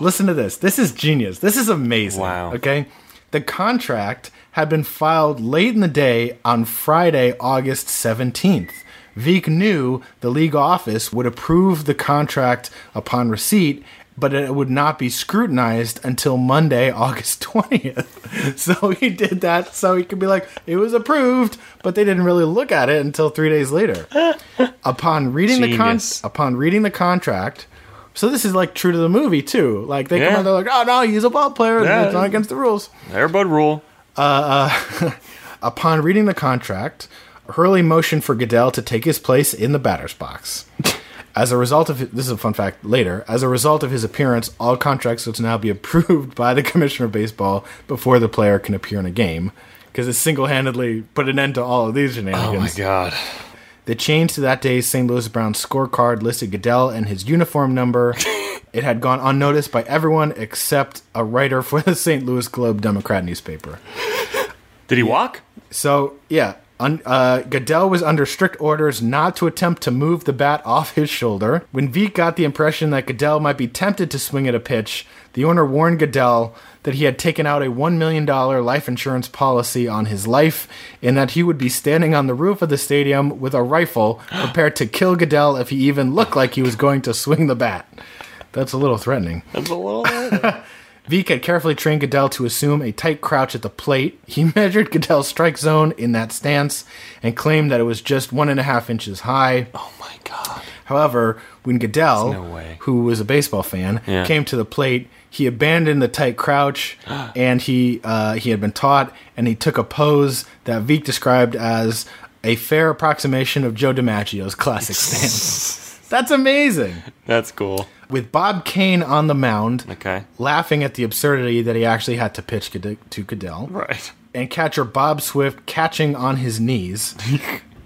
F: Listen to this. This is genius. This is amazing.
G: Wow.
F: Okay. The contract had been filed late in the day on Friday, August 17th. Veek knew the league office would approve the contract upon receipt, but it would not be scrutinized until Monday, August 20th. So he did that so he could be like, it was approved, but they didn't really look at it until three days later. upon reading
G: Genius.
F: the con- upon reading the contract, so this is like true to the movie too. Like they come
G: Yeah.
F: out, they're like, "Oh no, he's a ball player.
G: Yeah.
F: It's not against the rules."
G: Airbud rule.
F: Upon reading the contract, Hurley motioned for Goodell to take his place in the batter's box. As a result of this is a fun fact later. As a result of his appearance, all contracts will now be approved by the commissioner of baseball before the player can appear in a game because it single-handedly put an end to all of these shenanigans.
G: Oh my god.
F: The change to that day's St. Louis Browns scorecard listed Goodell and his uniform number. it had gone unnoticed by everyone except a writer for the St. Louis Globe Democrat newspaper.
G: Did he walk?
F: So, yeah, un- uh, Goodell was under strict orders not to attempt to move the bat off his shoulder. When Veek got the impression that Goodell might be tempted to swing at a pitch, the owner warned Goodell that he had taken out a $1 million life insurance policy on his life and that he would be standing on the roof of the stadium with a rifle prepared to kill Goodell if he even looked like he was going to swing the bat. That's a little threatening.
G: That's a little.
F: Veek had carefully trained Goodell to assume a tight crouch at the plate. He measured Goodell's strike zone in that stance and claimed that it was just one and a half inches high.
G: oh my god.
F: However, when Goodell,
G: There's no way.
F: who was a baseball fan,
G: Yeah.
F: came to the plate, he abandoned the tight crouch, and he uh, he had been taught, and he took a pose that Veek described as a fair approximation of Joe DiMaggio's classic stance. That's amazing.
G: That's cool.
F: With Bob Kane on the mound,
G: Okay.
F: laughing at the absurdity that he actually had to pitch Gode- to Goodell,
G: Right.
F: and catcher Bob Swift catching on his knees.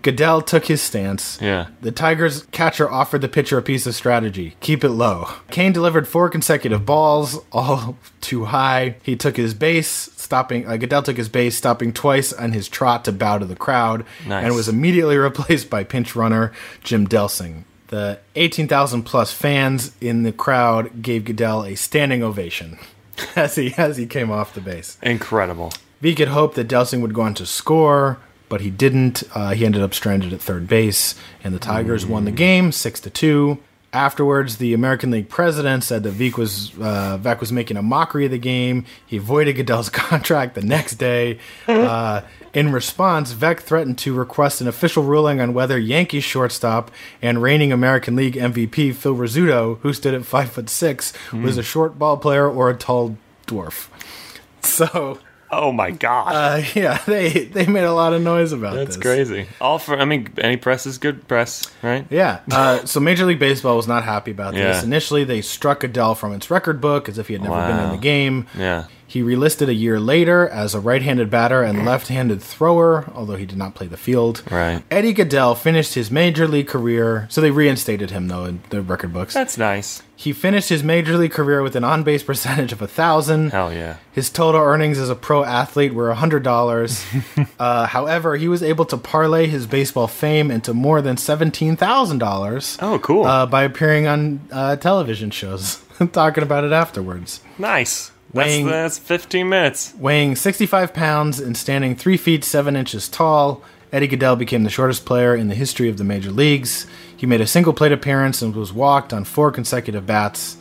F: Goodell took his stance.
G: Yeah.
F: The Tigers catcher offered the pitcher a piece of strategy keep it low. Kane delivered four consecutive balls, all too high. He took his base, stopping, uh, Goodell took his base, stopping twice on his trot to bow to the crowd,
G: Nice.
F: and was immediately replaced by pinch runner Jim Delsing. The 18,000 plus fans in the crowd gave Goodell a standing ovation as he, as he came off the base.
G: Incredible.
F: Veek had hoped that Delsing would go on to score, but he didn't. Uh, he ended up stranded at third base, and the Tigers won the game six to two. Afterwards, the American League president said that Veek was uh, Vec was making a mockery of the game. He avoided Goodell's contract the next day. Uh, in response, Vec threatened to request an official ruling on whether Yankees shortstop and reigning American League MVP Phil Rizzuto, who stood at five foot six, was a short ball player or a tall dwarf. So
G: Oh my god.
F: uh, yeah, they they made a lot of noise about this.
G: That's crazy. All for I mean, any press is good press, right?
F: Yeah. Uh, so Major League Baseball was not happy about this.
G: Yeah.
F: Initially, they struck Adele from its record book as if he had never been in
G: Wow.
F: the game.
G: Yeah.
F: He relisted a year later as a right handed batter and left handed thrower, although he did not play the field.
G: Right.
F: Eddie Goodell finished his major league career, so they reinstated him, though, in the record books.
G: That's nice.
F: He finished his major league career with an on base percentage of 1,000.
G: Hell yeah.
F: His total earnings as a pro athlete were $100. uh, however, he was able to parlay his baseball fame into more than $17,000
G: Oh, cool.
F: uh, by appearing on uh, television shows, talking about it afterwards.
G: nice. That's,
F: weighing-
G: that's 15 minutes.
F: Weighing 65 pounds and standing 3 feet 7 inches tall, Eddie Goodell became the shortest player in the history of the major leagues. He made a single plate appearance and was walked on four consecutive bats.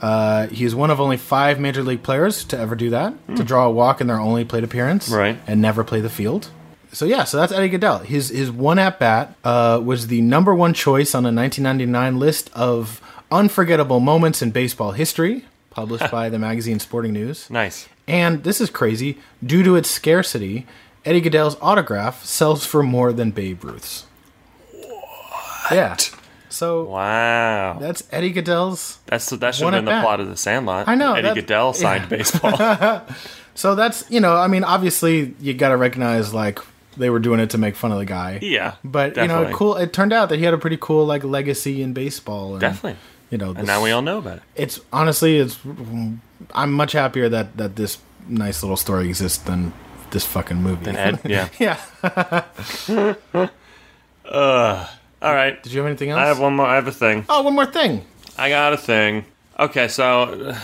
F: Uh, he is one of only five major league players to ever do that, to draw a walk in their only plate appearance
G: Right.
F: and never play the field. So yeah, so that's Eddie Goodell. His his one at bat uh, was the number one choice on a 1999 list of unforgettable moments in baseball history, published by the magazine Sporting News.
G: Nice.
F: And this is crazy. Due to its scarcity, Eddie Goodell's autograph sells for more than Babe Ruth's. What? Yeah. So
G: Wow.
F: that's Eddie Goodell's.
G: That's that should
F: One
G: have
F: at
G: been the
F: bat.
G: plot of the Sandlot.
F: I know,
G: Eddie
F: that-
G: Goodell signed baseball.
F: So that's you know, I mean, obviously you got to recognize like they were doing it to make fun of the guy.
G: yeah,
F: But you
G: definitely.
F: know, cool. It turned out that he had a pretty cool like legacy in baseball. And,
G: Definitely.
F: You know,
G: And now we all know about it.
F: It's honestly, it's. mm, I'm much happier that that this nice little story exists than this fucking movie.
G: And Ed, yeah.
F: yeah.
G: All right.
F: Did you have anything else?
G: I have one more. I have a thing.
F: Oh, one more thing.
G: I got a thing. Okay, so uh,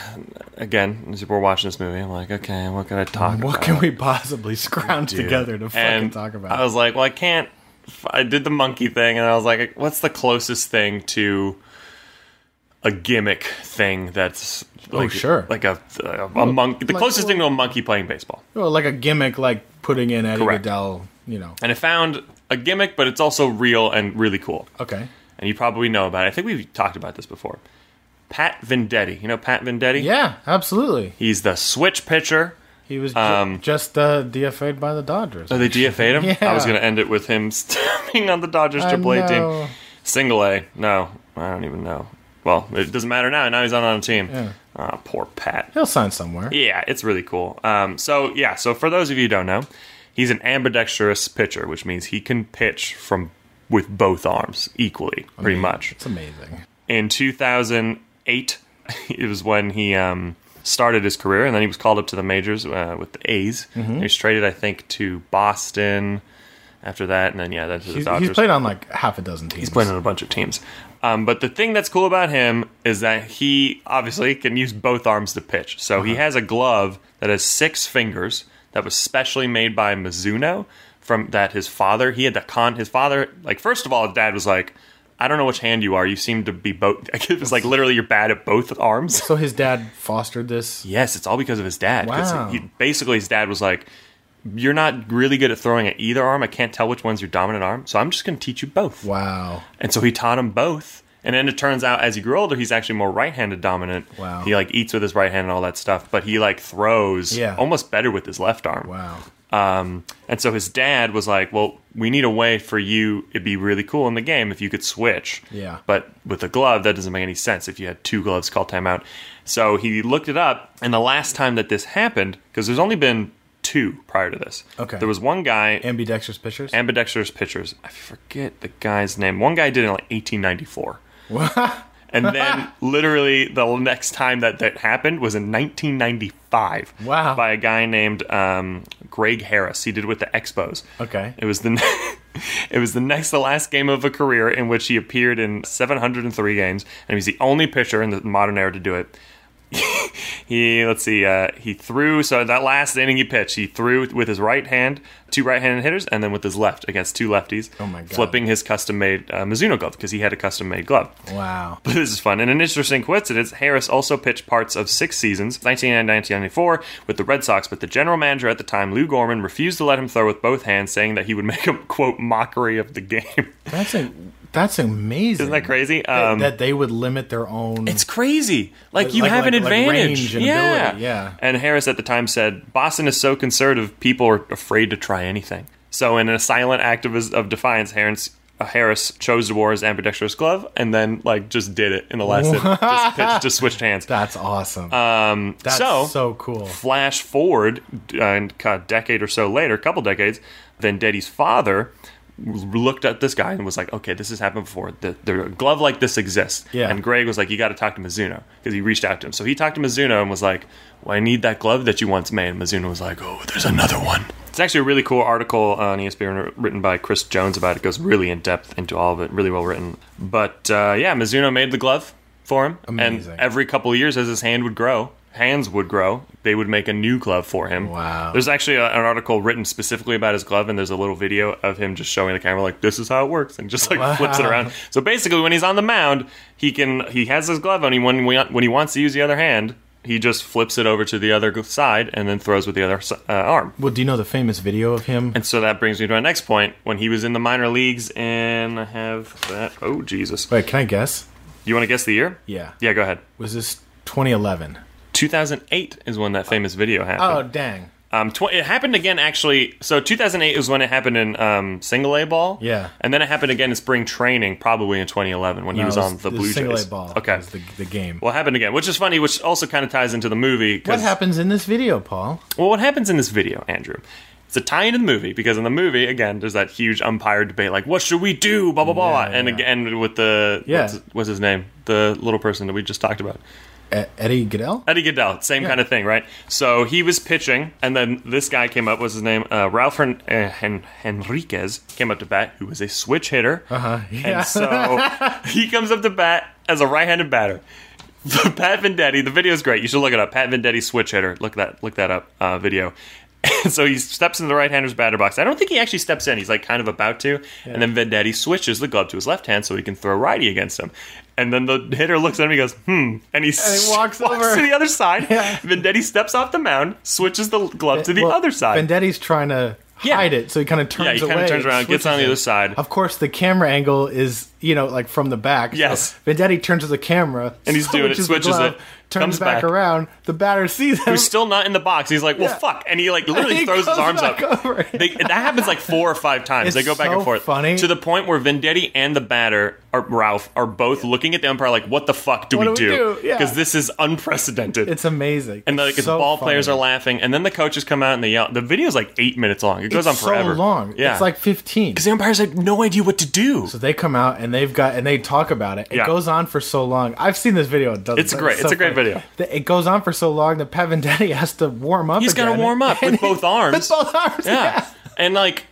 G: again, as we're watching this movie, I'm like, okay, what can I talk
F: What
G: about?
F: can we possibly scrounge together to fucking
G: and
F: talk
G: I
F: about?
G: was like, well, I can't. f- I did the monkey thing, and I was like, what's the closest thing to a gimmick thing that's like,
F: Oh, sure.
G: like a a, a monkey? The
F: like-
G: closest thing to a monkey playing baseball.
F: well, like a gimmick, like putting in Eddie
G: Correct.
F: Goodell. You know.
G: And I found a gimmick, but it's also real and really cool.
F: Okay.
G: And you probably know about it. I think we've talked about this before. Pat Vendetti. You know Pat Vendetti?
F: Yeah, absolutely.
G: He's the switch pitcher.
F: He was ju-
G: Um,
F: just uh, DFA'd by the Dodgers.
G: Oh, they DFA'd him?
F: Yeah.
G: I was going to end it with him stepping on the Dodgers
F: I
G: Triple A
F: know.
G: team. Single A. No, I don't even know. Well, it doesn't matter now. Now he's on on a team.
F: Yeah.
G: Aw, poor Pat.
F: He'll sign somewhere.
G: Yeah, it's really cool. Um, so, yeah, so for those of you who don't know, he's an ambidextrous pitcher, which means he can pitch from with both arms equally, pretty much
F: It's amazing.
G: in 2008 it was when he um, started his career and then he was called up to the majors uh, with the a's
F: Mm-hmm.
G: he was traded i think to boston after that and then yeah then to the
F: He's,
G: dodgers
F: he's played on like half a dozen teams.
G: He's played on a bunch of teams um, but the thing that's cool about him is that he obviously can use both arms to pitch so he has a glove that has six fingers that was specially made by mizuno from that his father he had the con his father like first of all his dad was like I don't know which hand you are. You seem to be both. It was like literally you're bad at both arms.
F: So his dad fostered this.
G: Yes, it's all because of his dad. 'Cause
F: Wow.
G: he- basically, his dad was like, "You're not really good at throwing at either arm. I can't tell which one's your dominant arm, so I'm just going to teach you both."
F: Wow.
G: And so he taught him both. And then it turns out, as he grew older, he's actually more right-handed dominant.
F: Wow.
G: He like eats with his right hand and all that stuff, but he like throws
F: Yeah.
G: almost better with his left arm.
F: Wow.
G: Um, and so his dad was like, "Well, we need a way for you. It'd be really cool in the game if you could switch."
F: Yeah.
G: But with a glove, that doesn't make any sense. If you had two gloves, call timeout. So he looked it up, and the last time that this happened, because there's only been two prior to this.
F: Okay.
G: There was one guy
F: Ambidextrous pitchers.
G: ambidextrous pitchers. I forget the guy's name. One guy did it in like 1894. and then literally the next time that that happened was in 1995.
F: Wow.
G: By a guy named um, Greg Harris. He did it with the Expos.
F: Okay.
G: It was the it was the next to last game of a career in which he appeared in 703 games, and he was the only pitcher in the modern era to do it. he let's see, uh, he threw so that last inning he pitched, he threw with his right hand, two right-handed hitters, and then with his left against two lefties.
F: Oh my God.
G: Flipping his custom-made uh, Mizuno glove because he had a custom-made glove.
F: wow.
G: But this is fun. And an interesting coincidence, Harris also pitched parts of six seasons, 1994, with the Red Sox, but the general manager at the time, Lou Gorman, refused to let him throw with both hands, saying that he would make a, quote, mockery of the game.
F: That's a, that's amazing.
G: Isn't that crazy?
F: That,
G: Um,
F: that they would limit their own.
G: it's crazy. Like,
F: Like-
G: you
F: like-
G: have an
F: like- like
G: advantage.
F: range and
G: yeah.
F: ability, yeah.
G: And Harris at the time said, Boston is so conservative, people are afraid to try anything. So, in a silent act of, of defiance, Harris uh, Harris chose to wear his ambidextrous glove and then like just did it in the last hit. Just, pitched, just switched hands.
F: That's awesome. Um, That's
G: so-
F: so cool.
G: Flash forward uh, and a decade or so later, a couple decades, Vendetti's father looked at this guy and was like, "Okay, this has happened before. The, the glove like this exists."
F: Yeah.
G: And Greg was like, "You got to talk to Mizuno because he reached out to him." So he talked to Mizuno and was like, "Well, I need that glove that you once made." And Mizuno was like, "Oh, there's another one." It's actually a really cool article on E ESPN written by Chris Jones about it. it goes really in depth into all of it, really well written. But uh, yeah, Mizuno made the glove for him,
F: Amazing.
G: and every couple of years as his hand would grow hands would grow they would make a new glove for him
F: Wow.
G: there's actually a, an article written specifically about his glove and there's a little video of him just showing the camera like this is how it works and just like flips it around so basically when he's on the mound he can he has his glove on he when, when he wants to use the other hand he just flips it over to the other side and then throws with the other s- uh, arm
F: Well, do you know the famous video of him?
G: and so that brings me to my next point when he was in the minor leagues and i have that oh jesus
F: Wait, can I guess?
G: you want to guess the year
F: Yeah.
G: yeah go ahead
F: Was this 2011?
G: 2008 is when that famous video
F: Oh,
G: happened.
F: dang.
G: Um, tw- it happened again, actually. So 2008 is when it happened in um, single A ball.
F: Yeah.
G: And then it happened again in spring training, probably in 2011 when he
F: No,
G: was,
F: it
G: on the
F: it
G: Blue
F: single A
G: Jays.
F: ball.
G: Okay.
F: was the, the game.
G: well, it happened again, which is funny, which also kind of ties into the movie. 'cause-
F: What happens in this video, Paul?
G: Well, what happens in this video, Andrew? It's a tie into the movie because in the movie, again, there's that huge umpire debate, like "What should we do?" Blah blah blah,
F: Yeah,
G: and
F: yeah.
G: again with the
F: Yeah.
G: what's, what's his name, the little person that we just talked about.
F: E- Eddie Goodell?
G: Eddie Goodell, same kind of thing, right? So he was pitching, and then this guy came up. What's his name? Uh, Ralph Hen- uh, Hen- Henriquez came up to bat, who was a switch hitter. Uh-huh.
F: yeah.
G: And so he comes up to bat as a right-handed batter. Pat Vendetti, the video is great. You should look it up. Pat Vendetti switch hitter. Look that look that up uh, video. And so he steps into the right-hander's batter box. I don't think he actually steps in. He's like kind of about to, and then Vendetti switches the glove to his left hand so he can throw righty against him. And then the hitter looks at him. He goes, "Hmm," and he,
F: And he walks over.
G: to the other side.
F: Yeah.
G: Vendetti steps off the mound, switches the glove to the
F: Well,
G: other side.
F: Vendetti's trying to
G: Yeah.
F: hide it, so he kind of turns
G: yeah, he
F: away.
G: kind of turns around,
F: and
G: gets on the
F: switches
G: other
F: it.
G: side,
F: Of course, the camera angle is, you know, like from the back. so
G: Yes.
F: Vendetti turns to the camera.
G: And he's doing it,
F: the
G: switches
F: glove,
G: it,
F: Turns
G: comes
F: back,
G: back.
F: around. The batter sees him.
G: who's still not in the box. He's like, "Well,
F: Yeah.
G: fuck," and he like literally
F: He
G: throws his
F: goes
G: arms
F: back
G: up.
F: over.
G: They, that happens like four or five times.
F: It's
G: they go back
F: so
G: and forth,
F: funny.
G: to the point where Vendetti and the batter, or Ralph, are both looking at the umpire like, "What the fuck do
F: What
G: we
F: do we
G: do?"
F: do? Yeah.
G: this is unprecedented.
F: it's amazing.
G: and like
F: it's
G: the
F: so
G: ball
F: funny.
G: players are laughing, and then the coaches come out and they yell. The video's like eight minutes long. It goes
F: it's
G: on forever.
F: so long.
G: Yeah,
F: It's like 15.
G: because the umpires had no idea what to do.
F: So they come out and they've got and they talk about it. It
G: Yeah.
F: goes on for so long. I've seen this video. It does.
G: It's great. It's a great video.
F: That It goes on for so long that Pevin Daddy has to warm up.
G: He's
F: got
G: gotta warm up with both arms.
F: With both arms.
G: Yeah.
F: Yeah.
G: And like,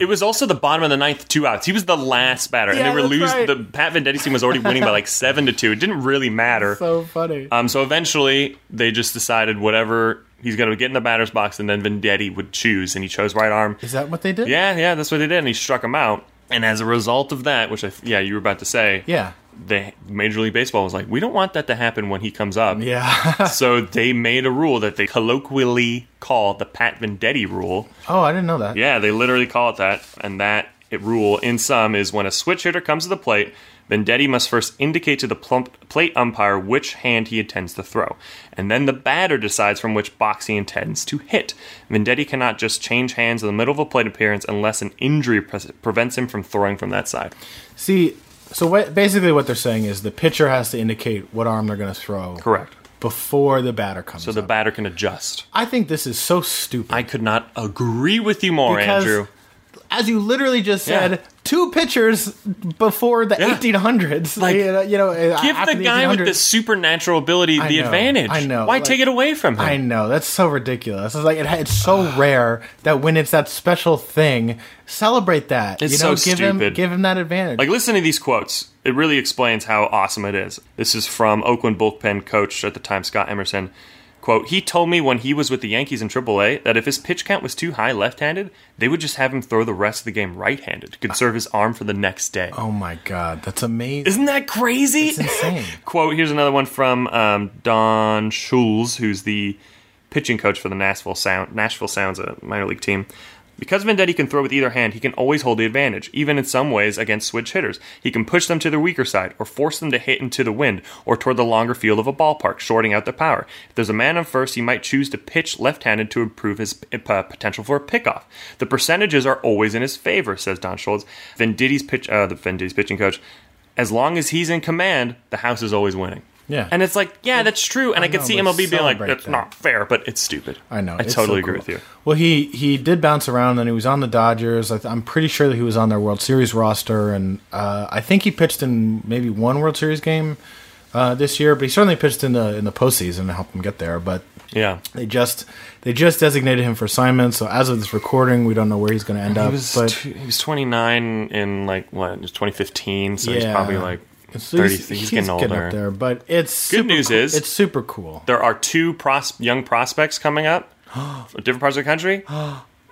G: it was also the bottom of the ninth, two outs. He was the last batter, and
F: Yeah,
G: they were
F: that's
G: losing.
F: right.
G: The Pat Vendetti team was already winning by like seven to two. It didn't really matter.
F: So funny.
G: um, so eventually they just decided whatever he's going to get in the batter's box, and then Vendetti would choose, and he chose right arm.
F: Is that what they did?
G: Yeah, yeah, that's what they did, and he struck him out. And as a result of that, which I yeah, you were about to say,
F: Yeah.
G: the Major League Baseball was like, we don't want that to happen when he comes up.
F: Yeah.
G: So they made a rule that they colloquially call the Pat Vendetti rule.
F: oh, I didn't know that.
G: Yeah, they literally call it that. And that it- rule, in sum, is when a switch hitter comes to the plate, Vendetti must first indicate to the plump, plate umpire which hand he intends to throw. And then the batter decides from which box he intends to hit. Vendetti cannot just change hands in the middle of a plate appearance unless an injury pre- prevents him from throwing from that side.
F: See, so what, basically what they're saying is the pitcher has to indicate what arm they're going to throw
G: Correct.
F: before the batter comes.
G: So the
F: up.
G: batter can adjust.
F: I think this is so stupid.
G: I could not agree with you more,
F: Because-
G: Andrew.
F: as you literally just said,
G: Yeah.
F: two pitchers before the
G: Yeah.
F: 1800s.
G: Like,
F: you know, you know, uh,
G: Give
F: after
G: the guy with
F: 1800s.
G: the supernatural ability
F: I
G: the
F: know,
G: advantage.
F: I know,
G: Why
F: like-
G: take it away from him?
F: I know that's so ridiculous. It's like it, it's so rare that when it's that special thing, celebrate that.
G: It's
F: you know,
G: so
F: give him
G: stupid.
F: give him that advantage.
G: Like, listen to these quotes. It really explains how awesome it is. This is from Oakland bullpen coach at the time, Scott Emerson. Quote, he told me when he was with the Yankees in AAA that if his pitch count was too high left handed, they would just have him throw the rest of the game right handed to conserve his arm for the next day.
F: oh my god, that's amazing.
G: Isn't that crazy?
F: It's insane.
G: Quote, here's another one from um, Don Schulz, who's the pitching coach for the Nashville Sound Nashville Sounds, a uh, minor league team. Because Vendetti can throw with either hand, he can always hold the advantage, even in some ways against switch hitters. He can push them to their weaker side, or force them to hit into the wind, or toward the longer field of a ballpark, shorting out their power. If there's a man on first, he might choose to pitch left handed to improve his uh, potential for a pickoff. The percentages are always in his favor, says Don Schultz. Venditti's, pitch, uh, the Venditti's pitching coach, as long as he's in command, the house is always winning.
F: Yeah.
G: And it's like, yeah, that's true. And I, can
F: know,
G: see
F: but
G: MLB being like,
F: celebrate
G: it's
F: that.
G: not fair, but it's stupid.
F: I know.
G: I
F: it's
G: totally
F: so
G: agree
F: cool.
G: with you.
F: Well, he he did bounce around, and he was on the Dodgers. I th- I'm pretty sure that he was on their World Series roster, and uh, I think he pitched in maybe one World Series game uh, this year. But he certainly pitched in the in the postseason to help them get there. But
G: Yeah.
F: they just they just designated him for assignment. So as of this recording, we don't know where he's going to end
G: He
F: up.
G: was
F: Uh, but
G: tw- he was 29 in like what? It was 2015, so he's
F: Yeah.
G: probably like
F: so
G: 30. He's, getting older.
F: up there. But it's
G: Good
F: super
G: news
F: cool.
G: is-
F: it's super cool.
G: There are two pros- young prospects coming up from different parts of the country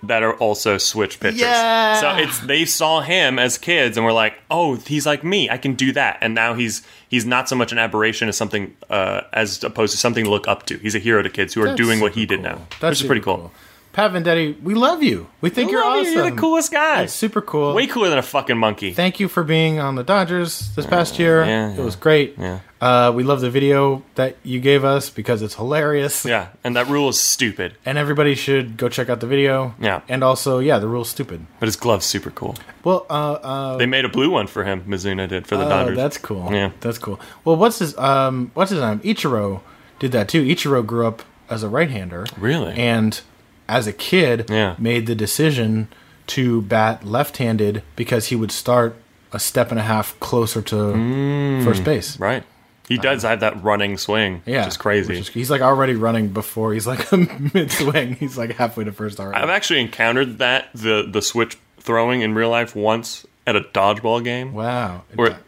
G: that are also switch pitchers.
F: Yeah.
G: So it's they saw him as kids and were like, "Oh, he's like me. I can do that." And now he's he's not so much an aberration as something uh, as opposed to something to look up to. He's a hero to kids who are
F: That's
G: doing what
F: super
G: he did
F: cool.
G: now.
F: That's
G: which is pretty
F: super
G: cool.
F: Pat Vendetti, we love you. We think you're
G: Love
F: awesome.
G: you, You're the coolest guy.
F: That's super cool.
G: Way cooler than a fucking monkey.
F: thank you for being on the Dodgers this past year.
G: Oh, yeah,
F: It was great.
G: yeah.
F: Uh, we love the video that you gave us because it's hilarious.
G: yeah, and that rule is stupid,
F: And everybody should go check out the video.
G: Yeah.
F: And also, yeah, the rule's stupid.
G: but his glove's super cool.
F: Well, uh, uh,
G: They made a blue one for him. Mizuno did for the
F: uh,
G: Dodgers.
F: that's cool.
G: Yeah.
F: That's cool. Well, what's his um what's his name? Ichiro did that too. Ichiro grew up as a right-hander.
G: Really?
F: And as a kid
G: Yeah.
F: made the decision to bat left-handed because he would start a step and a half closer to
G: Mm.
F: first base.
G: Right. He does have that running swing.
F: Yeah,
G: Which is crazy.
F: which is- he's like already running before he's like mid swing. He's like halfway to first already.
G: I've actually encountered that, the, the switch throwing in real life once at a dodgeball game.
F: wow.
G: Where,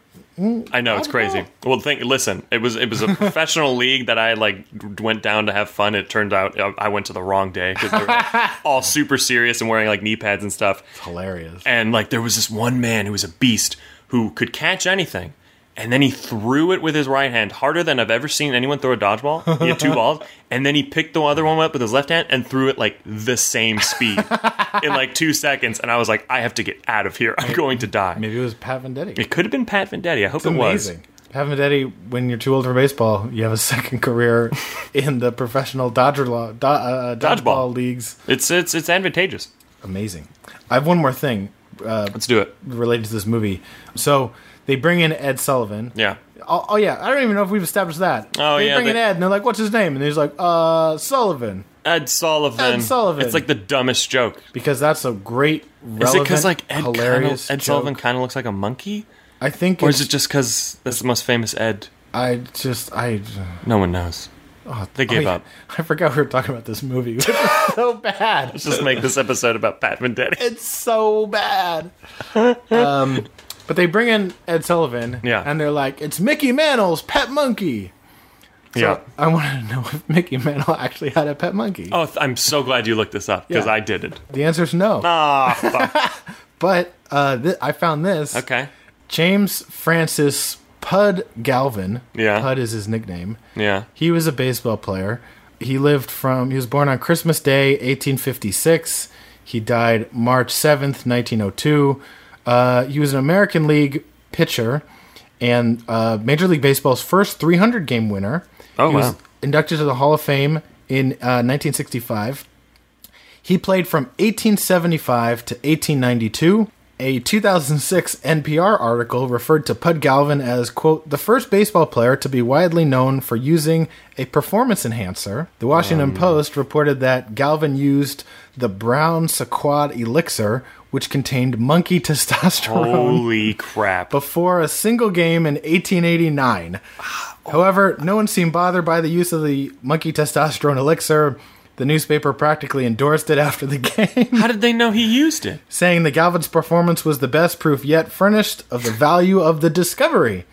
G: I know it's crazy. Well, think. Listen, it was it was a professional league that I like d- went down to have fun. It turned out uh, I I went to the wrong day because they were like, all super serious and wearing like knee pads and stuff.
F: Hilarious.
G: And like there was this one man who was a beast who could catch anything. And then he threw it with his right hand harder than I've ever seen anyone throw a dodgeball. He had two balls. And then he picked the other one up with his left hand and threw it like the same speed in like two seconds. And I was like, I have to get out of here. I'm going to die.
F: Maybe it was Pat Vendetti.
G: It could have been Pat Vendetti. I hope it was.
F: amazing. Pat Vendetti, when you're too old for baseball, you have a second career in the professional Dodger law, do, uh, dodgeball,
G: Dodgeball.
F: leagues.
G: It's it's it's advantageous.
F: Amazing. I have one more thing
G: Let's do it.
F: related to this movie. So they bring in Ed Sullivan.
G: Yeah.
F: Oh, oh, yeah, I don't even know if we've established that.
G: Oh,
F: they
G: yeah,
F: bring in
G: they-
F: Ed, and they're like, "What's his name?" And he's like, "Uh, Sullivan,"
G: Ed Sullivan.
F: Ed Sullivan.
G: It's like the dumbest joke.
F: because that's a great,
G: Is it
F: relevant,
G: because like Ed, kinda,
F: hilarious.
G: Ed
F: joke.
G: Sullivan kind of looks like a monkey,
F: I think,
G: or
F: it's,
G: is it just because that's the most famous Ed?
F: I just I
G: No one knows. they
F: oh,
G: gave
F: yeah.
G: up.
F: I forgot we were talking about this movie. which is so bad.
G: Just make this episode about Pat Vendetti.
F: It's so bad. Um, but they bring in Ed Sullivan,
G: Yeah.
F: and they're like, "It's Mickey Mantle's pet monkey."
G: yeah.
F: I want to know if Mickey Mantle actually had a pet monkey.
G: Oh, th- I'm so glad you looked this up because
F: Yeah.
G: I didn't.
F: The answer is no. but uh, th- I found this.
G: Okay.
F: James Francis Pud Galvin.
G: Yeah.
F: Pud is his nickname.
G: Yeah.
F: He was a baseball player. He lived from he was born on Christmas Day, 1856. He died March 7th, 1902. Uh, he was an American League pitcher and uh, Major League Baseball's first 300 game winner.
G: Oh,
F: he was
G: wow.
F: inducted to the Hall of Fame in uh, 1965. He played from 1875 to 1892. A 2006 NPR article referred to Pud Galvin as, quote, the first baseball player to be widely known for using a performance enhancer. The Washington Post reported that Galvin used the brown sequad elixir, which contained monkey testosterone
G: Holy crap.
F: before a single game in 1889. However, no one seemed bothered by the use of the monkey testosterone elixir. The newspaper practically endorsed it after the game,
G: How did they know he used it?
F: saying the Galvin's performance was the best proof yet furnished of the value of the discovery.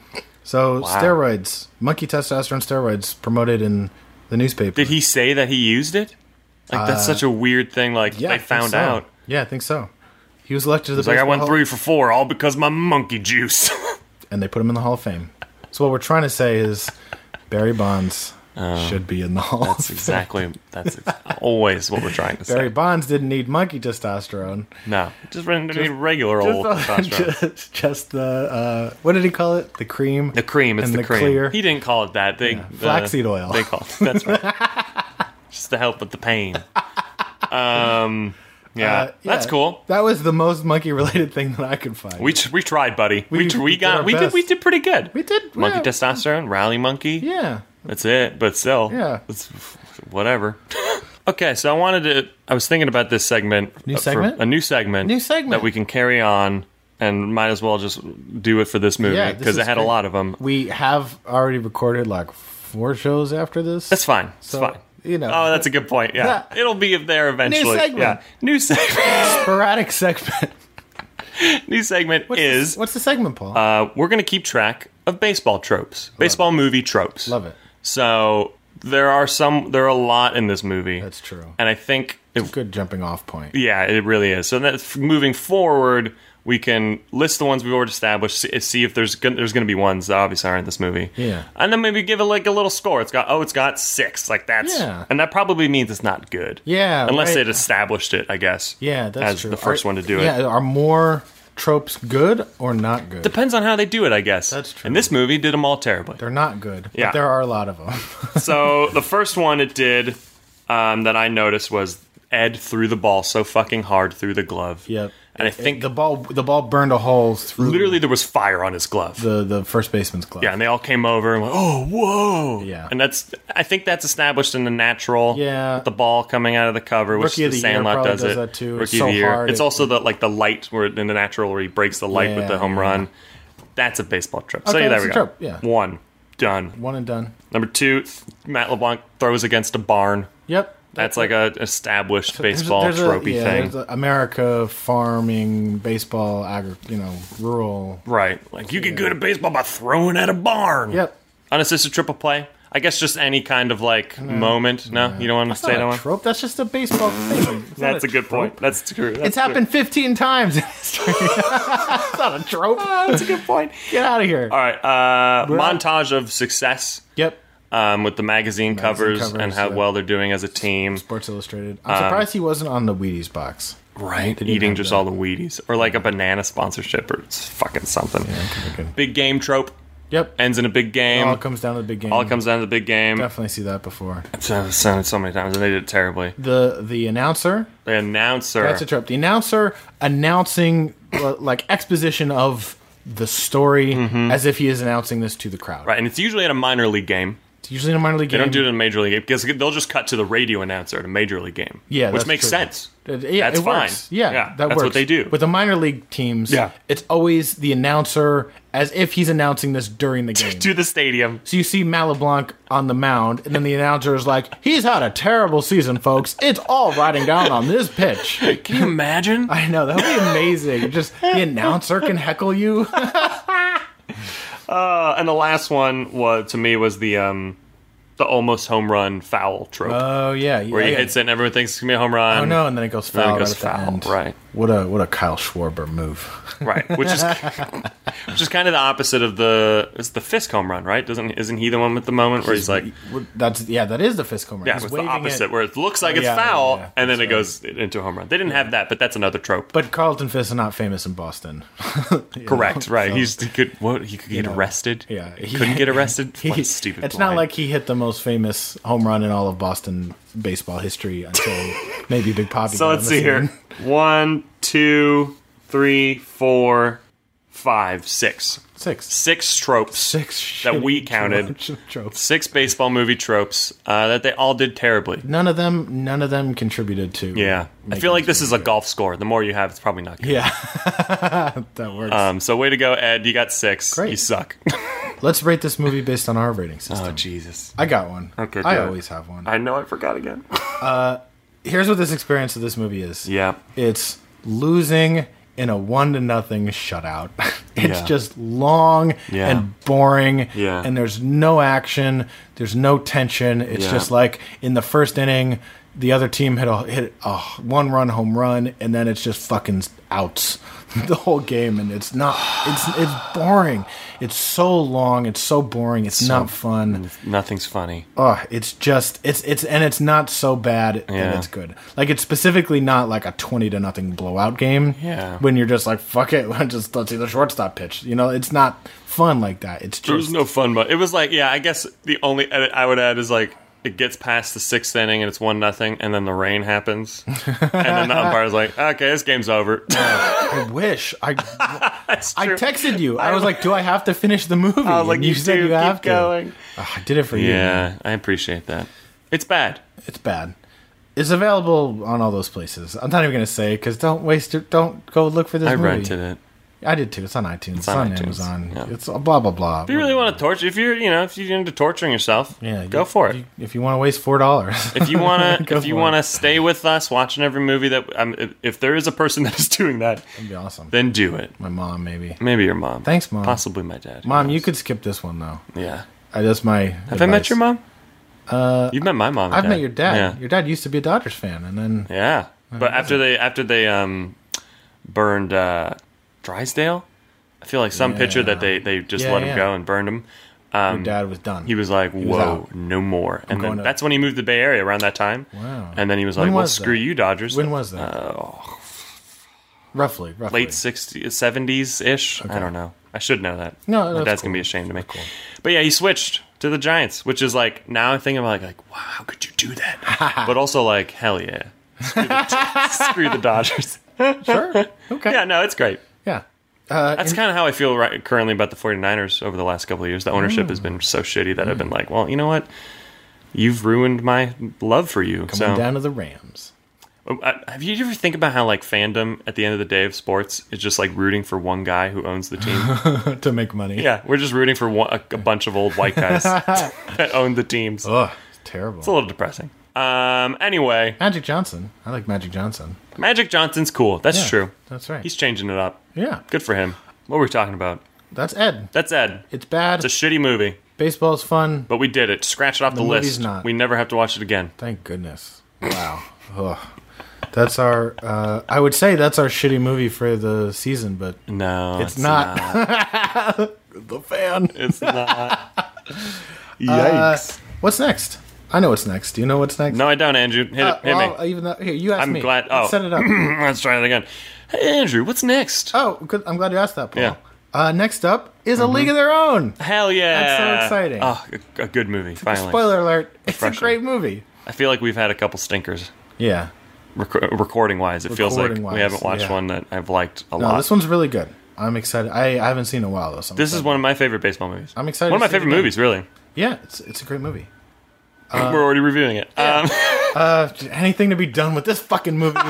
F: So, steroids, monkey testosterone steroids promoted in the newspaper.
G: Did he say that he used it? Like that's such a weird thing. Like
F: Uh, Yeah, I
G: they
F: think
G: found
F: so.
G: out.
F: Yeah, I think so. He was elected to the
G: It's like I
F: Baseball
G: went
F: Hall-
G: three for four, all because my monkey juice.
F: and they put him in the Hall of Fame. So what we're trying to say is Barry Bonds should be in the Hall.
G: Oh. That's exactly that's ex- always what we're trying to
F: Barry
G: say.
F: Bonds didn't need monkey testosterone.
G: No, just, re- need regular old
F: Just,
G: testosterone.
F: just, just the uh, what did he call it? The cream.
G: The cream, it's
F: and
G: the,
F: the
G: cream.
F: clear.
G: He didn't call it that. They, uh,
F: Flaxseed oil.
G: They call it. That's right. Just to help with the pain. Um, yeah,
F: Uh,
G: that's
F: yeah,
G: cool.
F: That was the most monkey related thing that I could find.
G: We tr- we tried, buddy. We
F: We-
G: tr-
F: we
G: we
F: did
G: got
F: our
G: we did
F: best.
G: we did pretty good.
F: We did,
G: monkey
F: yeah.
G: testosterone, rally monkey.
F: yeah.
G: That's it. But still,
F: Yeah.
G: it's whatever. okay, so I wanted to. I was thinking about this segment.
F: New
G: uh, for-
F: segment?
G: a new segment.
F: New segment.
G: that we can carry on. And might as well just do it for this movie
F: Yeah, this
G: because it
F: is
G: had a
F: great.
G: lot of them.
F: We have already recorded like four shows after this.
G: That's fine. It's
F: So,
G: fine.
F: you know.
G: Oh, that's a good point. Yeah,
F: Yeah.
G: it'll be there eventually.
F: segment.
G: Yeah, new segment.
F: sporadic segment.
G: new segment
F: What's
G: is
F: the, what's the segment, Paul?
G: uh, we're going to keep track of baseball tropes, baseball movie tropes.
F: Love it.
G: So there are some. There are a lot in this movie.
F: That's true.
G: And I think if
F: Good jumping off point.
G: Yeah, it really is. So that's moving forward. We can list the ones we've already established. See, see if there's gonna, there's going to be ones that obviously aren't in this movie.
F: Yeah.
G: and then maybe give it like a little score. It's got oh, it's got six. Like that's
F: Yeah.
G: and that probably means it's not good.
F: Yeah,
G: unless
F: right.
G: it established it, I guess.
F: Yeah, that's
G: as
F: true.
G: the first
F: Are-
G: one to do it.
F: Yeah, are more tropes good or not good?
G: Depends on how they do it, I guess.
F: That's true.
G: And this movie did them all terribly.
F: They're not good.
G: Yeah.
F: But there are a lot of them.
G: so the first one it did um, that I noticed was Ed threw the ball so fucking hard through the glove.
F: yep.
G: and I think
F: the ball the ball burned a hole through
G: literally there was fire on his glove.
F: the the first baseman's glove.
G: Yeah, and they all came over and went, "Oh, whoa!"
F: Yeah.
G: and that's I think that's established in the natural.
F: Yeah.
G: the ball coming out of the cover, which
F: Rookie
G: the,
F: of the Year
G: Sandlot
F: probably
G: does,
F: does
G: it.
F: that too.
G: Rookie
F: It's
G: of
F: so
G: the year.
F: hard,
G: It's
F: it-
G: also the like the light where in the natural where he breaks the light with
F: Yeah,
G: the home
F: yeah.
G: run. That's a baseball trip. so
F: Okay,
G: yeah, there
F: that's
G: we
F: a
G: go.
F: trip, yeah.
G: One done.
F: One and done.
G: Number two, th- Matt LeBlanc throws against a barn.
F: Yep.
G: That's like a established
F: There's a-
G: baseball
F: there's a-
G: tropey
F: yeah,
G: thing.
F: there's a America farming baseball agri- you know, rural.
G: Right. Like you get good at baseball by throwing at a barn.
F: Yep.
G: Unassisted triple play. I guess just any kind of like moment. No, you don't want to
F: It's not
G: say that
F: a
G: one.
F: trope. That's just a baseball thing. It's not
G: That's a good point. That's true. That's
F: It's happened 15 times in history. That's not a trope. That's a good point. Get out of here.
G: All right. Uh, montage of success
F: Yep.
G: um, with the magazine, covers,
F: covers,
G: and how
F: yeah.
G: well they're doing as a team.
F: Sports Illustrated. I'm surprised he wasn't on the Wheaties box.
G: Um, Right.
F: They didn't
G: Eating
F: have
G: just
F: that.
G: all the Wheaties or like a banana sponsorship or it's fucking something. Big game trope
F: Yep.
G: ends in a big game.
F: all comes down to the big game.
G: All comes down to the big game.
F: Definitely see that before.
G: It's uh, sounded so many times, and they did it terribly.
F: The the announcer.
G: The announcer.
F: That's a trope. The announcer announcing uh, like exposition of the story as if he is announcing this to the crowd.
G: Mm-hmm. Right, and it's usually at a minor league game.
F: It's usually in a minor league
G: They
F: game.
G: don't do it in a major league game because they'll just cut to the radio announcer at a major league game.
F: Yeah,
G: which
F: that's
G: makes
F: true.
G: sense.
F: It- uh, yeah,
G: That's
F: it works.
G: fine.
F: Yeah,
G: Yeah,
F: that
G: that's
F: works.
G: what they do.
F: with the minor league teams.
G: Yeah.
F: it's always the announcer as if he's announcing this during the game.
G: To the stadium.
F: So you see Malablanc on the mound, and then the announcer is like, "He's had a terrible season, folks. It's all riding down on this pitch."
G: Can you imagine?
F: I know that would be amazing. Just the announcer can heckle you.
G: Uh, and the last one was to me was the um, the almost home run foul trope
F: Oh yeah,
G: where he
F: yeah.
G: hits it and everyone thinks it's gonna be a home run.
F: Oh no, and then it goes
G: then
F: foul.
G: it goes
F: right at the
G: foul,
F: end.
G: right.
F: What a what a Kyle Schwarber move.
G: Right, which is which is kind of the opposite of the it's the Fisk home run, right? Doesn't isn't he the one at the moment where he's like
F: That's yeah, that is the fist cone.
G: yeah, it's the opposite where it looks like
F: Oh,
G: it's
F: yeah,
G: foul
F: yeah, yeah.
G: and then it
F: That's
G: goes into a home run. They didn't have that, but that's another trope.
F: But Carlton Fisk is not famous in Boston. You
G: Correct.
F: know,
G: Right.
F: so-
G: He's he could what he could get
F: know,
G: arrested.
F: yeah,
G: He
F: he-
G: couldn't get arrested.
F: He-
G: What a stupid.
F: it's not
G: line.
F: like he hit the most famous home run in all of Boston baseball history until maybe Big Poppy.
G: So
F: got
G: let's
F: on the
G: see here.
F: scene.
G: One, two, three, four, five, six.
F: Six.
G: Six tropes.
F: Six
G: that
F: shitty
G: we counted.
F: tro- tropes.
G: Six baseball movie tropes uh, that they all did terribly.
F: None of them. None of them contributed to.
G: Yeah. I
F: making
G: feel like
F: this
G: this is a golf score. The more you have, it's probably not good.
F: Yeah, that works.
G: Um, so way to go, Ed. You got six.
F: Great.
G: You suck.
F: Let's rate this movie based on our rating system.
G: Jesus.
F: I got one.
G: oh, Okay,
F: I
G: good.
F: always have one.
G: I know I forgot again.
F: Here's what this experience of this movie is.
G: yeah.
F: It's losing in a one to nothing shutout. it's
G: Yeah.
F: just long
G: Yeah.
F: and boring.
G: Yeah.
F: And there's no action. There's no tension. It's
G: Yeah.
F: just like in the first inning, the other team hit a hit a one run home run, and then it's just fucking outs the whole game, and it's not it's it's boring. It's so long. It's so boring. It's not fun.
G: Nothing's funny.
F: Oh, it's just it's it's and it's not so bad that
G: Yeah.
F: it's good. Like it's specifically not like a twenty to nothing blowout game.
G: Yeah.
F: When you're just like fuck it, let's just let's see the shortstop pitch. You know, it's not fun like that. It's
G: There was
F: just
G: no fun, but it was like, yeah, I guess the only edit I would add is like it gets past the sixth inning and it's one nothing, and then the rain happens, and then the umpire's like, okay, this game's over.
F: I wish I
G: That's
F: I
G: true.
F: texted you. I was like, do I have to finish the movie?
G: I was like,
F: And
G: you, do keep going.
F: Ugh, I did it for you.
G: Yeah, I appreciate that. It's bad.
F: It's bad. It's available on all those places. I'm not even gonna say because don't waste it. Don't go look for this
G: I
F: movie.
G: rented it.
F: I did too. It's on iTunes. It's,
G: on
F: on,
G: iTunes.
F: Amazon.
G: Yeah.
F: It's blah blah blah.
G: If you really want to torture, if you're, you know, if you're into torturing yourself,
F: yeah,
G: go
F: you-
G: for it.
F: you- if you want to waste four dollars,
G: if you want to,
F: Go
G: if you
F: for it.
G: want to stay with us watching every movie that, um, if, if there is a person that is doing that,
F: that'd be awesome.
G: then do it.
F: My mom, maybe.
G: Maybe your mom.
F: Thanks, Mom.
G: Possibly my dad. Who
F: Mom,
G: knows?
F: you could skip this one though.
G: Yeah.
F: I, that's my.
G: Have I met your mom? Uh, You've met my mom. and
F: I've met your dad.
G: Yeah.
F: Your Oh, dad used to be a Dodgers fan, and then
G: Yeah. But after they after they um burned uh Drysdale, I feel like some pitcher that they they just
F: Yeah,
G: let him
F: yeah.
G: go and burned him.
F: your dad was done.
G: Um, He was like, "Whoa,
F: was out.
G: no more!" and
F: going
G: then
F: to-
G: that's when he moved to the Bay Area around that time.
F: Wow.
G: And then he was
F: When
G: like, "Well,
F: was that?
G: screw you, Dodgers."
F: When was that? roughly, roughly.
G: Oh. late 60s, 70s ish. I don't know. I should know that.
F: No,
G: My
F: that's
G: dad's
F: cool.
G: gonna be ashamed of me. But yeah, he switched to the Giants, which is like now I think about it, like, wow, how could you do that? but also like, hell yeah, screw the, screw the Dodgers.
F: Sure. Okay.
G: Yeah, no, it's great.
F: Yeah. Uh,
G: That's kind of how I feel right currently about the 49ers over the last couple of years. The ownership
F: Mm.
G: has been so shitty that I've been like, well, you know what? You've ruined my love for you.
F: and
G: so,
F: down to the Rams.
G: Uh, have you ever think about how like fandom at the end of the day of sports is just like rooting for one guy who owns the team?
F: to make money.
G: Yeah, we're just rooting for one, a, a bunch of old white guys that own the teams. It's
F: Ugh, it's terrible.
G: a little depressing. Um. Anyway,
F: Magic Johnson. I like Magic Johnson.
G: Magic Johnson's cool. That's
F: Yeah,
G: true.
F: That's right.
G: He's changing it up.
F: yeah,
G: Good for him. What were we talking about?
F: that's Ed.
G: That's Ed.
F: It's bad.
G: It's a shitty movie,
F: Baseball's fun.
G: but we did it. Scratch it off the,
F: movie's
G: list.
F: not.
G: We never have to watch it again.
F: Thank goodness. Wow. Ugh. That's our. Uh, I would say that's our shitty movie for the season, but
G: No,
F: it's, not. the fan. Uh,
G: It's not. Yikes.
F: What's next? I know what's next. Do you know what's next?
G: no, I don't, Andrew. Hit,
F: Uh,
G: it hit
F: well,
G: me.
F: Even though, here, you asked
G: I'm
F: me.
G: glad-
F: Let's
G: oh.
F: set it up.
G: Let's try it again. Hey, Andrew, what's next?
F: oh, good. I'm glad you asked that, Paul.
G: Yeah. Mm-hmm.
F: Uh, next up is A League of Their Own.
G: Hell yeah!
F: That's so exciting.
G: Oh, a, a good movie. Finally,
F: Spoiler alert. It's
G: Refreshing.
F: a great movie.
G: I feel like we've had a couple stinkers
F: Yeah.
G: rec- recording wise. It feels like
F: Recording-wise,
G: we haven't watched
F: yeah.
G: one that I've liked a
F: No,
G: lot.
F: this one's really good. I'm excited. I, I haven't seen it in a while though. So I'm
G: This is
F: excited.
G: one of my favorite baseball movies.
F: I'm excited
G: One of
F: to
G: my
F: see it
G: favorite
F: again. Uh,
G: movies, really.
F: Yeah, it's it's a great movie.
G: We're already reviewing it. Um,
F: Anything to be done with this fucking movie.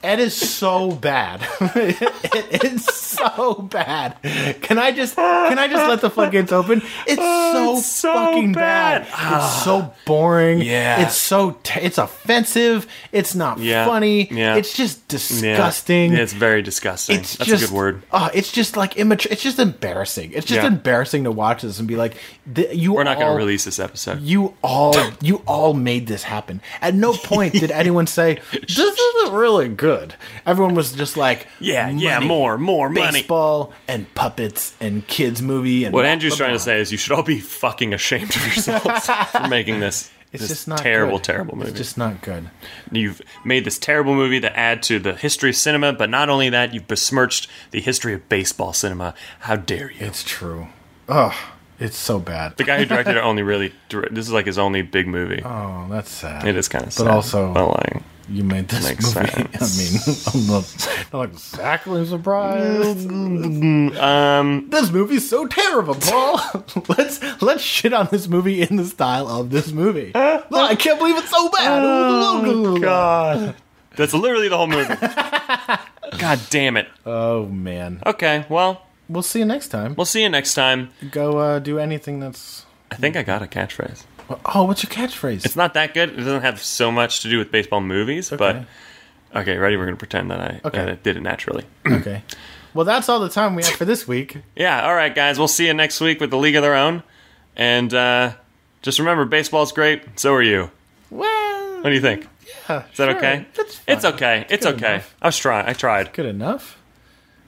F: Ed is so bad. it is so bad. Can I just can I just let the floodgates open? It's so,
G: Oh, it's so
F: fucking bad.
G: bad. Ah.
F: It's so boring.
G: Yeah.
F: It's so t- it's offensive. It's not
G: Yeah.
F: funny.
G: Yeah.
F: It's just
G: yeah.
F: disgusting.
G: Yeah, it's very disgusting.
F: It's
G: That's
F: just,
G: a good word.
F: Oh, it's just like immature. It's just embarrassing. It's just
G: Yeah.
F: embarrassing to watch this and be like, th- you.
G: We're not going to
F: all-
G: release this episode.
F: You all, you all made this happen. At no point did anyone say this isn't really good. Everyone was just like,
G: yeah, yeah,
F: money,
G: more, more money.
F: baseball and puppets and kids movie and
G: What
F: blah,
G: Andrew's
F: blah,
G: trying
F: blah.
G: to say is you should all be fucking ashamed of yourselves for making this.
F: It's
G: this
F: just not
G: terrible,
F: good.
G: terrible movie.
F: It's just not good.
G: You've made this terrible movie that add to the history of cinema, but not only that, you've besmirched the history of baseball cinema. How dare you?
F: It's true. Ugh, it's so bad.
G: The guy who directed it only really dir- this is like his only big movie.
F: Oh, that's sad.
G: it is kind of
F: but
G: sad.
F: also-
G: but like,
F: You made this
G: Makes
F: movie.
G: sense.
F: I mean, I'm not, not exactly surprised.
G: um,
F: this movie's so terrible, Paul. let's let's shit on this movie in the style of this movie. No, I can't believe it's so bad. Oh,
G: God, that's literally the whole movie. God damn it.
F: Oh, man,
G: Okay, well,
F: we'll see you next time.
G: we'll see you next time.
F: Go uh, do anything that's.
G: I think I got a catchphrase.
F: Oh, what's your catchphrase?
G: It's not that good. It doesn't have so much to do with baseball movies, but okay, ready? We're gonna pretend that I
F: Okay.
G: that I did it naturally.
F: okay. Well, that's all the time we have for this week.
G: Yeah, all right, guys. We'll see you next week with the League of Their Own. And uh, just remember, baseball's great. So are you.
F: Well.
G: What do you think? Is that okay?
F: That's
G: It's
F: fine.
G: okay. It's
F: good
G: okay.
F: enough.
G: I was trying. I tried.
F: Good enough.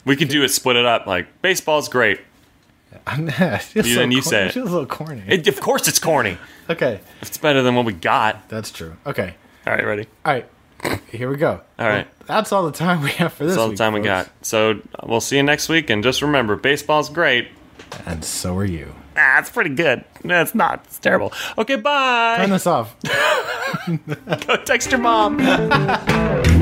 G: We could do it. Split it up. Like baseball's great.
F: I'm not. Then
G: You- then you say it.
F: Feels a little corny.
G: It, of course, it's corny.
F: okay,
G: If It's better than what we got.
F: that's true. Okay,
G: All right, ready.
F: all right. Here we go.
G: All right.
F: That's all the time we have for this.
G: That's all the
F: week,
G: time we
F: folks.
G: got. So we'll see you next week. And just remember, baseball's great.
F: And so are you.
G: Ah, it's pretty good. No, it's not. It's terrible. Okay,
F: Turn
G: bye.
F: this off.
G: Go text your mom.